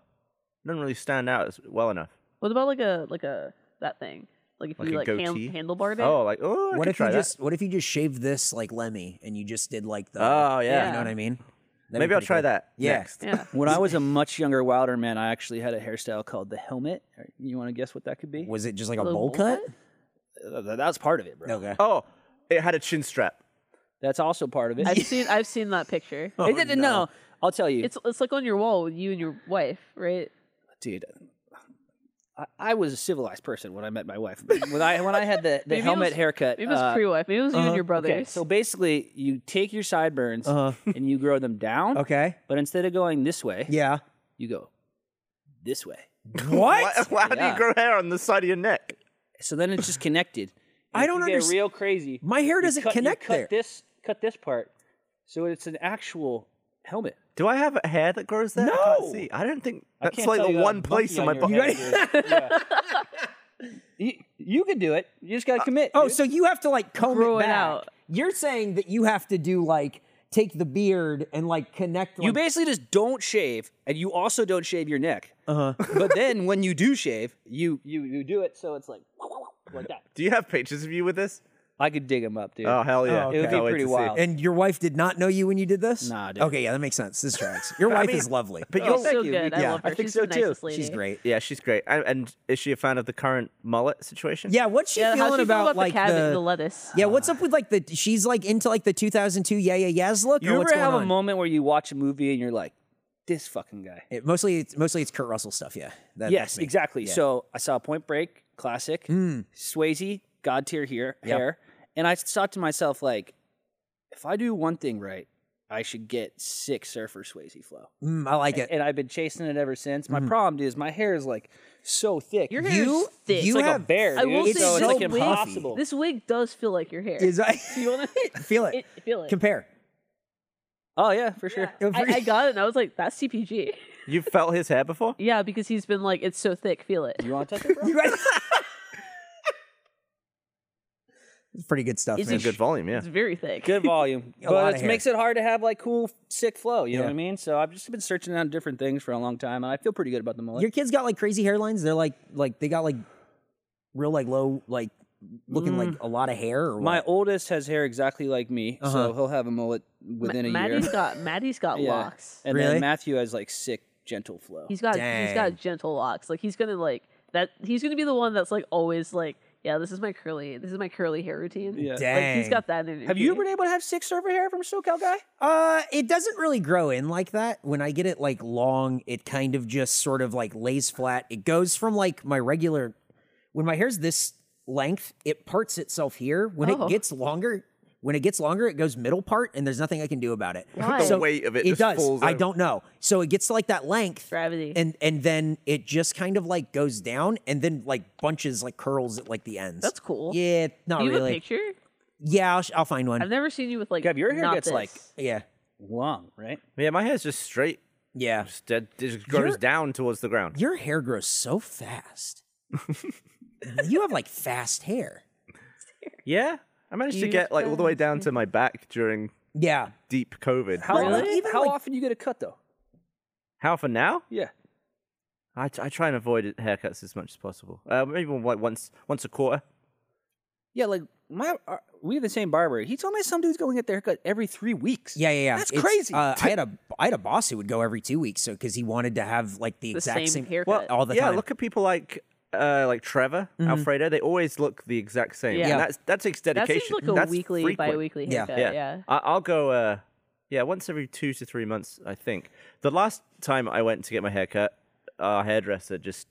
Speaker 8: Doesn't really stand out as well enough.
Speaker 5: What about like a like a that thing? Like if
Speaker 8: Like
Speaker 5: you
Speaker 8: a
Speaker 5: like hand,
Speaker 8: goatee?
Speaker 5: handlebarred it.
Speaker 8: Oh, like oh, I
Speaker 2: What
Speaker 8: could
Speaker 2: if you
Speaker 8: try that.
Speaker 2: just what if you just shaved this like Lemmy and you just did like the
Speaker 8: Oh
Speaker 5: Yeah.
Speaker 8: yeah.
Speaker 2: you know what I mean? That'd be
Speaker 8: Maybe I'll
Speaker 2: pretty
Speaker 8: try
Speaker 2: cool.
Speaker 8: that
Speaker 2: Yeah.
Speaker 8: next.
Speaker 5: Yeah.
Speaker 4: When I was a much younger, wilder man, I actually had a hairstyle called the helmet. You want to guess what that could be?
Speaker 2: Was it just like a bowl
Speaker 5: Little bowl
Speaker 2: cut?
Speaker 4: Uh, that was part of it, bro.
Speaker 2: Okay.
Speaker 8: Oh, it had a chin strap.
Speaker 4: That's also part of it.
Speaker 5: I've seen I've seen that picture.
Speaker 4: It didn't- Oh, no. I'll tell you,
Speaker 5: It's it's like on your wall with you and your wife, right?
Speaker 4: dude. I, I was a civilized person when I met my wife. When I when I had the, the
Speaker 5: it
Speaker 4: helmet
Speaker 5: was-
Speaker 4: haircut,
Speaker 5: Maybe it was
Speaker 4: uh,
Speaker 5: pre-wife. Maybe it was you and your brothers.
Speaker 4: okay. So basically, you take your sideburns
Speaker 2: Uh-huh.
Speaker 4: and you grow them down.
Speaker 2: Okay.
Speaker 4: But instead of going this way,
Speaker 2: Yeah.
Speaker 4: you go this way.
Speaker 2: What?
Speaker 8: Why- How do
Speaker 4: Yeah.
Speaker 8: you grow hair on the side of your neck?
Speaker 4: So then it's just connected. And
Speaker 2: I
Speaker 4: if
Speaker 2: don't
Speaker 4: you
Speaker 2: underst-
Speaker 4: Get real crazy.
Speaker 2: My hair
Speaker 4: you
Speaker 2: doesn't
Speaker 4: cut- you
Speaker 2: connect
Speaker 4: cut
Speaker 2: there.
Speaker 4: This cut this part, so it's an actual helmet.
Speaker 8: Do I have hair that grows there? I
Speaker 4: No.
Speaker 8: can't see. I don't think
Speaker 4: I
Speaker 8: that's
Speaker 4: can't
Speaker 8: like
Speaker 4: tell
Speaker 8: the
Speaker 4: you how
Speaker 8: one place
Speaker 4: monkey
Speaker 8: in my
Speaker 4: on
Speaker 8: body.
Speaker 4: your head is. Yeah. you, you can do it. You just
Speaker 8: Uh,
Speaker 4: gotta commit.
Speaker 2: Oh,
Speaker 4: dude.
Speaker 2: so you have to like comb
Speaker 5: Grow
Speaker 2: it
Speaker 5: it
Speaker 2: back.
Speaker 5: out.
Speaker 2: You're saying that you have to do like take the beard and like connect. Like,
Speaker 4: you basically just don't shave, and you also don't shave your neck. Uh huh. But then when you do shave, you you you do it so it's like like that.
Speaker 8: Do you have pictures of you with this?
Speaker 4: I could dig them up, dude.
Speaker 8: Oh hell yeah!
Speaker 2: Oh, okay.
Speaker 4: It would be
Speaker 8: Can't wait
Speaker 4: pretty
Speaker 8: to see.
Speaker 4: wild.
Speaker 2: and your wife did not know you when you did this.
Speaker 4: Nah, dude.
Speaker 2: Okay, yeah, that makes sense. This tracks. Your wife
Speaker 8: mean,
Speaker 2: is lovely.
Speaker 8: But
Speaker 5: She's
Speaker 8: you're
Speaker 5: so
Speaker 8: thank you.
Speaker 5: good. I
Speaker 2: yeah,
Speaker 5: love
Speaker 8: I
Speaker 5: her.
Speaker 8: think
Speaker 5: She's
Speaker 8: so
Speaker 5: the
Speaker 8: too.
Speaker 5: nicest lady.
Speaker 2: She's great.
Speaker 8: Yeah, she's great. And, and is she a fan of the current mullet situation?
Speaker 2: Yeah, what's she
Speaker 5: Yeah,
Speaker 2: feeling
Speaker 5: how's
Speaker 2: about,
Speaker 5: she about, about
Speaker 2: like
Speaker 5: the cabbage, the, lettuce?
Speaker 2: Yeah, what's up with like the? She's like into like the 2002 Yeah Yeah Yeahs look.
Speaker 4: You
Speaker 2: or what's
Speaker 4: ever have
Speaker 2: going
Speaker 4: a
Speaker 2: on?
Speaker 4: moment where you watch a movie and you're like, this fucking guy?
Speaker 2: It, mostly, it's, mostly it's Kurt Russell stuff. Yeah. That-
Speaker 4: yes,
Speaker 2: that's me.
Speaker 4: exactly.
Speaker 2: Yeah. Hmm.
Speaker 4: So I saw Point Break, classic, Swayze, god tier here, hair, and I thought to myself like, if I do one thing right, I should get sick surfer Swayze flow,
Speaker 2: Mm, I like it.
Speaker 4: and I've been chasing it ever since.
Speaker 2: Mm-hmm.
Speaker 4: My problem is my hair is like so thick.
Speaker 5: Your
Speaker 4: It's
Speaker 5: hair
Speaker 2: You-
Speaker 5: is thick.
Speaker 2: you
Speaker 4: like
Speaker 2: have-
Speaker 4: a bear.
Speaker 5: I
Speaker 4: dude,
Speaker 5: will
Speaker 4: so
Speaker 5: say
Speaker 4: it's
Speaker 2: so
Speaker 5: this,
Speaker 4: like
Speaker 2: puffy.
Speaker 4: impossible.
Speaker 5: wig, this wig does feel like your hair.
Speaker 2: Is I
Speaker 5: you want to
Speaker 2: feel it.
Speaker 5: feel it?
Speaker 2: Compare.
Speaker 4: oh yeah, for sure.
Speaker 5: I, I got it. and I was like, that's CPG.
Speaker 8: You felt his hair before?
Speaker 5: Yeah, because he's been like, it's so thick. Feel it.
Speaker 4: You want to touch it, bro?
Speaker 2: You guys- It's pretty good stuff.
Speaker 5: It's
Speaker 2: man.
Speaker 5: a
Speaker 8: Good volume, yeah.
Speaker 5: It's very thick.
Speaker 4: Good volume,
Speaker 2: lot
Speaker 4: but
Speaker 2: of
Speaker 4: it
Speaker 2: hair.
Speaker 4: makes it hard to have like cool, sick flow. You know what I mean? So I've just been searching on different things for a long time, and I feel pretty good about the mullet.
Speaker 2: Your kids got like crazy hairlines. They're like like they got like real like low like looking like a lot of hair. Or
Speaker 4: My
Speaker 2: what? Uh-huh.
Speaker 4: oldest has hair exactly like me, so he'll have a mullet within a
Speaker 5: Maddie's
Speaker 4: year.
Speaker 5: got Maddie's got
Speaker 4: Yeah.
Speaker 5: locks.
Speaker 4: And
Speaker 2: Really?
Speaker 4: then Matthew has like sick, gentle flow.
Speaker 5: He's got he's
Speaker 2: Dang.
Speaker 5: got gentle locks. Like he's gonna like that. He's gonna be the one that's like always like, yeah, this is my curly this is my curly hair routine.
Speaker 4: Yeah.
Speaker 5: Like, he's
Speaker 2: Dang.
Speaker 5: got that energy.
Speaker 4: have you been able to have sick server hair from SoCal guy?
Speaker 2: uh, it doesn't really grow in like that. When I get it like long, it kind of just sort of like lays flat. It goes from like my regular when my hair's this length, it parts itself here. When
Speaker 5: Oh.
Speaker 2: it gets longer. When it gets longer, it goes middle part, and there's nothing I can do about it.
Speaker 5: Why? The
Speaker 8: weight of it
Speaker 2: it
Speaker 8: just
Speaker 2: does.
Speaker 8: falls
Speaker 2: I
Speaker 8: over.
Speaker 2: don't know. So it gets to like that length,
Speaker 5: Gravity.
Speaker 2: and and then it just kind of like goes down and then like bunches like curls at like the ends.
Speaker 5: That's cool.
Speaker 2: Yeah, not
Speaker 5: Do you have
Speaker 2: really.
Speaker 5: a picture?
Speaker 2: Yeah, I'll, sh- I'll find one.
Speaker 5: I've never seen you with like.
Speaker 4: Gav, your hair
Speaker 5: not
Speaker 4: gets,
Speaker 5: this.
Speaker 4: like-
Speaker 2: yeah,
Speaker 4: Long, right?
Speaker 8: Yeah, my hair's just straight.
Speaker 2: yeah.
Speaker 8: Just dead, it just grows
Speaker 2: You're-
Speaker 8: down towards the ground.
Speaker 2: Your hair grows so fast. you have like fast hair.
Speaker 8: Yeah, I managed to
Speaker 5: You
Speaker 8: get like all the way down to my back during
Speaker 2: Yeah,
Speaker 8: deep COVID.
Speaker 4: How,
Speaker 5: Really?
Speaker 4: often-
Speaker 2: Even,
Speaker 4: how
Speaker 2: like-
Speaker 4: often you get a cut though?
Speaker 8: How for now?
Speaker 4: Yeah.
Speaker 8: I, t- I try and avoid it- haircuts as much as possible. Uh, maybe like once once a quarter.
Speaker 4: Yeah, like my our, we have the same barber. He told me some dude's going to get their haircut every three weeks.
Speaker 2: yeah, yeah. yeah.
Speaker 4: That's
Speaker 2: It's,
Speaker 4: crazy.
Speaker 2: Uh, I had a I had a boss who would go every two weeks, so because he wanted to have like the,
Speaker 5: The
Speaker 2: exact
Speaker 5: same
Speaker 2: same,
Speaker 5: haircut.
Speaker 2: all the
Speaker 8: yeah,
Speaker 2: time.
Speaker 8: look at people like uh, like Trevor, Alfredo. They always look the exact same.
Speaker 5: Mm-hmm. Yeah.
Speaker 8: And that's that takes
Speaker 5: That
Speaker 8: dedication.
Speaker 5: seems like a
Speaker 8: That's
Speaker 5: weekly,
Speaker 8: frequent.
Speaker 5: bi-weekly
Speaker 2: Yeah.
Speaker 5: haircut.
Speaker 8: Yeah,
Speaker 5: Yeah.
Speaker 8: I- I'll go. Uh, yeah, once every two to three months, I think. The last time I went to get my haircut, our hairdresser just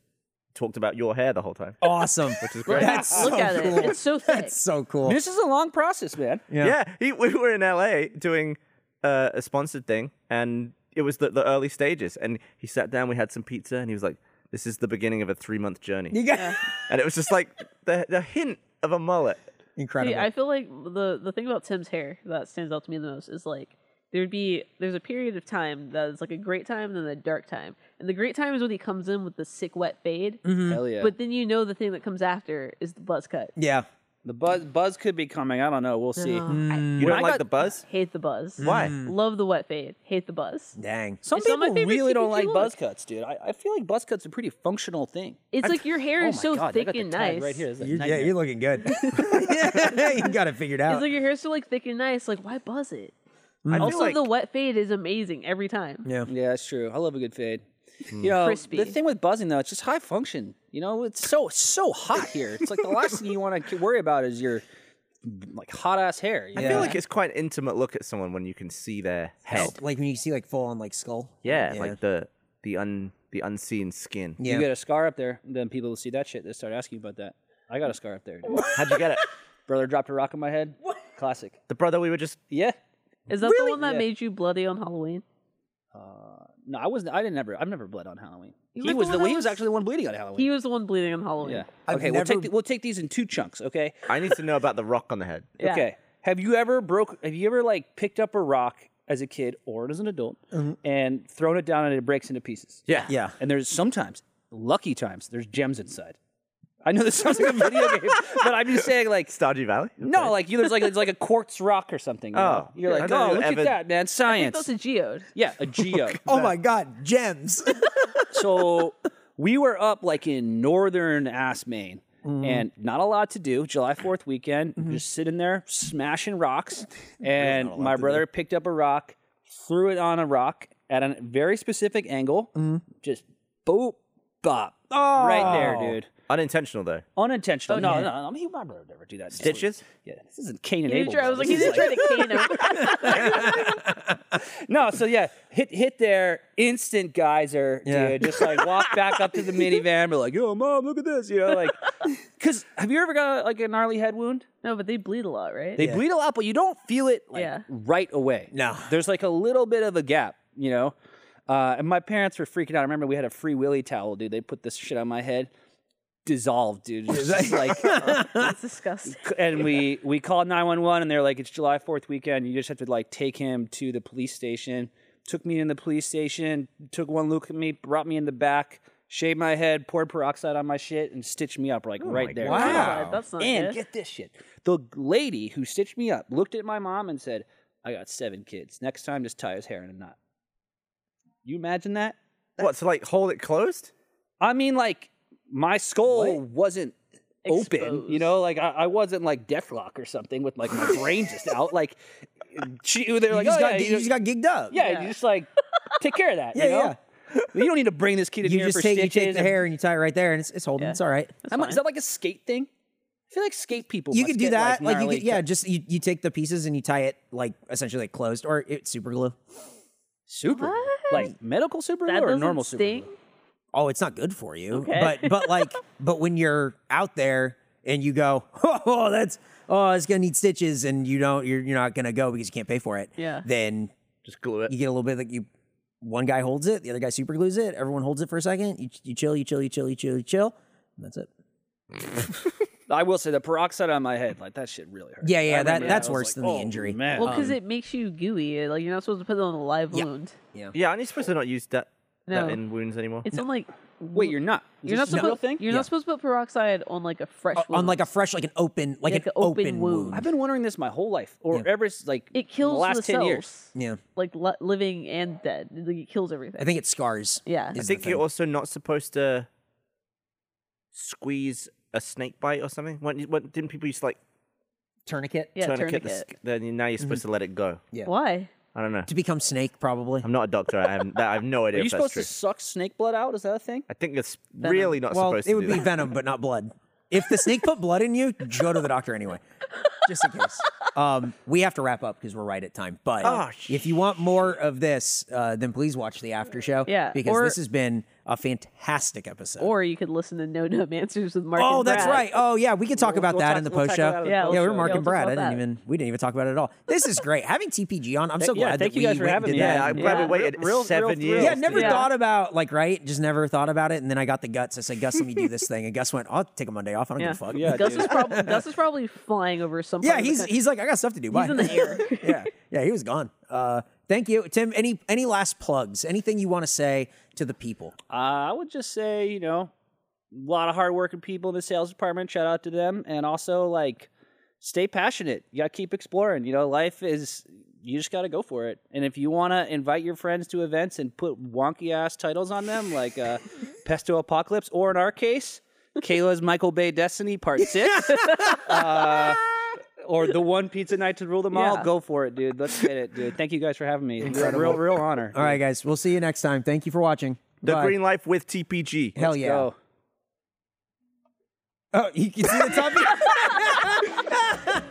Speaker 8: talked about your hair the whole time.
Speaker 2: awesome. Which is great. That's
Speaker 5: Look
Speaker 2: so
Speaker 5: at
Speaker 2: cool.
Speaker 5: it. It's so thick.
Speaker 2: That's so cool.
Speaker 4: This is a long process, man.
Speaker 8: Yeah, he, we were in LA doing uh, a sponsored thing, and it was the, the early stages. And he sat down, we had some pizza, and he was like, "This is the beginning of a three month journey."
Speaker 2: You got-
Speaker 8: and it was just like the the hint of a mullet.
Speaker 2: Incredible.
Speaker 5: See, I feel like the the thing about Tim's hair that stands out to me the most is like there'd be there's a period of time that is like a great time and then a dark time. And the great time is when he comes in with the sick wet fade.
Speaker 2: Mm-hmm.
Speaker 4: Hell yeah.
Speaker 5: But then you know the thing that comes after is the buzz cut.
Speaker 2: yeah.
Speaker 4: the buzz buzz could be coming. I don't know. We'll see.
Speaker 2: Mm.
Speaker 8: You don't like the buzz?
Speaker 5: Hate the buzz.
Speaker 8: Why?
Speaker 5: Love the wet fade. Hate the buzz.
Speaker 2: Dang.
Speaker 4: Some
Speaker 5: It's not my
Speaker 4: people
Speaker 5: favorite
Speaker 4: really don't
Speaker 5: TPG
Speaker 4: like
Speaker 5: look.
Speaker 4: buzz cuts, dude. I, I feel like buzz cuts are a pretty functional thing.
Speaker 5: It's like your hair
Speaker 4: oh
Speaker 5: is
Speaker 4: my
Speaker 5: so
Speaker 4: God, I
Speaker 5: thick
Speaker 4: got the
Speaker 5: and
Speaker 4: tag
Speaker 5: nice.
Speaker 4: Right here. This is a
Speaker 2: You're, yeah,
Speaker 4: nightmare.
Speaker 2: you're looking good. you got it figured out.
Speaker 5: It's like your hair's so like thick and nice. Like why buzz it?
Speaker 8: I feel
Speaker 5: Mm. Also,
Speaker 8: like-
Speaker 5: the wet fade is amazing every time.
Speaker 2: yeah.
Speaker 4: Yeah, it's true. I love a good fade. You know,
Speaker 5: Crispy.
Speaker 4: the thing with buzzing though, it's just high function. You know, it's so so hot here. It's like the last thing you want to worry about is your like hot ass hair. you
Speaker 8: I
Speaker 4: know?
Speaker 8: feel like it's quite an intimate look at someone when you can see their head.
Speaker 2: Like when you see like full on like skull.
Speaker 8: Yeah, like the the un the unseen skin.
Speaker 2: Yeah.
Speaker 4: you get a scar up there, then people will see that shit. They start asking you about that. I got a scar up there. dude.
Speaker 8: How'd you get it?
Speaker 4: Brother dropped a rock on my head. Classic.
Speaker 8: The brother we were just
Speaker 4: Yeah.
Speaker 5: Is that the one that made you bloody on Halloween?
Speaker 4: No, I wasn't. I didn't ever. I've never bled on Halloween. he
Speaker 5: weren't
Speaker 4: was
Speaker 5: the
Speaker 4: the.
Speaker 5: one that
Speaker 4: he was
Speaker 5: was-
Speaker 4: actually the one bleeding on Halloween.
Speaker 5: He was the one bleeding on Halloween.
Speaker 4: yeah.
Speaker 2: I've
Speaker 4: okay, we'll
Speaker 2: never-
Speaker 4: take the, we'll take these in two chunks. Okay.
Speaker 8: I need to know about the rock on the head.
Speaker 5: Yeah.
Speaker 4: Okay. Have you ever broke? Have you ever like picked up a rock as a kid or as an adult and thrown it down and it breaks into pieces?
Speaker 8: Yeah.
Speaker 2: Yeah.
Speaker 4: And there's sometimes, lucky times, there's gems inside. I know this sounds like a video game, but I'm just saying like.
Speaker 8: Stardew Valley?
Speaker 4: No, like you, there's like it's like a quartz rock or something. you know?
Speaker 8: Oh.
Speaker 4: you're
Speaker 8: I
Speaker 4: like,
Speaker 8: thought
Speaker 4: oh,
Speaker 8: you
Speaker 4: look
Speaker 8: ever-
Speaker 4: at that, man, science.
Speaker 5: That's a geode.
Speaker 4: yeah, a geo.
Speaker 2: Oh my God, gems.
Speaker 4: so we were up like in northern ass Maine. And not a lot to do. July Fourth weekend, just sitting there smashing rocks. And my brother picked up a rock, threw it on a rock at a very specific angle, just boop, bop, right there, dude.
Speaker 8: Unintentional though.
Speaker 4: Unintentional. Oh. no, no, I mean, my brother would never do that.
Speaker 8: Stitches?
Speaker 4: Yeah, this isn't Cain and
Speaker 5: He
Speaker 4: Abel.
Speaker 5: didn't try, I
Speaker 4: bro.
Speaker 5: was like,
Speaker 4: This
Speaker 5: he
Speaker 4: is
Speaker 5: didn't try to cane him.
Speaker 4: No, so yeah, hit hit there, instant geyser,
Speaker 2: Yeah.
Speaker 4: dude. Just like walk back up to the minivan, be like, "Yo, mom, look at this," you know, like, because have you ever got like a gnarly head wound?
Speaker 5: No, but they bleed a lot, right?
Speaker 4: They bleed a lot, but you don't feel it like
Speaker 5: Yeah.
Speaker 4: right away.
Speaker 2: No.
Speaker 4: there's like a little bit of a gap, you know. Uh, and my parents were freaking out. I remember we had a free willy towel, dude. They put this shit on my head, dissolved, dude. It's just like
Speaker 5: That's disgusting.
Speaker 4: and we we called 911 and they're like it's july 4th weekend you just have to like take him to the police station took me in the police station took one look at me brought me in the back shave my head, pour peroxide on my shit, and stitch me up like right there.
Speaker 2: Wow.
Speaker 5: Oh God, that's not
Speaker 4: And
Speaker 5: good.
Speaker 4: get this shit. The lady who stitched me up looked at my mom and said, I got seven kids. Next time, just tie his hair in a knot. You imagine that?
Speaker 8: What? So like hold it closed?
Speaker 4: I mean, like, my skull wasn't open, you
Speaker 5: Exposed.
Speaker 4: know? Like, I, I wasn't like Deathlock or something with like my brain just out. Like, she, they're
Speaker 2: You
Speaker 4: like,
Speaker 2: just,
Speaker 4: "Oh, yeah,
Speaker 2: got,
Speaker 4: you
Speaker 2: you
Speaker 4: know-
Speaker 2: just got gigged up.
Speaker 4: yeah, you just like take care of that.
Speaker 2: Yeah,
Speaker 4: you know? You don't need to bring this kid in
Speaker 2: You
Speaker 4: here
Speaker 2: just
Speaker 4: for
Speaker 2: take, you
Speaker 4: stitches.
Speaker 2: take the
Speaker 4: and-
Speaker 2: hair and you tie it right there, and it's, it's holding. It's all right.
Speaker 4: Am I- is that like a skate thing? I feel like skate people.
Speaker 2: You
Speaker 4: must
Speaker 2: could do
Speaker 4: get,
Speaker 2: that, like, you
Speaker 4: gnarly
Speaker 2: could, yeah,
Speaker 4: cut-
Speaker 2: just you, you take the pieces and you tie it like essentially like closed or it, super glue.
Speaker 4: super, like medical super glue
Speaker 5: That
Speaker 4: or
Speaker 5: doesn't
Speaker 4: normal super glue?
Speaker 5: sting.
Speaker 2: Oh, it's not good for you,
Speaker 5: Okay.
Speaker 2: but but like but when you're out there and you go, oh, that's oh, it's gonna need stitches, and you don't, you're you're not gonna go because you can't pay for it.
Speaker 5: Yeah.
Speaker 2: Then
Speaker 8: Just glue
Speaker 2: you
Speaker 8: it.
Speaker 2: get a little bit like you. One guy holds it, the other guy super glues it. Everyone holds it for a second. You, you chill, you chill, you chill, you chill, you chill. And that's it.
Speaker 4: I will say the peroxide on my head, like that shit really hurt.
Speaker 2: Yeah, yeah,
Speaker 4: I
Speaker 2: that-
Speaker 4: remember
Speaker 2: that's
Speaker 4: I was
Speaker 2: worse
Speaker 4: like,
Speaker 2: than the
Speaker 4: "Oh,
Speaker 2: injury."
Speaker 4: Man.
Speaker 5: Well, because it makes you gooey. Like you're not supposed to put it on a live
Speaker 2: Yeah.
Speaker 5: wound.
Speaker 8: Yeah, and you're supposed to not use that,
Speaker 5: No.
Speaker 8: that in wounds anymore.
Speaker 5: It's on like
Speaker 4: wait, you're not. Is
Speaker 5: you're not
Speaker 4: this a real
Speaker 5: supposed
Speaker 4: thing.
Speaker 5: you're
Speaker 2: Yeah.
Speaker 5: not supposed to put peroxide on like a fresh
Speaker 2: On
Speaker 5: wound.
Speaker 2: like a fresh, like an open, like,
Speaker 5: Like
Speaker 2: an
Speaker 5: an
Speaker 2: open,
Speaker 5: open
Speaker 2: wound.
Speaker 5: wound.
Speaker 4: I've been wondering this my whole life, or ever s- like in
Speaker 5: it kills
Speaker 4: the last
Speaker 5: the
Speaker 4: ten
Speaker 5: cells,
Speaker 4: years.
Speaker 2: Yeah,
Speaker 5: like li- living and dead. It, like, it kills everything.
Speaker 2: I think it scars.
Speaker 5: yeah,
Speaker 8: I
Speaker 2: is the
Speaker 8: think
Speaker 2: thing.
Speaker 8: you're also not supposed to squeeze a snake bite or something. When, when, didn't people used to like
Speaker 2: tourniquet
Speaker 5: yeah.
Speaker 8: tourniquet
Speaker 5: Tourniquet.
Speaker 8: the sk- then you- now you're
Speaker 2: Mm-hmm.
Speaker 8: supposed to let it go.
Speaker 2: Yeah.
Speaker 5: Why?
Speaker 8: I don't know.
Speaker 2: to become snake, probably.
Speaker 8: I'm not a doctor. I haven't. That, I have no idea
Speaker 4: Are you
Speaker 8: if that's
Speaker 4: supposed
Speaker 8: true.
Speaker 4: to suck snake blood out? Is that a thing?
Speaker 8: I think it's really not
Speaker 2: well,
Speaker 8: supposed
Speaker 2: it
Speaker 8: to
Speaker 2: would
Speaker 8: do
Speaker 2: be
Speaker 8: that.
Speaker 2: venom, but not blood. If the snake put blood in you, go to the doctor anyway, just in case. Um, we have to wrap up because we're right at time. But
Speaker 8: Oh,
Speaker 2: if you want more of this, uh, then please watch the after show.
Speaker 5: Yeah,
Speaker 2: because
Speaker 5: or-
Speaker 2: this has been a fantastic episode.
Speaker 5: Or you could listen to No No Answers with Mark.
Speaker 2: oh,
Speaker 5: and
Speaker 2: that's
Speaker 5: Brad.
Speaker 2: right. Oh, yeah, we could talk
Speaker 4: We'll-
Speaker 2: about
Speaker 4: we'll
Speaker 2: that
Speaker 4: talk-
Speaker 2: in the
Speaker 4: we'll
Speaker 2: post
Speaker 4: tackle
Speaker 2: show.
Speaker 4: that in the
Speaker 5: Yeah,
Speaker 4: post
Speaker 2: yeah, we
Speaker 4: show.
Speaker 2: were Mark
Speaker 5: Yeah,
Speaker 2: and
Speaker 5: we'll
Speaker 2: Brad.
Speaker 5: talk
Speaker 2: I didn't
Speaker 5: about that.
Speaker 2: even we didn't even talk about it at all. This is great. Having TPG on, I'm so
Speaker 4: yeah,
Speaker 2: glad
Speaker 4: thank
Speaker 2: that
Speaker 4: you
Speaker 2: we
Speaker 4: guys for
Speaker 2: went
Speaker 4: having
Speaker 2: and did
Speaker 4: me.
Speaker 2: that.
Speaker 8: Yeah, I'm
Speaker 5: Yeah.
Speaker 8: glad we waited
Speaker 4: Real- real
Speaker 8: seven years.
Speaker 4: thrills
Speaker 2: Yeah,
Speaker 8: to
Speaker 2: never
Speaker 8: do that.
Speaker 2: thought about like right, just never thought about it. And then I got the guts. I said, Gus, let me do this thing. And Gus went, I'll take a Monday off. I don't
Speaker 5: Yeah.
Speaker 2: give a fuck.
Speaker 4: Yeah,
Speaker 5: Gus
Speaker 4: dude.
Speaker 5: is probably Gus is probably flying over some.
Speaker 2: Yeah,
Speaker 5: part of the
Speaker 2: he's
Speaker 5: country.
Speaker 2: he's like, I got stuff to do. Bye.
Speaker 5: in the air.
Speaker 2: yeah, yeah, he was gone. Uh, thank you, Tim. Any any last plugs? Anything you want to say to the people?
Speaker 4: Uh, I would just say, you know, a lot of hardworking people in the sales department. Shout out to them, and also like, stay passionate. You gotta keep exploring. You know, life is you just gotta go for it. And if you wanna invite your friends to events and put wonky ass titles on them, like uh, Pesto Apocalypse, or in our case, Kayla's Michael Bay Destiny Part Six. uh, or the one pizza night to rule them all.
Speaker 5: Yeah.
Speaker 4: Go for it, dude. Let's get it, dude. Thank you guys for having me. It's a real, real honor.
Speaker 2: All right, guys, we'll see you next time. Thank you for watching.
Speaker 8: The
Speaker 2: Bye.
Speaker 8: green life with TPG.
Speaker 2: Hell
Speaker 4: Let's
Speaker 2: yeah!
Speaker 4: go.
Speaker 2: Oh, you can see the topic.